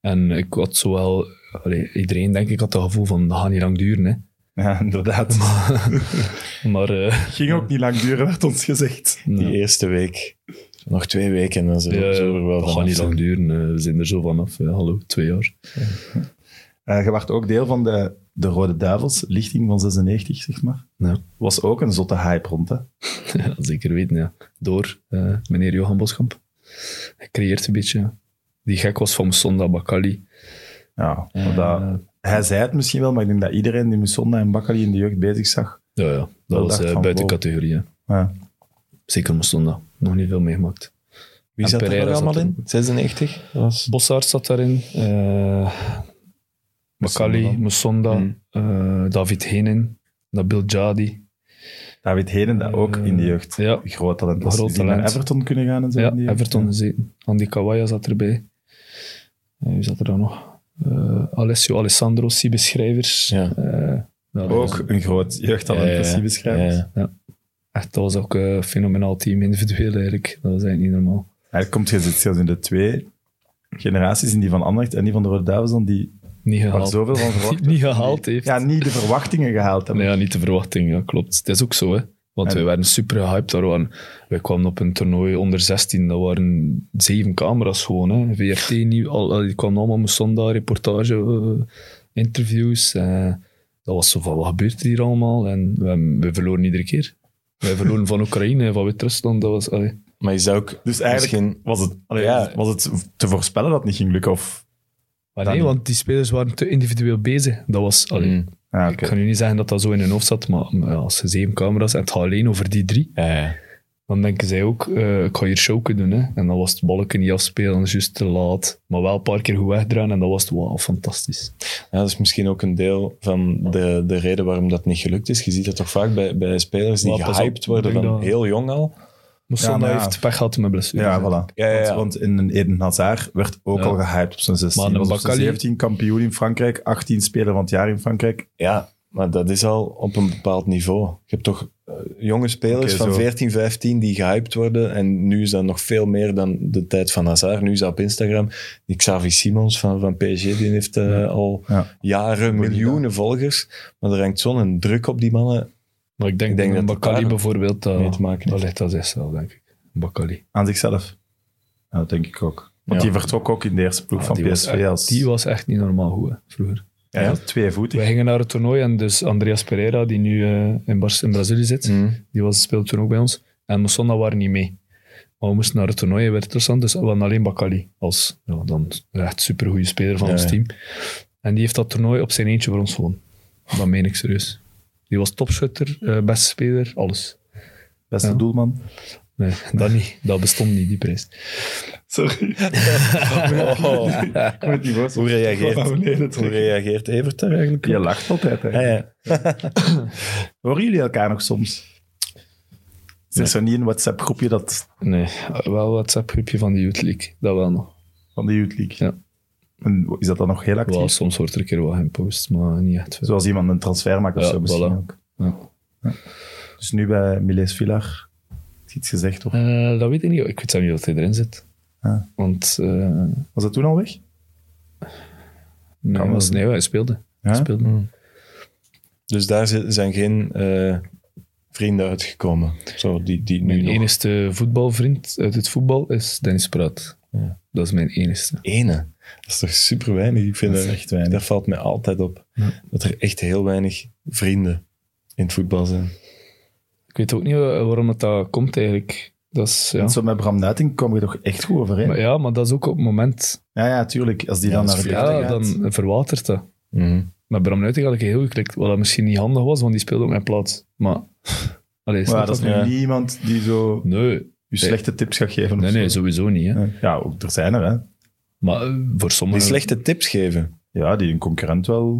En ik had zowel... allee, iedereen, denk ik, had het gevoel van, dat gaat niet lang duren. Hè. Ja, [laughs] inderdaad. Maar eh, [laughs] nou, Ging ook niet lang duren, werd ons gezegd. Die ja, eerste week. Nog twee weken en dan zijn we eh, zo er wel dat gaat vanaf niet zijn. lang duren. eh, we zijn er zo vanaf. eh, hallo, twee [laughs] jaar. Eh, je werd ook deel van de, de Rode Duivels, lichting van 96, zeg maar. Ja. Was ook een zotte hype rond, hè? Ja, zeker weten, ja. Door eh, meneer Johan Boskamp. Hij creëert een beetje. ja. Die gek was van Sonda Bakali. Ja, want dat- hij zei het misschien wel, maar ik denk dat iedereen die Musonda en Bakkali in de jeugd bezig zag. Ja, ja. Dat, Dat was dacht eh, van, buiten wow. categorie. hè. Ja. Zeker Sonda. Nog niet veel meegemaakt. Wie En zat er Pereira nog zat allemaal er in? 96? Dat was... Bossaert zat daarin. eh Bakali, dan. Musonda, Mm. eh, David Henin, Nabil Jadi. David Heden, dat ook in de jeugd. Ja, Groot talent. was. Groot Die naar talent. Everton kunnen gaan en zo. ja in die jeugd. Everton gezeten. Andy Kawaya zat erbij. En wie zat er dan nog? Eh, Alessio Alessandro, Sibeschrijvers. Ja. Eh, nou, dat was- Ook een groot jeugdtalent, Ja, ja, dat zie je Ja, beschrijft. ja. Echt, dat was ook een fenomenaal team, individueel eigenlijk. Dat was eigenlijk niet normaal. Eigenlijk komt je zit zelfs in de twee generaties, in die van Anderlecht en die van de Rode Duivels, dan die Niet waar gehaald. zoveel van verwacht [laughs] Niet gehaald heeft. Ja, niet de verwachtingen gehaald hebben. Nee, ja, niet de verwachting, ja, klopt. Het is ook zo, hè. Want En- wij werden super gehyped daar. waren- Wij kwamen op een toernooi onder 16. Dat waren zeven camera's gewoon. Hè. VRT, nieuw, al, al- die kwamen allemaal met zondag, reportage, eh, interviews. eh. dat was zo van, wat gebeurt hier allemaal? En we, we verloren iedere keer. Wij verloren van Oekraïne, van Wit-Rusland. Dat was... allee. Maar is dat ook Dus eigenlijk misschien... was, het, allee, Ja. was het te voorspellen dat het niet ging lukken? Of, Maar Dat nee, niet. want die spelers waren te individueel bezig. Dat was... Allee, Mm. ja, Ik ga nu niet zeggen dat dat zo in hun hoofd zat, maar, maar ja, als ze zeven camera's en het gaat alleen over die drie, Ja, ja. dan denken zij ook, eh, ik ga hier showen doen. Hè. En dan was het balken niet afspelen, dan is het juist te laat. Maar wel een paar keer goed wegdraaien en dat was het, wauw, fantastisch. Ja, dat is misschien ook een deel van de, de reden waarom dat niet gelukt is. Je ziet dat toch vaak bij, bij spelers die Maar pas op, gehyped worden ik van denk dat- heel jong al. Mossonda maar ja. heeft pech gehad met blessures. ja, hè. voilà. Ja, ja, ja. Want, want in een Eden Hazard werd ook Ja. al gehyped op zijn 16. Maar een was op zijn Bakali- 17 kampioen in Frankrijk, 18 speler van het jaar in Frankrijk. Ja, maar dat is al op een bepaald niveau. Je hebt toch eh, jonge spelers Oké, van zo. 14, 15 die gehyped worden. En nu is dat nog veel meer dan de tijd van Hazard. Nu is dat op Instagram. Die Xavi Simons van, van PSG, die heeft eh, al Ja. jaren Moet je miljoenen volgers. Maar er hangt zo'n druk op die mannen Maar ik denk, Ik denk dat dat het Bakali daar bijvoorbeeld, dat, mee te maken dat heeft. ligt aan zichzelf, denk ik. Bakali. Aan zichzelf. Ja, dat denk ik ook. Ah, Want Ja. die vertrok ook in de eerste ploeg Ja, van die was PSV. echt- als, Die was echt niet normaal goed, hè, vroeger. ja, ja, tweevoetig. Wij gingen naar het toernooi en dus Andreas Pereira, die nu eh, in, Bar- in Brazilië zit, Mm. die was, speelde toen ook bij ons. En Moussonda waren niet mee. Maar we moesten naar het toernooi, werd interessant. Dus we hadden alleen Bakali als ja, dan echt supergoeie speler van Ja, ons ja. team. En die heeft dat toernooi op zijn eentje voor ons gewonnen. Dat meen ik serieus. Die was topschutter, eh, beste speler, alles. Beste Ja. doelman. Nee, dat niet. Dat bestond niet, die prijs. Sorry. [laughs] Ik moet niet boos Hoe Oh, reageert, Van beneden hoe terug. reageert Evert daar eigenlijk Je op? lacht altijd. Hè. Ja, ja. Horen jullie elkaar nog soms? Is er zo niet een WhatsApp-groepje dat Nee, wel WhatsApp-groepje van de Youth League. Dat wel nog. van de Youth League? Ja. En is dat dan nog heel actief? Wel, soms wordt er een keer wat gepost, maar niet echt veel. Zoals Dus iemand een transfer maakt of Ja, zo misschien voilà. ook. Ja. Dus nu bij Miles Villar, is iets gezegd toch? Eh, dat weet ik niet. Ik weet zelf niet wat hij erin zit. Ah. Want eh Was dat toen al weg? nee, wel was, zijn. nee, hij speelde. Ja? Hij speelde. Hmm. Dus daar zi- zijn geen eh, vrienden uitgekomen. Zo, die, die nu Mijn nog... enigste voetbalvriend uit het voetbal is Dennis Praat. Ja. Dat is mijn enigste. Ene. Dat is toch super weinig? Ik vind Dat is dat, echt weinig. dat valt mij altijd op. Dat er echt heel weinig vrienden in het voetbal zijn. eh, Ik weet ook niet wa- waarom het dat komt eigenlijk. Dat is, ja. Zo met Bram Nuiting komen we toch echt goed overeen? Maar ja, maar dat is ook op het moment. Ja, ja, tuurlijk. Als die dan naar als de Ja, Ja, verte gaat. dan verwatert dat. Mhm. Met Bram Nuiting had ik heel geklikt. Wat dat misschien niet handig was, want die speelde op mijn plaats. Maar, [laughs] allee, Maar snap ja, dat is je? nu Ja. niemand die zo Nee, je slechte tips gaat geven. of nee, nee, zo. sowieso niet. Hè. Ja, ook, er zijn er, hè. Maar eh, voor Die sommigen... slechte tips geven. Ja, die een concurrent wel...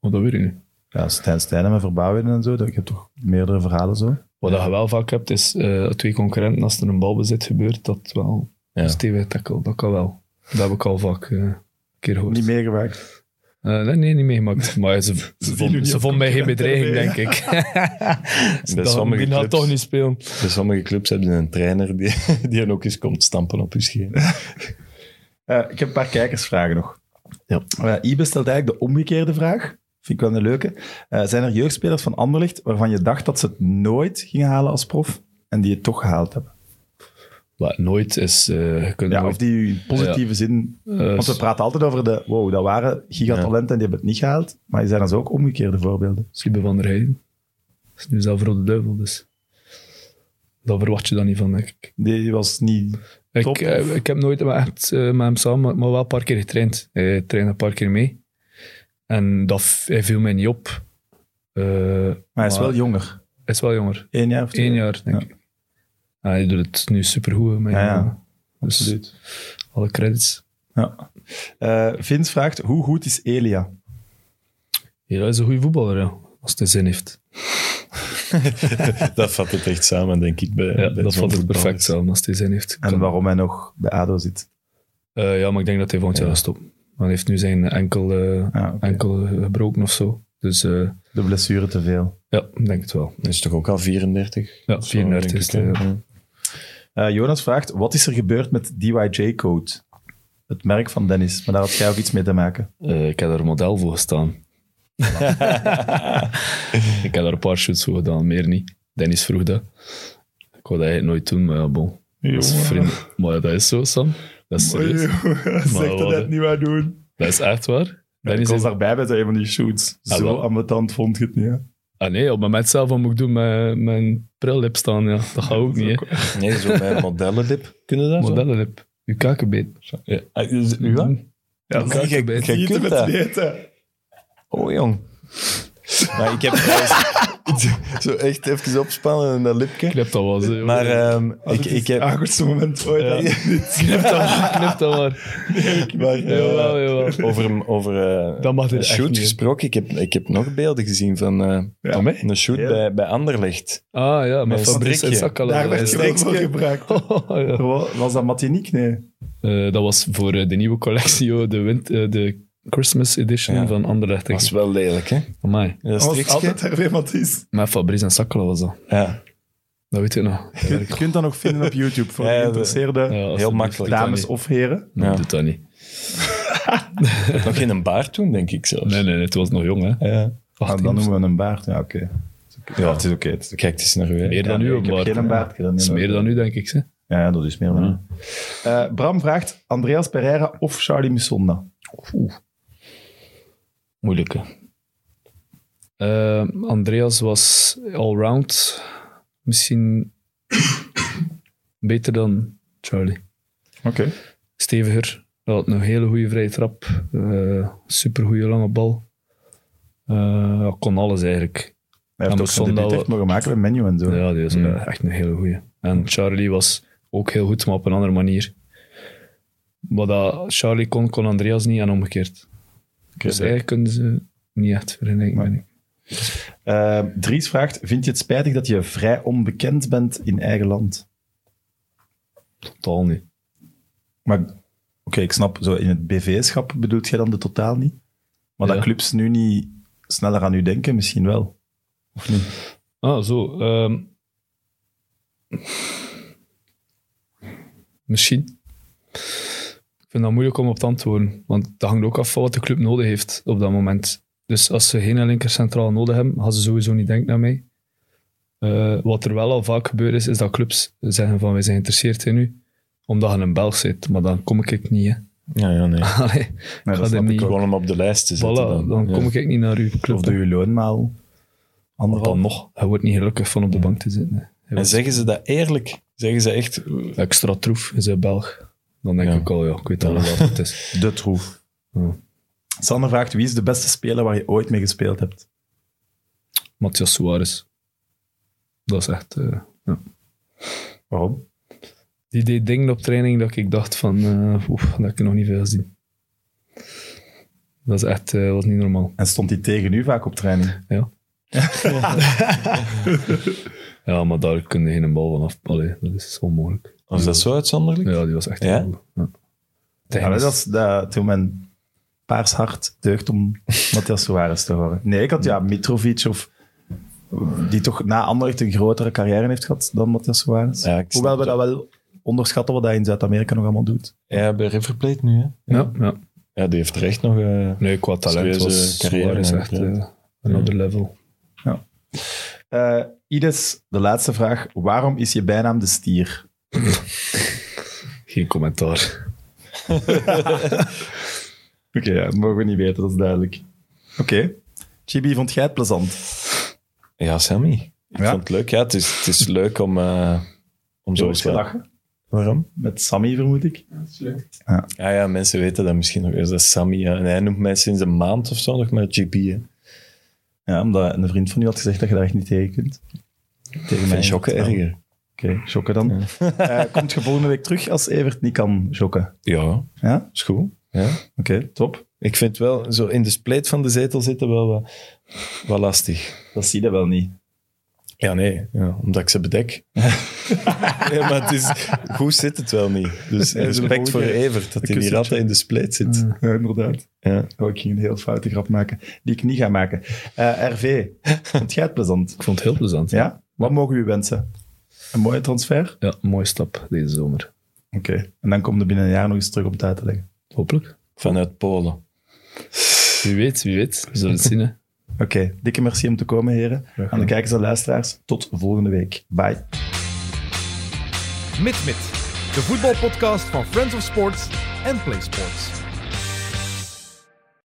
Maar Oh, dat weet ik niet. Ja, Stijn Stijn en Verbouwen en zo. Dat, ik heb toch meerdere verhalen zo. Wat dat je wel vaak hebt, is eh, twee concurrenten, als er een balbezit gebeurt, dat wel. Ja. Stevige tackle, dat kan wel. Dat heb ik al vaak eh, een keer gehoord. Niet meegemaakt. Eh, nee, nee, niet [laughs] meegemaakt. Maar ze, ze, nu vond, niet ze op vond mij geen concurrenten bedreiging, denk [laughs] ik. [laughs] Bij dat, sommige, die gaat clubs, toch niet spelen. bij Dus sommige clubs hebben ze een trainer die, [laughs] die hen ook eens komt stampen op je [laughs] scheen. Eh, ik heb een paar kijkersvragen nog. Ja. Eh, Ibe stelt eigenlijk de omgekeerde vraag. Vind ik wel een leuke. Eh, zijn er jeugdspelers van Anderlicht waarvan je dacht dat ze het nooit gingen halen als prof en die het toch gehaald hebben? Maar nooit is... eh, je kunt Ja, of nooit, die u in positieve zin... eh, Want we praten altijd over de... Wow, dat waren gigatalenten en die hebben het niet gehaald. Maar er zijn dus ook omgekeerde voorbeelden. Sliebe van der Heijden. is nu zelf Rode Duivel, dus... Dat verwacht je dan niet van, denk ik. Die was niet... Top, Ik, of- eh, ik heb nooit met- echt eh, met hem samen, maar wel een paar keer getraind. Hij trainde een paar keer mee. En dat, v- hij viel mij niet op. Eh, Maar hij is Maar- wel jonger. hij is wel jonger. Eén jaar of twee? Eén jaar, denk ik. En hij doet het nu supergoed. Met Ja, ja. jongen. Dus alle credits. Eh, Vince vraagt, hoe goed is Elia? Ja, hij is een goede voetballer, ja. Als het zin heeft. Dat vat het echt samen, denk ik. Bij, Ja, bij dat zo'n vond ik perfect voetballers. zelf, als hij zin heeft. En Kan- waarom hij nog bij ADO zit. Eh, ja, maar ik denk dat hij volgend jaar Ja. gaat stoppen. Maar hij heeft nu zijn enkel, eh, Ja, Ah, oké. enkel gebroken of zo. Dus eh, De blessure te veel. ja, ik denk het wel. Hij is toch ook al 34? Ja, Zo, 34 denk is ik, het, hè. Eh, Jonas vraagt, wat is er gebeurd met DYJ-code? Het merk van Dennis. Maar daar had jij ook iets mee te maken. Eh, ik heb daar een model voor gestaan. [laughs] ik heb daar een paar shoots voor gedaan, meer niet. Dennis vroeg dat. Ik wou dat eigenlijk nooit doen, maar ja, bon. Dat is vriend. Maar ja, dat is zo, Sam. Dat is serieus. [laughs] Maar Zeg dat wat, net hè? niet waar doen. Dat is echt waar. ik Dennis was is... daarbij bij een van die shoots. Ah, Zo wel. ambetant vond je het niet, hè? Ah nee, op het moment zelf wat moet ik doen met mijn prillip staan. Ja. Dat gaat ook niet, hè. Nee, [laughs] zo bij een modellenlip. Kunnen dat zo? Modellenlip. Uw kakenbeet. Ja. Ah, is- Nu wat? Ja, Nee, jij- kakenbeet. jij kunt dat. Oh, jong. Maar ik heb [laughs] trouwens- zo echt even opspannen in dat lipje. Knip dat wel eens, hè, joh. Maar ehm, ik, Ik, ik heb... Eh, Het aardigste moment ooit. Ja. hè? [laughs] Knip dat maar. Knip dat maar. maar, eh, Jawel, jawel. over over eh, Dat mag er een echt shoot niet. gesproken. Ik heb, ik heb nog beelden gezien van eh, Ja. een shoot Ja. bij, bij Anderlecht. Ah ja, maar Mijn Fabrice en strikje. Sakala. Daar werd je [laughs] wel voor gebruikt. Oh. ja. Was dat Matiniek? Nee. Eh, dat was voor eh, de nieuwe collectie, joh, de, win- eh, de Christmas edition Ja. van Anderlecht. Dat is wel lelijk, hè? Amai. Dat Dat was strikje. altijd Hervé Matisse. Met Fabrice en Sakala was dat. Ja, Dat weet [laughs] je nog. Je je kunt dat nog vinden op YouTube voor Ja, ja, geïnteresseerde Ja, als- heel makkelijk. dat dames niet. of heren. Nee, Ja. doet dat niet. Ik had nog geen een baard toen, denk ik zelfs. Nee, nee, nee, het was nog jong, hè. Ja. Ah, 18 dan of zo. noemen we een baard. Ja, oké. Ja, het is oké. het is oké. Kijk, het is naar u. hè. Meer dan Ja, nu, nee, op ik heb Bart, geen hè. baard. ik heb dat Dat is niet meer dan nu, denk ik. Hè. Ja, dat is meer dan nu. Eh, Bram vraagt Andreas Pereira of Charlie Musonda. Moeilijk, hè. Eh, Andreas was allround. Misschien beter dan Charlie. Oké. steviger. Hij had een hele goede vrije trap. eh super goede lange bal. Eh, hij kon alles eigenlijk. Hij heeft Ja, ook zijn Musonda debuut echt mogen maken bij menu en zo. Ja, die was eh, echt een hele goede. En Charlie was ook heel goed, maar op een andere manier. Wat dat Charlie kon, kon Andreas niet en omgekeerd. dus eigenlijk kunnen ze niet echt vergelijken. Nee. vind ik. Eh, Dries vraagt, vind je het spijtig dat je vrij onbekend bent in eigen land? Totaal niet. Maar oké, ik snap, zo in het BV-schap bedoelt jij dan de totaal niet? Maar Ja. dat clubs nu niet sneller aan u denken, misschien wel. Of niet? Ah, zo. ehm. Misschien. Ik vind dat moeilijk om op te antwoorden, want dat hangt ook af van wat de club nodig heeft op dat moment. Dus als ze geen linker centraal nodig hebben, gaan ze sowieso niet denken naar mij. Eh, wat er wel al vaak gebeurd is, is dat clubs zeggen van wij zijn geïnteresseerd in u, omdat je een Belg bent. Maar dan kom ik ik niet, hè. [laughs] Ja, ja, nee. Allee, Nee, Ga dat er snap niet- ik ook. Gewoon om op de lijst te zetten. voilà, dan, dan kom Ja. ik ik niet naar uw club. Of doe je loonmaal dan anderhalf? nog. Hij wordt niet gelukkig van op de bank te zitten. hè. Hij En zeggen ze dat eerlijk? Zeggen ze echt... Extra troef is een Belg. Dan denk Ja. ik al, ja, ik weet al wat het [laughs] is. De troef. Ja. Sander vraagt, wie is de beste speler waar je ooit mee gespeeld hebt? Matthias Suarez. Dat is echt... eh, Waarom? die deed dingen op training dat ik dacht van... eh, oef, dat heb ik nog niet veel zien. Dat is echt eh, was niet normaal. En stond hij tegen u vaak op training? Ja, maar daar kun je geen bal van af. Allee, dat is onmogelijk. Was dat zo uitzonderlijk? Ja, die was echt Ja? heel goed. Ja. Allee, dat is dat, toen mijn paars hart deugt [laughs] om Matthias Suarez te horen. Nee, ik had ja Mitrovic of... Die toch na Anderlecht een grotere carrière heeft gehad dan Matthias Suarez. Ja, ik snap Hoewel we het. dat wel onderschatten wat hij in Zuid-Amerika nog allemaal doet. Ja, bij River Plate nu, hè? ja, ja. Ja, die heeft er echt nog... eh, Nee, qua talent Serieuze was carrière Suarez en echt talent. eh, another level. Eh, Ides, de laatste vraag. Waarom is je bijnaam de stier? Geen commentaar. [laughs] Oké, ja, dat mogen we niet weten, dat is duidelijk. Oké. Chibi, vond jij het plezant? Ja, Sammy. Ik Ja? vond het leuk. Ja, het is, het is leuk om, eh, om zo Zo eens is wel- gelachen. Waarom? Met Sammy, vermoed ik. Ah ja, mensen weten dat misschien nog eens. Dat is Sammy. ja. En hij noemt mij sinds een maand of zo nog maar GP. Hè. Ja, omdat een vriend van u had gezegd dat je daar echt niet tegen kunt. Tegen Ik vind shocken Oké, erger. shocken dan. [laughs] Eh, komt je volgende week terug als Evert niet kan shocken? Ja, Ja? is goed. Ja. Oké, top. Ik vind wel, zo in de spleet van de zetel zitten wel wat, wat lastig. Dat zie je wel niet. Ja, nee. Ja, omdat ik ze [laughs] bedek. nee, maar het is, goed zit het wel niet. Dus dat is een respect voor goeie. Evert, dat hij Een hier kussentje. altijd in de spleet zit. Ja, inderdaad. Ja. Oh, ik ging een heel foute grap maken, die ik niet ga maken. Eh, RV, vond jij het plezant? Ik vond het heel plezant. Ja, Ja? Wat mogen we u wensen? Een mooie transfer? mooie stap deze zomer. Oké. En dan komt er binnen een jaar nog eens terug op tijd te leggen. Hopelijk. Vanuit Polen. Wie weet, wie weet. We zullen het zien, hè. Oké, dikke merci om te komen, heren. Aan de kijkers en luisteraars, tot volgende week. Bye. MidMid, de voetbalpodcast van Friends of Sports en Play Sports.